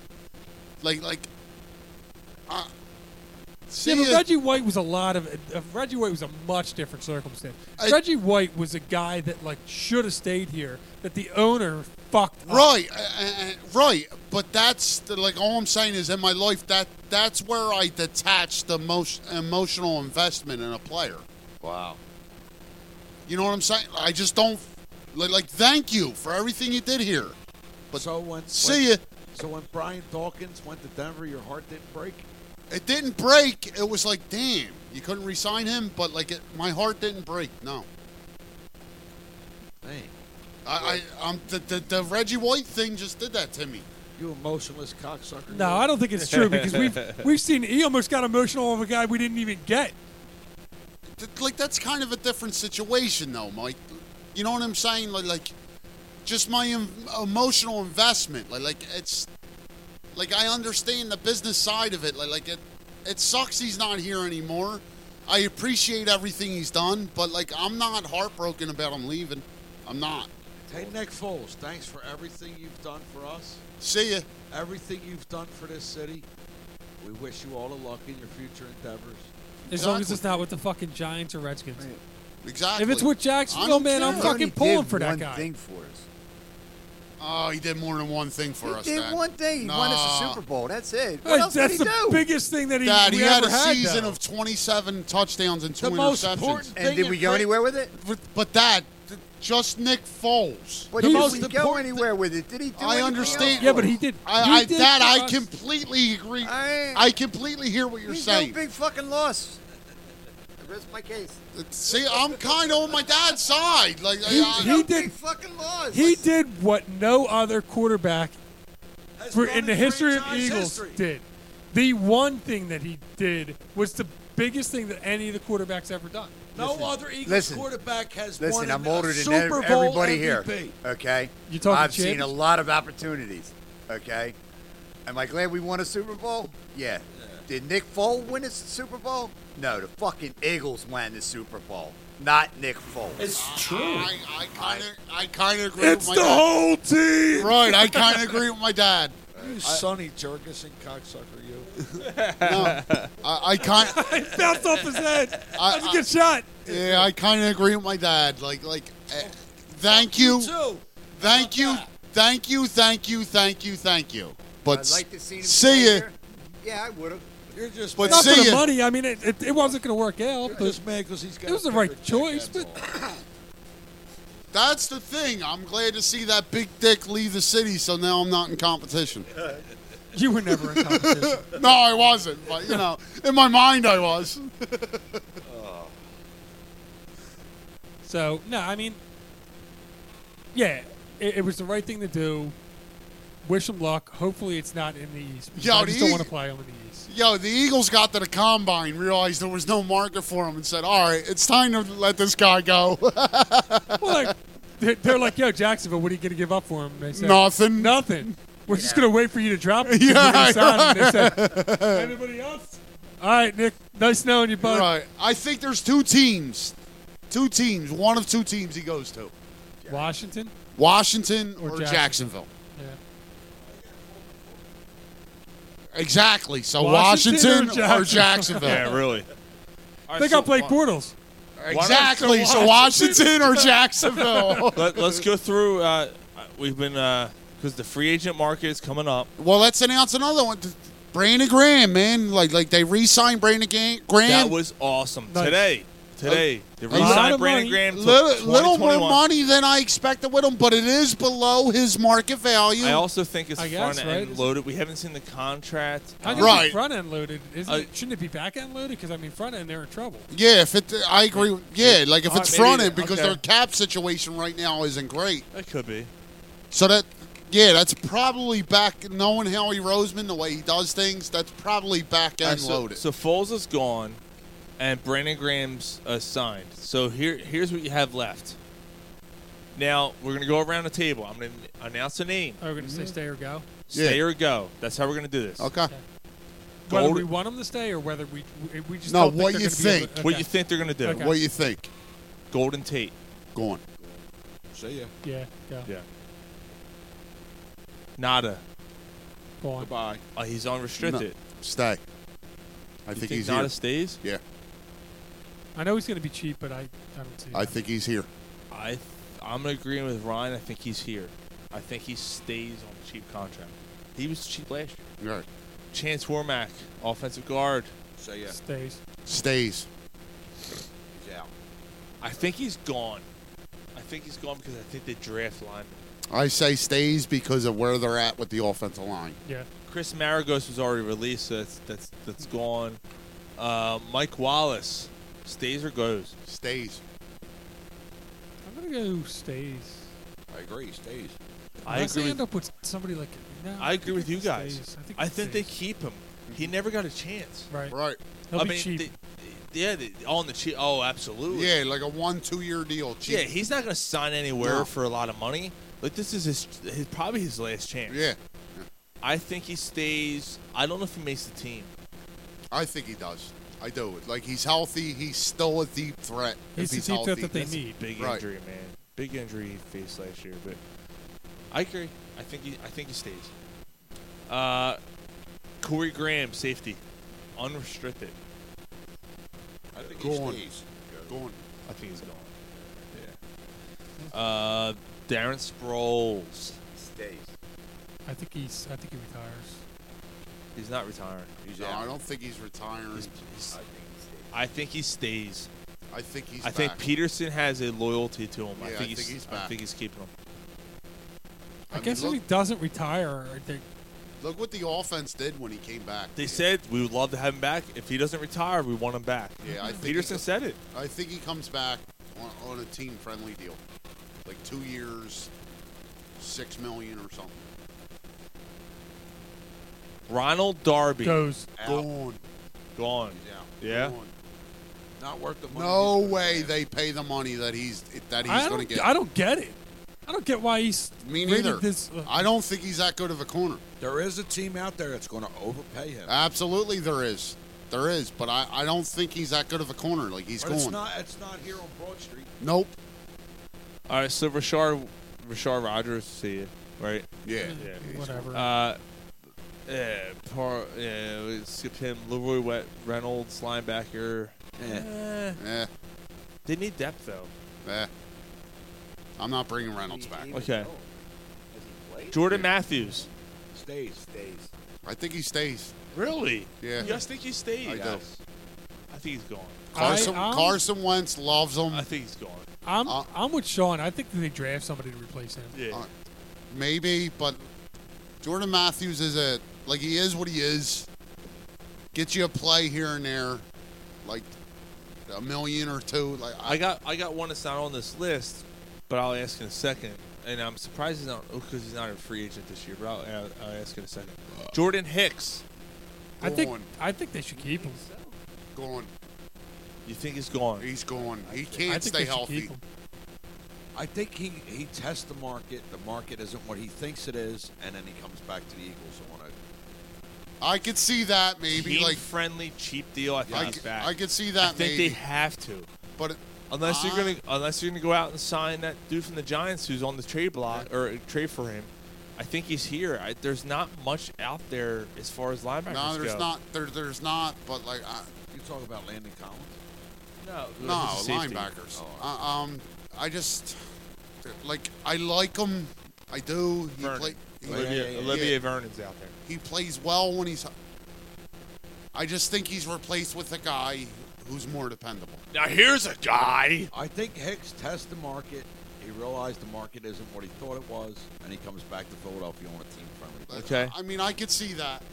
Like, like I see. yeah, but it- Reggie White was a lot of. Uh, Reggie White was a much different circumstance. Reggie White was a guy that like should have stayed here. That the owner fucked. up. Right, uh, uh, right. But that's the, like all I'm saying is in my life that that's where I detach the most emotional investment in a player. Wow. You know what I'm saying? I just don't like, like thank you for everything you did here. But so when see when- ya. So when Brian Dawkins went to Denver, your heart didn't break. It didn't break. It was like, damn, you couldn't resign him, but like, it, my heart didn't break. No, Dang, I, I, I'm the, the the Reggie White thing just did that to me. You emotionless cocksucker. No, I don't think it's true because we've [laughs] we've seen he almost got emotional over a guy we didn't even get. Th- like that's kind of a different situation though, Mike. You know what I'm saying? Like, like just my em- emotional investment. Like, like it's like I understand the business side of it. Like, like it it sucks he's not here anymore. I appreciate everything he's done, but like I'm not heartbroken about him leaving. I'm not. Hey, Nick Foles, thanks for everything you've done for us. See ya. Everything you've done for this city. We wish you all the luck in your future endeavors. As long as it's not with the fucking Giants or Redskins. Exactly. If it's with Jacksonville, man, I'm He fucking already pulling did for that one guy. thing for us. Oh, he did more than one thing for He us. did Dad. one thing. He won us a Nah. Super Bowl. That's it. What else did he do? Dad, he had a season of 27 touchdowns and two The most interceptions. important And thing did in we go fr- anywhere with it? But Dad, th- just Nick Foles. But did we go anywhere with it? Did he do I anything understand. else? Yeah, but he did- he I, I, did Dad, for I us. completely agree. I- I, completely hear what you're He's saying. no big fucking loss. I rest my case. See, I'm kind of on my dad's side. Like He- I, I, he did- Fucking loss. He did what no other quarterback for, in the history of franchise Eagles history. did. The one thing that he did was the biggest thing that any of the quarterbacks ever done. No other Eagles listen. quarterback has won Listen, an- I'm older a than ev- Super Bowl everybody here. MVP. Okay, You talking I've champions? seen a lot of opportunities. Okay, am I glad we won a Super Bowl? Yeah. Did Nick Foles win a Super Bowl? No, the fucking Eagles won the Super Bowl, not Nick Foles. It's true. I, I kind of, I kind of agree. It's Oh with my the dad. whole team. Right, I kind of agree with my dad. You Sonny Jurgensen cocksucker, [laughs] you. No, I, I kind. [laughs] It bounced off his head. That's a good shot. Yeah, I kind of agree with my dad. Like, like, eh, thank you, thank you, thank you, thank you, thank you, thank you. But I'd like to see him see play you. here. Yeah, I would have. You're just But Not see for the ya. money. I mean, it, it, it wasn't going to work out. But just mad because he's got It was a the right bigger check, choice, but That's the thing. I'm glad to see that big dick leave the city, so now I'm not [laughs] in competition. You were never in competition. no, I wasn't. But you know, in my mind, I was. So no, I mean, yeah, it, it was the right thing to do. Wish him luck. Hopefully, it's not in the East. because Yo, I just the don't want to Eag- play him in the East. Yo, the Eagles got to the combine, realized there was no market for him, and said, "All right, it's time to let this guy go." Well, like, they're, they're like, "Yo, Jacksonville, what are you going to give up for him?" And They said, Nothing. Nothing. We're just going to wait for you to [laughs] drop him. Yeah, We're gonna sign him." right. They said, "Anybody else?" All right, Nick. Nice knowing you, bud. Right. I think there's two teams, two teams, one of two teams he goes to, Washington. Washington or, Or Jacksonville. Jacksonville. Yeah. Exactly. So Washington Washington, or Jacksonville? or Jacksonville. Yeah, really. they got Blake Bortles. Exactly. So Washington [laughs] or Jacksonville. Let, us go through. Uh, we've been because the free agent market is coming up. Well, let's announce another one. Brandon Graham, man, like like they re-signed Brandon Ga- Graham. That was awesome Nice. today. Today, they A re-signed lot of Brandon money. Graham. till Little, little more 2021. money than I expected with him, but it is below his market value. I also think it's I guess, front right? end loaded. We haven't seen the contract. I Um, think it's front end loaded. Isn't Uh, it? Shouldn't it be back end loaded? Because I mean, front end, they're in trouble. Yeah, if it, I agree. with- Yeah, like if All it's right, maybe- fronted because okay. their cap situation right now isn't great. That could be. So that, yeah, that's probably back. Knowing Howie Roseman, the way he does things, that's probably back All right, end so, loaded. So Foles is gone, and Brandon Graham's uh, signed. So here, here's what you have left. Now we're gonna go around the table. I'm gonna announce a name. Are we going to Mm-hmm. say stay or go? Stay or go. That's how we're gonna do this. Okay. Whether Gold- we want them to stay or whether we we- we just No, Don't what think you they're gonna be able think. to- What okay. you think they're gonna do? Okay. What do you think? Golden Tate. Gone. See ya. Yeah, go. Yeah. Nada. Gone. Goodbye. Uh, he's unrestricted. Stay. I You think, think he's Nada here. stays? Yeah, I know he's going to be cheap, but I, I don't see. I it. think he's here. I, th- I'm agreeing with Ryan. I think he's here. I think he stays on the cheap contract. He was cheap last year. Right. Chance Warmack, offensive guard. So yeah, stays. Stays. He's out. I think he's gone. I think he's gone because I think the draft line. I say stays because of where they're at with the offensive line. Yeah. Chris Maragos was already released, so that's that's that's gone. Uh, Mike Wallace stays or goes. Stays. I'm going to go stays. I agree. Stays. I Unless agree they with- end up with somebody like. No, I agree with you he guys. stays. I think, he they stays. keep him. Mhm. He never got a chance. Right. Right. He'll I be mean, cheap. they- yeah, they, on the cheap. Oh, absolutely. Yeah, like a one, two year deal. Cheap. Yeah, he's not going to sign anywhere No. for a lot of money. Like this is his, his probably his last chance. Yeah. I think he stays. I don't know if he makes the team. I think he does. I do. Like he's healthy. He's still a deep threat. He's if the he's deep threat healthy. that they That's- need. Big Right. injury, man. Big injury he faced last year, but I agree. I think he. I think he stays. Uh, Corey Graham, safety, unrestricted. I think Go he on. stays. Go on. I think he's gone. Yeah. Uh, Darren Sproles. days. I think he's. I think he retires. He's not retiring. No, I don't think he's retiring. I think he stays. I think he stays. I think he's I think back. Peterson has a loyalty to him. I Yeah, think I he's. think he's I back. think he's keeping him. I, guess if he doesn't retire, I think Look what the offense did when he came back. They said we would love to have him back. If he doesn't retire, we want him back. Yeah, I think Peterson he- said it. I think he comes back on, on a team-friendly deal, like two years, six million or something. Ronald Darby Goes. Gone. Gone. Yeah. Not worth the money. No way they pay the money that he's that he's I don't. going to get. I don't get it. I don't get why he's. Me rated neither. This, I don't think he's that good of a corner. There is a team out there that's going to overpay him. Absolutely, there is, there is, but I, I don't think he's that good of a corner. Like he's but It's going. not. It's not here on Broad Street. Nope. All right, so Rashard, Rashard Rogers, see you, right? Yeah. yeah. Whatever. Uh, yeah, par, yeah, we skipped him. Leroy Wet, Reynolds, linebacker. Eh. They need depth though. Eh. I'm not bringing Reynolds back. Okay. Jordan Matthews. Stays. Stays. I think he stays. Really? Yeah. You guys think he stays? I do. Yes. I think he's gone. Carson, I- I'm- Carson Wentz loves him. I think he's gone. I'm. I'm with Sean. I think that they draft somebody to replace him. Uh, Yeah. Maybe, but Jordan Matthews is a like he is what he is. Get you a play here and there, like a million or two. Like I, I got I got one that's not on this list, but I'll ask in a second. And I'm surprised he's not because he's not a free agent this year. But I'll, I'll, I'll ask in a second. Jordan Hicks. I think. I think they should keep him. gone. You think he's gone? He's gone. I He can't think stay they should healthy. keep him. I think he, he tests the market. The market isn't what he thinks it is, and then he comes back to the Eagles on it. I could see that maybe Team like friendly, cheap deal. I think I he's c- back. I could see that I think maybe. Uh, they have to. But unless you're I- gonna unless you're gonna go out and sign that dude from the Giants who's on the trade block or uh, trade for him, I think he's here. I, there's not much out there as far as Ah, linebackers no, there's go. not. There, there's not. But like I, You talk about Landon Collins. No, no he's a safety. Oh. linebackers. Uh, um, I just like I like him. I do. He Vernon. play- he- Olivier, yeah, yeah, yeah. Olivier Vernon's out there. He plays well when he's. I just think he's replaced with a guy who's more dependable. Now here's a guy. I think Hicks tests the market. He realized the market isn't what he thought it was, and he comes back to Philadelphia on a team friendly. Okay. I mean, I could see that.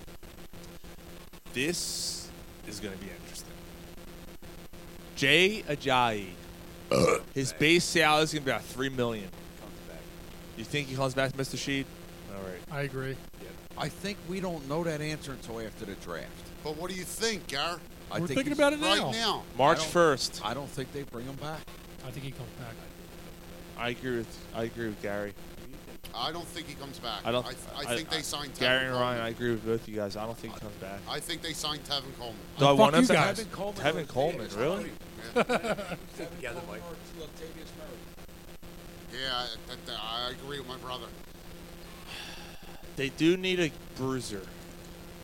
This is going to be interesting. Jay Ajayi, Uh. his base salary is going to be about three million. Comes back. You think he comes back, Mr. Sheed? All right. I agree. I think we don't know that answer until after the draft. But what do you think, Gar? I We're think thinking he's- about it now. Right now. March I don't- first. I don't think they bring him back. I think he comes back. I agree with I agree with Gary. I don't think he comes back. I don't. I, th- I think they signed Tevin Gary and Coleman. Ryan. I agree with both you guys. I don't think he comes back. I think they signed Tevin Coleman. Do I fuck want him you back? guys. Tevin Coleman or Tevin Coleman, Latavius really? Together, Mike. Yeah, I, that- that- I agree with my brother. They do need a bruiser.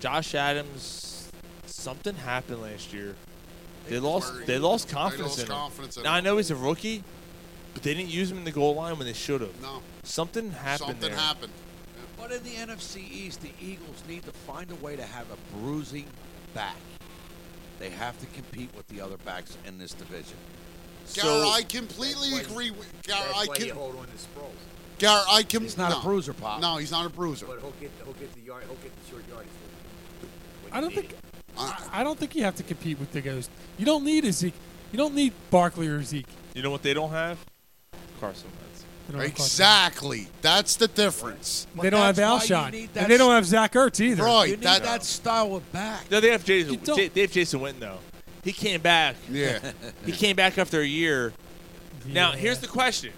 Josh Adams. Something happened last year. They lost. worried. They lost They confidence lost in him. confidence in now I him. know he's a rookie, but they didn't use him in the goal line when they should have. No. Something happened. Something there. happened. But in the NFC East, the Eagles need to find a way to have a bruising back. They have to compete with the other backs in this division. Gar, I completely That's why- agree with Gar. That's Uh, I why you can. hold on to Sproles. Gar, I can. He's not a no. bruiser, Pop. No, he's not a bruiser. But he'll get, he'll get the yard, he'll get the short yardage. when I you don't need think. it. Uh, I, I don't think you have to compete with the ghost. You don't need a Zeke. You don't need Barkley or Zeke. You know what they don't have? Carson Wentz. They don't have Carson. Exactly. That's the difference. They don't have That's why you Alshon, need that and they don't s- have Zach Ertz either. Right. You need that- that style of back. No, they have Jason. don't- J- They have Jason Witten though. He came back. [laughs] Yeah. He came back after a year. Now Yeah. here's the question: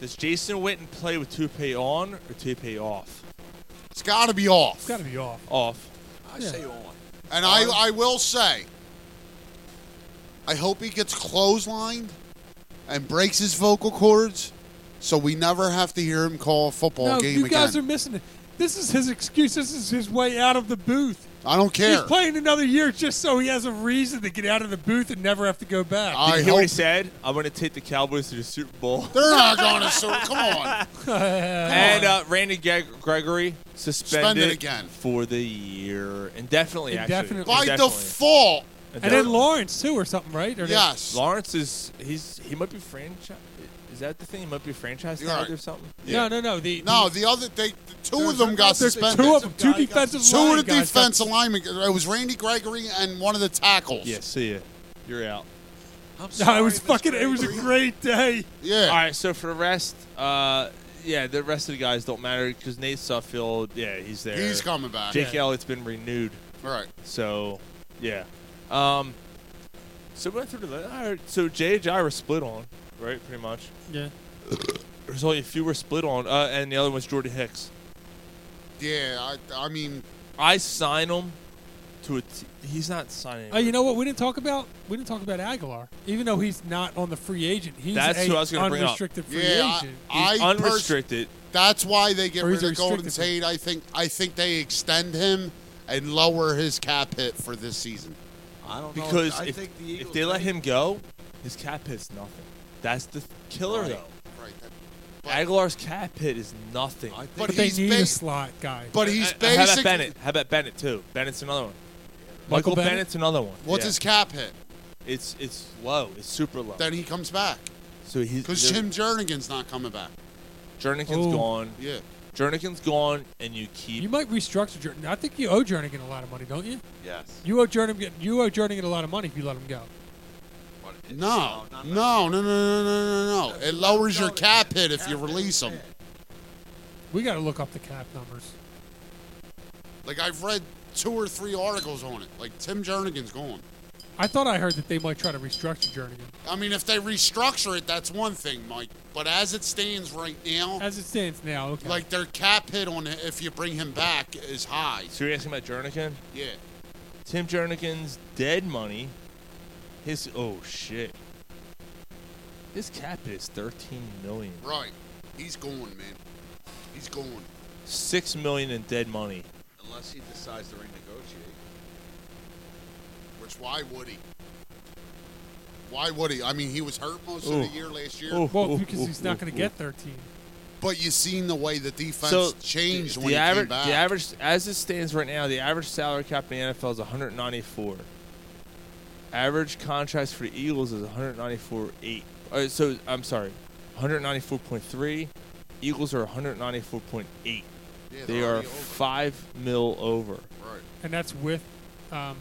Does Jason Witten play with toupee on or toupee off? It's got to be off. It's got to be off. Off. I say on. And I, I will say, I hope he gets clotheslined and breaks his vocal cords so we never have to hear him call a football no, game you guys again. are missing it. This is his excuse. This is his way out of the booth. I don't care. He's playing another year just so he has a reason to get out of the booth and never have to go back. Did you hear what he said? I'm going to take the Cowboys to the Super [laughs] Bowl. They're not going to sue. Come on. and uh, Randy Gre- Gregory suspended Suspended again. for the year indefinitely. Indefinitely. Actually. By Indefinitely. default. And then Lawrence too, or something, right? Or Lawrence is he's he might be franchise. Is that the thing? He might be franchise You're tagged right. or something. No, no, no. The No, the other they the two of them got there's suspended. two of them- two defensive two line of the guys got- defensive linemen. It was Randy Gregory and one of the tackles. Yeah, see ya. You're out. I'm No, it was fucking. It was a great day. Yeah. All right. So for the rest, uh, yeah, the rest of the guys don't matter because Nate Suffield, yeah, he's there. He's coming back. Jake Yeah. Elliott's been renewed. All right. So, yeah. Um. So we went through the. All right, so Jay and Jai were split on, right? Pretty much. Yeah. There's only a few were split on, uh, and the other one's Jordan Hicks. Yeah, I, I mean, I sign him to a. T- he's not signing. Oh, you know what? We didn't talk about. We didn't talk about Aguilar, even though he's not on the free agent. He's That's a who I was going to bring up. unrestricted free agent. I He's pers- unrestricted. That's why they get Or he's rid a of Golden restricted free- Tate. I think I think they extend him and lower his cap hit for this season. I don't Because if, if they let him go, his cap hit's nothing. That's the th- killer, Right, though. Right. Aguilar's cap hit is nothing. But they need a slot guy. but he's Uh, How basic- about Bennett? How about Bennett too? Bennett's another one. Michael Michael, Bennett? Bennett's another one. What's Yeah. his cap hit? It's it's low. It's super low. Then he comes back so he's because Jim Jernigan's not coming back. Jernigan's Oh. gone. Yeah. Jernigan's gone, and you keep. You might restructure Jordan. I think you owe Jernigan a lot of money, don't you? Yes. You owe Jernigan. You owe Jernigan a lot of money if you let him go. No, no, no, no, no, no, no, no. It lowers your cap hit if you release him. We got to look up the cap numbers. Like I've read two or three articles on it. Like Tim Jernigan's gone. I thought I heard that they might try to restructure Jernigan. I mean, if they restructure it, that's one thing, Mike. But as it stands right now, As it stands now, okay. like their cap hit on it if you bring him back is high. So you're asking about Jernigan? Yeah. Tim Jernigan's dead money. His oh shit. His cap hit is 13 million. Right. He's gone, man. He's gone. Six million in dead money. Unless he decides to renegotiate. Which why would he? Why would he? I mean, he was hurt most of the Ooh. year last year. Ooh, well, ooh, because ooh, he's not ooh, going to ooh. get 13. But you seen the way the defense changed the, when the he average, came back. The average, as it stands right now, the average salary cap in the NFL is 194. Average contracts for the Eagles is 194.8. Uh, so I'm sorry, 194.3. Eagles are 194.8. Yeah, they they're are already over. five mil over. Right. And that's with. Um,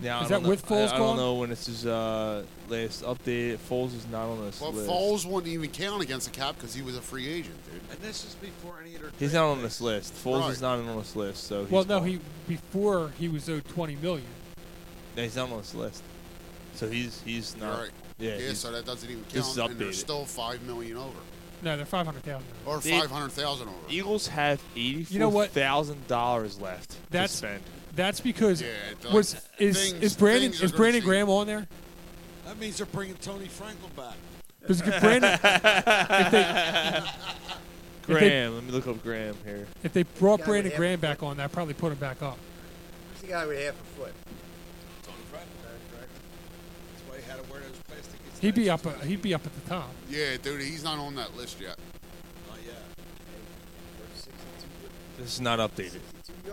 Now, is I that don't know- with I- Foles I, gone? don't know when this is uh, last updated. Foles is not on this But list. Foles wouldn't even count against the cap because he was a free agent, dude. And this is before any of their He's not on this list. Foles Right. is not on this list. So he's well, no, gone. he before he was owed 20 million. No, he's not on this list. So he's he's You're not. Right. Yeah. Yeah. he's- So that doesn't even count. This is And they're updated. still five million over, No, they're 500,000. or They- five hundred thousand over. Eagles have eighty-four thousand know what? dollars left to That's spend. that's because Yeah, like, was is things- is Brandon things are is gonna Brandon change. Graham on there? That means they're bringing Tony Franklin back. Because if Brandon, if they, they- Graham, let me look up Graham here. if they brought Yeah, Brandon yeah. Graham back on, that probably put him back up. Who's the guy with half a foot? Tony Franklin. That's why he had to wear those plastic. He'd be up. uh, He'd be up at the top. Yeah, dude, he's not on that list yet. Not yet. This is not updated.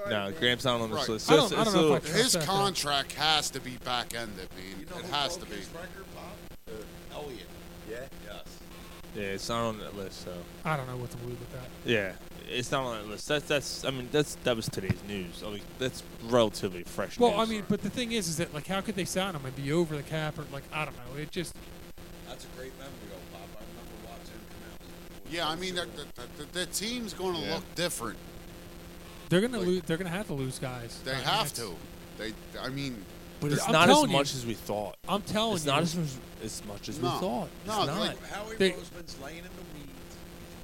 No, Graham's not on this Right. list. I So don't- it's- I don't it's know a if I little- trust His that, though. contract has to be back ended, man. it has to be. Uh, Elliot. Yeah. Yes. Yeah, it's not on that list. So I don't know what to do with that. yeah, it's not on that list. That's that's. I mean, that's that was today's news. I mean, that's relatively fresh. Well, news. I mean, but the thing is, is that like, how could they sign him and be over the cap or like, I don't know. It just That's a great memory, though, Pop. I remember watching him come out. Yeah, I mean, the, the, the, the team's going to Yeah. look different. they're gonna lose. They're gonna have to lose guys. They I mean, have that's- to. They, I mean, but it's I'm not as telling you. much as we thought. I'm telling it's not you. as much as much as No. we thought. No, it's not. like, Howie They- Roseman's laying in the weeds.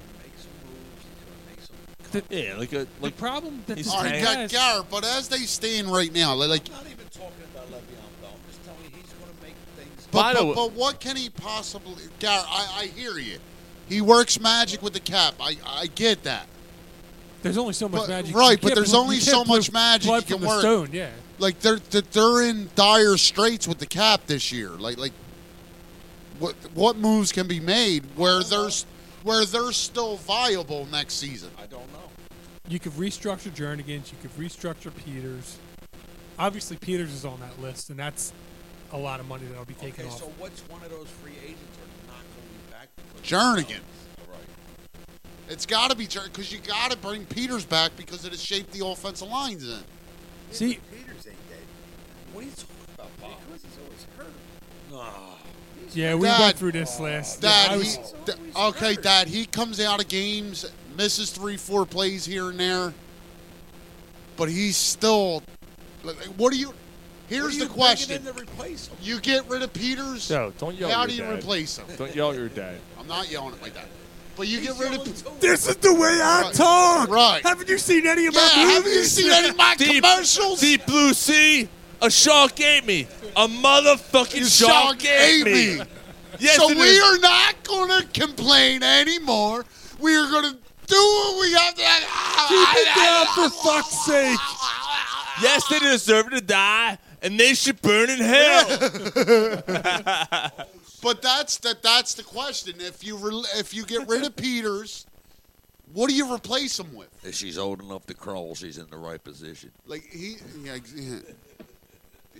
He's going to make some moves. He's going to make some. yeah, like a like problem that he's all right, hanging- got Garrett, but as they stand right now, like, I'm not even talking about Le'Veon Bell. I'm just telling you, he's going to make things. but, but, but what can he possibly? Garrett, I, I hear you. He works magic with the cap. I, I get that. There's only so much magic. you Right, can't but there's pull- you only can't so pull much magic blood you from can the work. stone, yeah. Like they're th- they're in dire straits with the cap this year. Like like what what moves can be made where there's where they're still viable next season? I don't know. You could restructure Jernigan's. You could restructure Peters. Obviously, Peters is on that list, and that's a lot of money that'll be taken Okay, off. so what's one of those free agents are not going to be back? because- Jernigan. All right. It's got to be because you got to bring Peters back because it has shaped the offensive lines in. See, Peters ain't dead. What are you talking about, Bob? Because he's always hurt. yeah, we Dad- went through this last. Dad, yeah, I he, Da- okay, Dad, he comes out of games, misses three, four plays here and there, but he's still. like, What do you? Here's the question: You get rid of Peters? No, don't yell. at How your do you dad. replace him? Don't yell at your dad. I'm not yelling at my dad, but you get rid of. This is the way I Right. talk. Right. Haven't you seen any of my Yeah, haven't movies? you [laughs] seen any of my Deep- commercials? Deep blue sea, a shark ate me. A motherfucking shark, ate me. Yes, so it we is. are not going to complain anymore. We are going to do what we have to. Keep it down for fuck's sake. Yes, they deserve to die, and they should burn in hell. But that's that. That's the question. If you re, if you get rid of Peters, what do you replace him with? If she's old enough to crawl, she's in the right position. Like he, yeah, yeah.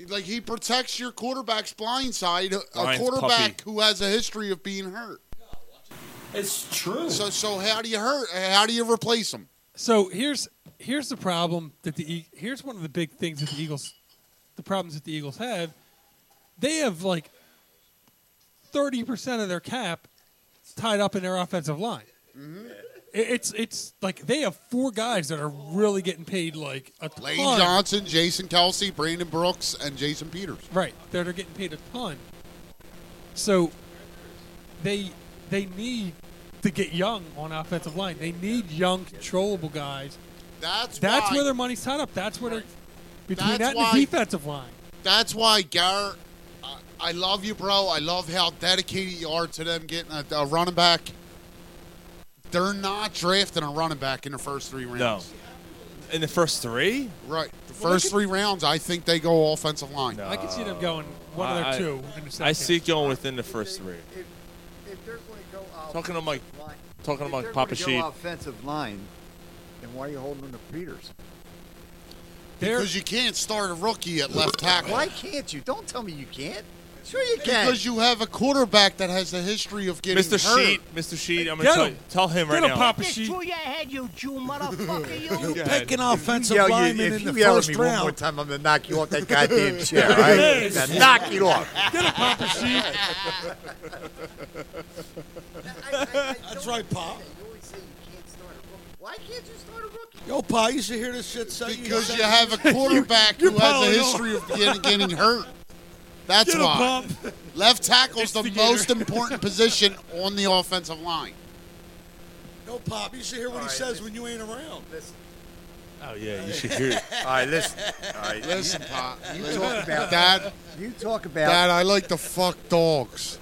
like he protects your quarterback's blind side. A Ryan's quarterback who has a history of being hurt. It's true. So so how do you hurt? How do you replace him? So here's here's the problem that the E- here's one of the big things that the Eagles, the problems that the Eagles have, they have like thirty percent of their cap tied up in their offensive line. Mm-hmm. It- It's it's like they have four guys that are really getting paid like a ton. Lane Johnson, Jason Kelsey, Brandon Brooks, and Jason Peters. Right. They're, they're getting paid a ton. So they they need to get young on offensive line. They need young, controllable guys. That's that's why- where their money's tied up. That's where they're between That's that and why- the defensive line. That's why Garrett. I, I love you, bro. I love how dedicated you are to them getting a, a running back. They're not drafting a running back in the first three rounds. no. In the first three? Right. The Well, they first could- three rounds, I think they go offensive line. I could see them going one of their Uh, I- two in the second. I see it going within the first three. If they're going to go out, Talking to Mike. line- Talking if to Mike they're gonna Papa go Sheet. offensive line, then why are you holding them to Peters? Because you can't start a rookie at [laughs] left tackle. Why can't you? Don't tell me you can't. Sure you can. Because you have a quarterback that has a history of getting Mr. hurt. Sheet, Mr. Sheet, I'm gonna tell, you, tell him right now. Get this through your head, you Jew motherfucker, [laughs] you. Yeah. Picking you yell, you- linemen in if you the yell first at me round. one more time, I'm gonna knock you off [laughs] that goddamn chair. All right? Now knock it off. Get it, Papa Sheep. That's right, Pop. Why can't you start a rookie? Yo, Pa, you should hear this shit. Say you Because say- you have a quarterback You- who you has a probably history of don't. getting, getting hurt. That's Get a why. Left tackle's the most important position on the offensive line. Yo, Oh, Pop, you should hear what he says when you ain't around. Oh yeah, you should [laughs] hear it. All right, listen. All right, listen, Pop. You Listen. talk about Dad. You talk about Dad, I like to fuck dogs.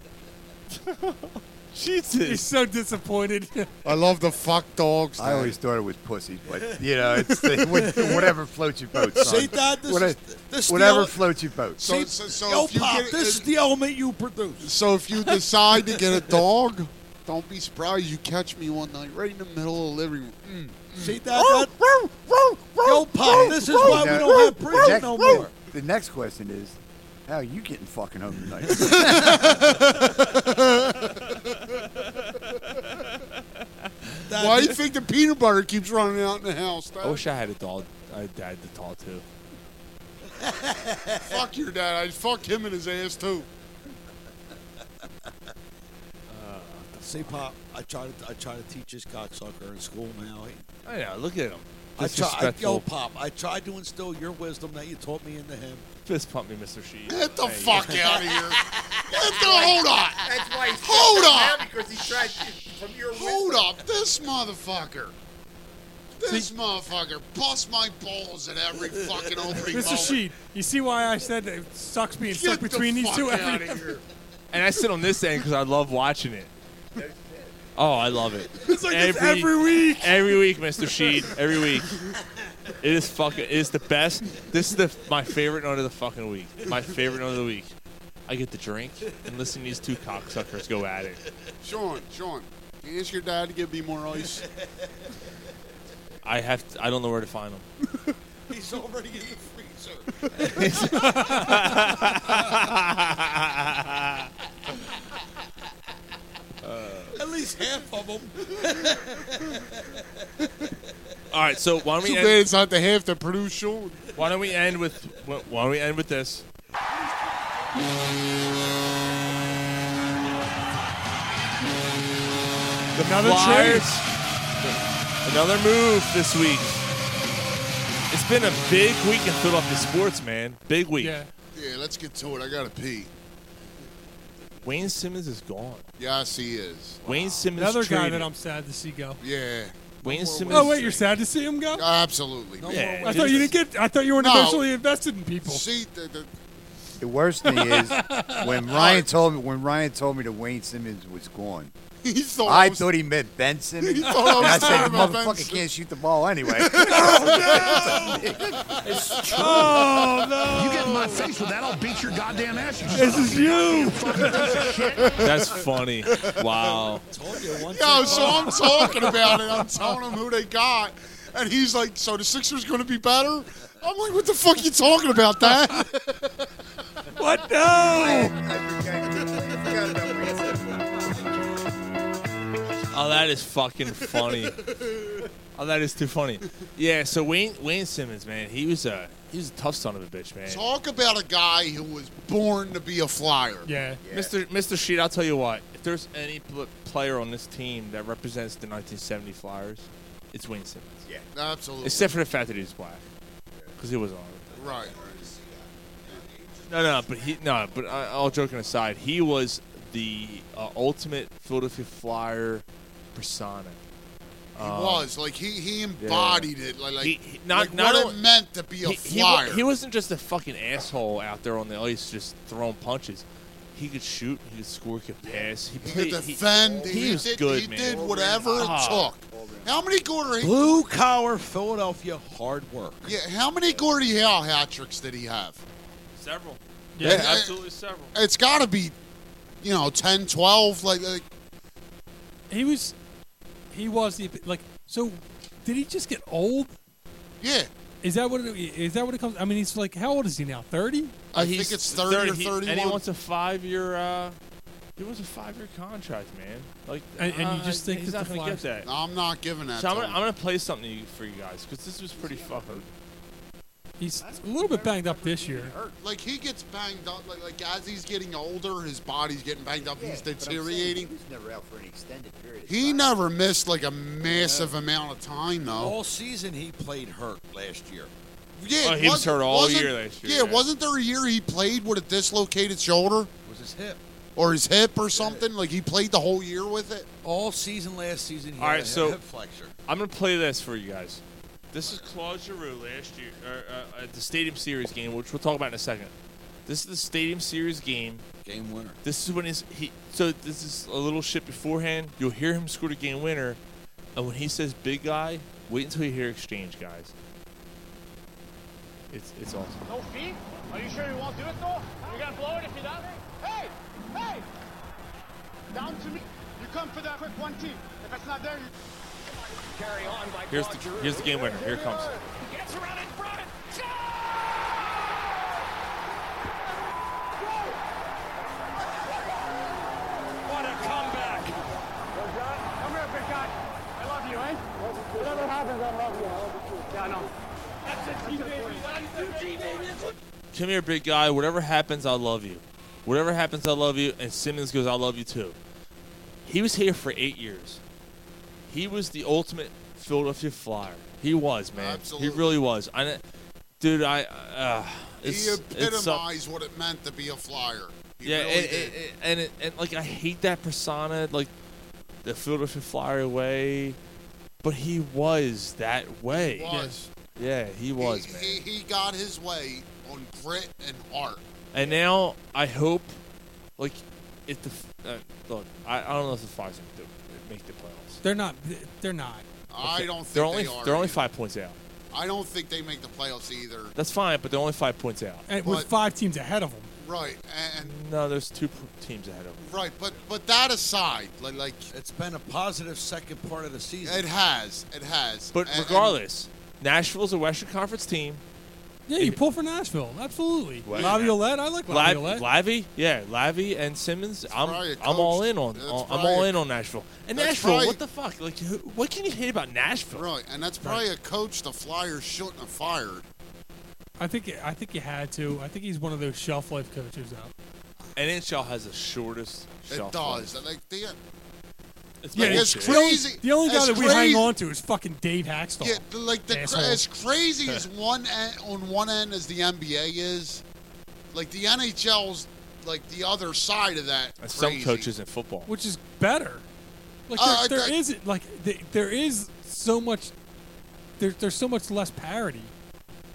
Jesus. He's so disappointed. I love the fuck dogs. I Dad. always thought it was pussies, [laughs] but you know, it's the, whatever floats your boat. Son. See, Dad, this Whata- is- this is whatever the- floats your boat. So- See, so- so yo, if you Pop, get it- uh, this is the element you produce. So if you decide to get a dog, don't be surprised you catch me one night right in the middle of the living room. Mm, mm. See that? that? Yo, Pop, this is why we Now, don't have the prison next- no more. The next question is, how are you getting fucking home tonight? Why do you think the peanut butter keeps running out in the house? Dad? I wish I had a doll. I dad the doll too. fuck your dad. I'd fuck him in his ass too. Uh, See, Pop, I try to I try to teach this cocksucker in school now. He- Oh, I know. Look at him. I tried, yo, Disrespectful. Pop, I tried to instill your wisdom that you taught me into him. Fist pump me, Mr. Sheet. Get the Hey. fuck out of here. Get the, hold on. That's why he's Hold on. because he tried to, from your Hold up, this motherfucker. This motherfucker bust my balls at [laughs] every fucking opening. Mr. moment. Sheed, you see why I said that it sucks being Get stuck the between these [laughs] fuck two? every- outta here. And I sit on this end because I love watching it. Oh, I love it. It's like this every week. Every week, Mr. Sheed. Every week. It is fucking. It is the best. This is the my favorite note of the fucking week. My favorite note of the week. I get to drink and listen to these two cocksuckers go at it. Sean, Sean, can you ask your dad to give me [laughs] more ice? I have. To, I don't know where to find them. He's already in the At least half of them. All right, so why don't we? Too end- bad it's not the half that produced Sean. Why don't we end with wh- Why don't we end with this? The Another Flyers, another move this week. It's been a big week in Philadelphia sports, man. Big week. Yeah, let's get to it. I gotta pee. Wayne Simmons is gone. Yes, he is. Wayne Simmons Another guy traded. that I'm sad to see go. Yeah. Wayne Simmons. Oh wait, you're sad to see him go? Absolutely. No Yeah, more I thought you [laughs] didn't get. I thought you weren't No. emotionally invested in people. See, the, the, The worst thing [laughs] is when Ryan told me when Ryan told me that Wayne Simmons was gone. [laughs] He thought I I was- thought he meant Ben Simmons. He and thought I I was said, talking about Ben "Motherfucker Simmons." can't shoot the ball anyway." It's true. Oh, no! You get in my face with that, I'll beat your goddamn ass. You This is you. That's funny. [laughs] Wow. Yo, so I'm talking about it. I'm [laughs] telling him who they got, and he's like, "So the Sixers going to be better?" I'm like, "What the fuck you talking about, [laughs] Dad?" what? No. Oh, that is fucking funny. oh, that is too funny. Yeah. So Wayne Wayne Simmons, man, he was a he was a tough son of a bitch, man. Talk about a guy who was born to be a flyer. Yeah. Mr. Mr. Sheet, I'll tell you what. If there's any pl- player on this team that represents the 1970 Flyers, it's Wayne Simmons. Yeah. Absolutely. Except for the fact that he's black, because he was on. right. No, no, but he no, but I, all joking aside, he was the uh, ultimate Philadelphia Flyer persona. He Uh, was like he he embodied it like like, He- he- not- like not what only- it meant to be a he, he wa- flyer. he wasn't just a fucking asshole out there on the ice just throwing punches. He could shoot. He could score. He could pass. He, He played, could defend. He, He, was did, good, he man. did whatever it Ah. took. How many Gordon? Blue collar Philadelphia hard work. Yeah, how many Gordie Howe hat tricks did he have? Several. Yeah, Yeah. absolutely several. It's got to be, you know, 10, 12. Like, like He was. He was the like. So, did he just get old? Yeah. Is that what? It, is that what it comes? I mean, he's like, how old is he now? Thirty? I think it's 30, or 31. and Uh, he wants a five-year. Uh, he wants a five-year contract, man. Like, And- and you just uh, think he's that not the gonna Flyers- get that. No, I'm not giving that So I'm to gonna, him. I'm gonna play something to you- for you guys because this was pretty fucking. He's a little bit banged up this year. like, he gets banged up. Like, like, as he's getting older, his body's getting banged up. but he's I'm saying deteriorating. He was never out for an extended period. He never missed, like, a massive amount of time, though. Oh, All season he played hurt last year. Yeah, Oh, he was wasn't- hurt all wasn't- year last year, Yeah, yeah. wasn't there a year he played with a dislocated shoulder Was his hip. or his hip or something? Like, he played the whole year with it? All season last season he All had right, a so hip flexor. I'm gonna play this for you guys. This is Claude Giroux last year or, uh, at the Stadium Series game, which we'll talk about in a second. This is the Stadium Series game. Game winner. This is when he's he. So this is a little shit beforehand. You'll hear him score the game winner, and when he says "big guy," wait until you hear "exchange guys." It's it's awesome. No fee? Are you sure you won't do it though? You're gonna blow it if you don't? Hey! Hey! Down to me. You come for that quick one team. If it's not there, you carry on by Here's the here's the game winner. Here it comes. Gets around in front. What a comeback! Come here, big guy. I love you, eh? Whatever happens, I love you. I love you too. Yeah, I know. That's it, G, baby. That's it, G, baby. Come here, big guy. Whatever happens, I love you. Whatever happens, I love you. And Simmons goes, I love you too. He was here for eight years. He was the ultimate Philadelphia Flyer. He was, man. He really was. I, kn- dude, I. Uh, it's, he it's some- epitomized what it meant to be a flyer. He yeah, really and, did. and- and, it- and like I hate that persona, like the Philadelphia Flyer away, but he was that way. was. Yeah, he was, man. he, he got his way on grit and heart. And now I hope, like, if the f- uh, look, I, I don't know if the Flyers can do it. make the playoffs. They're not. They're not. I don't think they're only they are they're only either. five points out. I don't think they make the playoffs either. That's fine, but they're only five points out. And with five teams ahead of them. Right, and, No, there's two p- teams ahead of them. and right, but but that aside, like, like it's been a positive second part of the season. It has, it has. But And- and- regardless, Nashville's a Western Conference team. Yeah, you pull for Nashville. Absolutely. What? Laviolette. I like Lav- Laviolette. Lavy, yeah, Lavy and Simmons. I'm probably a I'm all in on That's on- I'm probably all a- in on Nashville. And that's Nashville, probably- what the fuck? Like, who- what can you hate about Nashville? Right, and that's probably a coach the Flyers shouldn't have fired. I think. I think you had to. I think he's one of those shelf life coaches out. NHL has the shortest. It shelf does. life. Like they, It's yeah, it's the only- crazy. The only guy it's that we crazy- hang on to is fucking Dave Haxtell. Yeah, the- like the cra- Asshole. as crazy [laughs] as one end, on one end as the NBA is, like the NHL's like the other side of that. And some Crazy. coaches in football. which is better. Like Uh, there, I- there isn't like th- there is so much. There's there's so much less parity.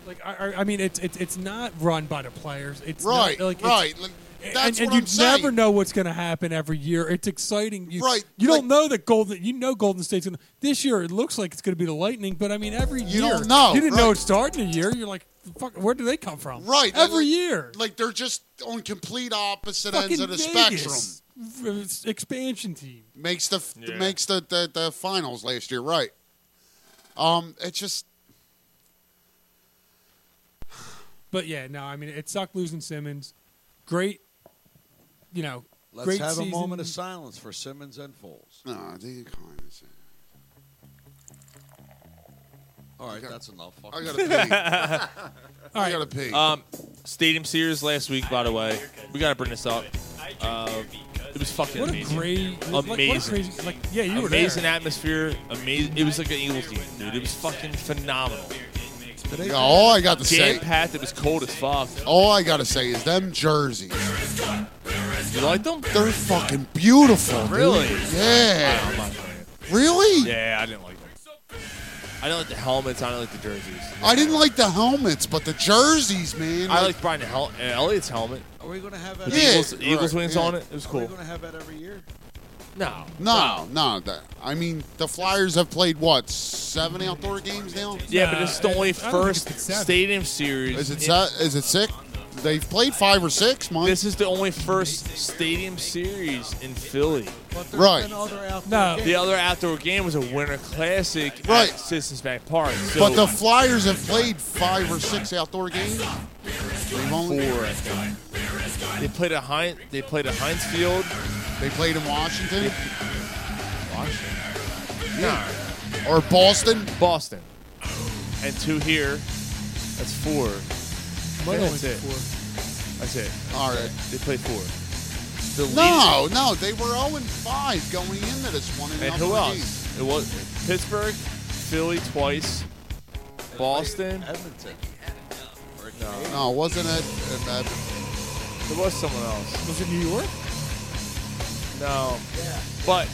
Like I, I- I mean, it's it's it's not run by the players. It's not- Right, like, it's- right, like, and- that's and what you I'm saying. never know what's going to happen every year. It's exciting. You, Right, You don't know that Golden. You know Golden State's going to this year. It looks like it's going to be the Lightning, but I mean, every You year don't know, You didn't know right. it's starting a year. You're like, fuck. Where do they come from? Right, Every like- year. Like they're just on complete opposite ends Fucking of the Vegas. spectrum. F- Expansion team. Makes the Yeah. makes the, the the finals last year, right? Um, it's just But yeah, no, I mean it sucked losing Simmons. Great, you know, Let's great have season. a moment of silence for Simmons and Foles. no. They kind of All right, that's enough. I gotta [laughs] pee. I gotta pee. Um, Stadium Series last week, by the way. We gotta bring this up. Uh, it was fucking What a amazing. great- like, amazing. what a crazy- like, yeah, you were there. amazing atmosphere. Amazing. It was like an Eagles game, dude. It was fucking phenomenal. Yeah, all I got to say- Jam packed. It was cold as fuck. All I gotta say is them jerseys. You like them? They're fucking beautiful. dude. Really? I don't Yeah. like them. Really? Yeah, I didn't like them. I didn't like the helmets. I didn't like the jerseys. I didn't like the helmets, but the jerseys, man. I like Brian Hel- uh, Elliott's helmet. Are we gonna have With that? the Eagles, the Eagles wings on it. It was Are we cool. gonna have that every year? No. No, no. That, I mean, the Flyers have played what seven outdoor games now. Yeah, but it's the only first stadium series. Is it se- is it six? They've played five or six. Mike. This is the only first stadium series in Philly. Right. No. The other outdoor game was a Winter Classic Right. at Citizens Bank Park. So But the Flyers have played five or six outdoor games. They've only four, I think. They played at Heinz. They played at Heinz Field. They played in Washington. Washington. Yeah. Or Boston. Boston. And two here. That's four. Might Yeah, only that's be it. That's it. All right. They played four. The No, leading- no, they were 0 and 5 going into this one. in And outdoor who games. else? It was Pittsburgh, Philly twice, Boston, Edmonton. No, wasn't it? And, uh, There was someone else. Was it New York? No. But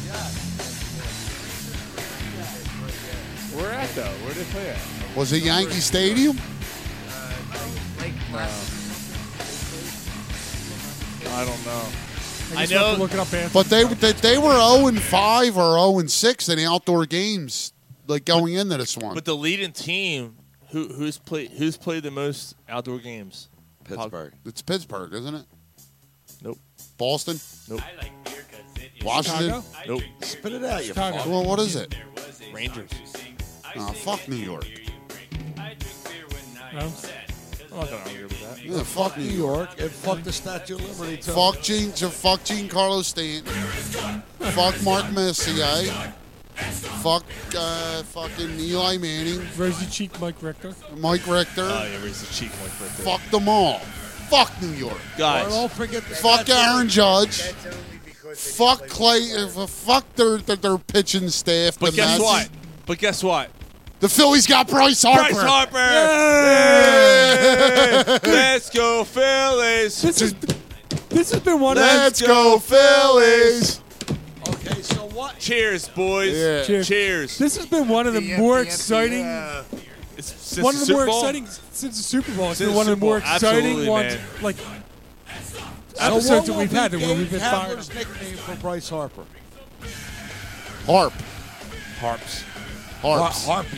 where at though? Where did they play at? was it Yankee Stadium? I don't know. I, I just have know. to look it up after. But they they, they were 0 and 5 or 0 and 6 in outdoor games like going into this one. But the leading team, who who's played who's played the most outdoor games? Pittsburgh. It's Pittsburgh, isn't it? Nope. Boston? Nope. Washington? Nope. Spit it out, you Chicago. fuck. Well, what is it? Rangers. Oh, fuck New York. um, I'm not gonna argue with that. Yeah, fuck New New York. York and fuck the Statue of Liberty. too. Fuck Gene, fuck Gene Carlos Stanton. fuck Mark Messier. Fuck uh, fucking Eli Manning. Rosy cheek Mike Richter. Mike Richter. Oh yeah, raise the cheek one right there. Fuck them all. Fuck New York. Guys. Don't forget the Fuck Statue of Aaron Liberty. Judge. Fuck Clay. uh, Fuck their, their their pitching staff. But the guess Mets. what? But guess what? The Phillies got Bryce Harper. Bryce Harper. Yay! Let's go Phillies. This is This has been one. Let's go Phillies. Okay, so what? Cheers, boys. Yeah. Cheers. This has been one of the more exciting. It's since one of the Super more Bowl? exciting since the Super Bowl. It's Since been one of Super the more Bowl, exciting absolutely, ones. man. Like So episodes what will that we've be had that where Gabe we've been fired. Kapler's nickname for Bryce Harper. Harp. Harps. Harps. Har- harpy.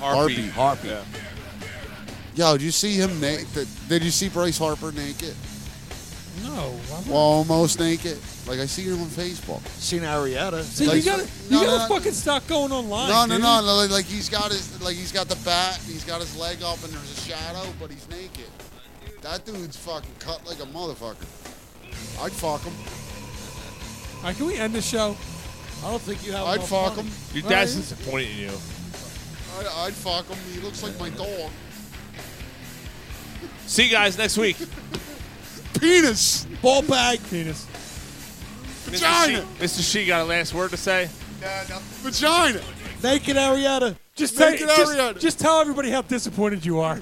Harpy. Harpy. Harpy. Yo, did you see him naked? Did you see Bryce Harper naked? No. I'm not- Almost naked. Like I see him on Facebook. Seen Arietta. See, you Like, gotta- you no, gotta no, no. fucking stop going online. No, no, no, no. Like, like he's got his like he's got the bat. And he's got his leg up, and there's a shadow, but he's naked. That dude's fucking cut like a motherfucker. I'd fuck him. All right, can we end the show? I don't think you have. I'd fuck him. Your dad's disappointed in you. I'd, I'd fuck him. He looks like my dog. See you guys next week. Penis. Ball bag. Penis. Vagina. Mr. She got a last word to say. Vagina. Naked Arietta. Just, Naked say- just- Arietta. just tell everybody how disappointed you are.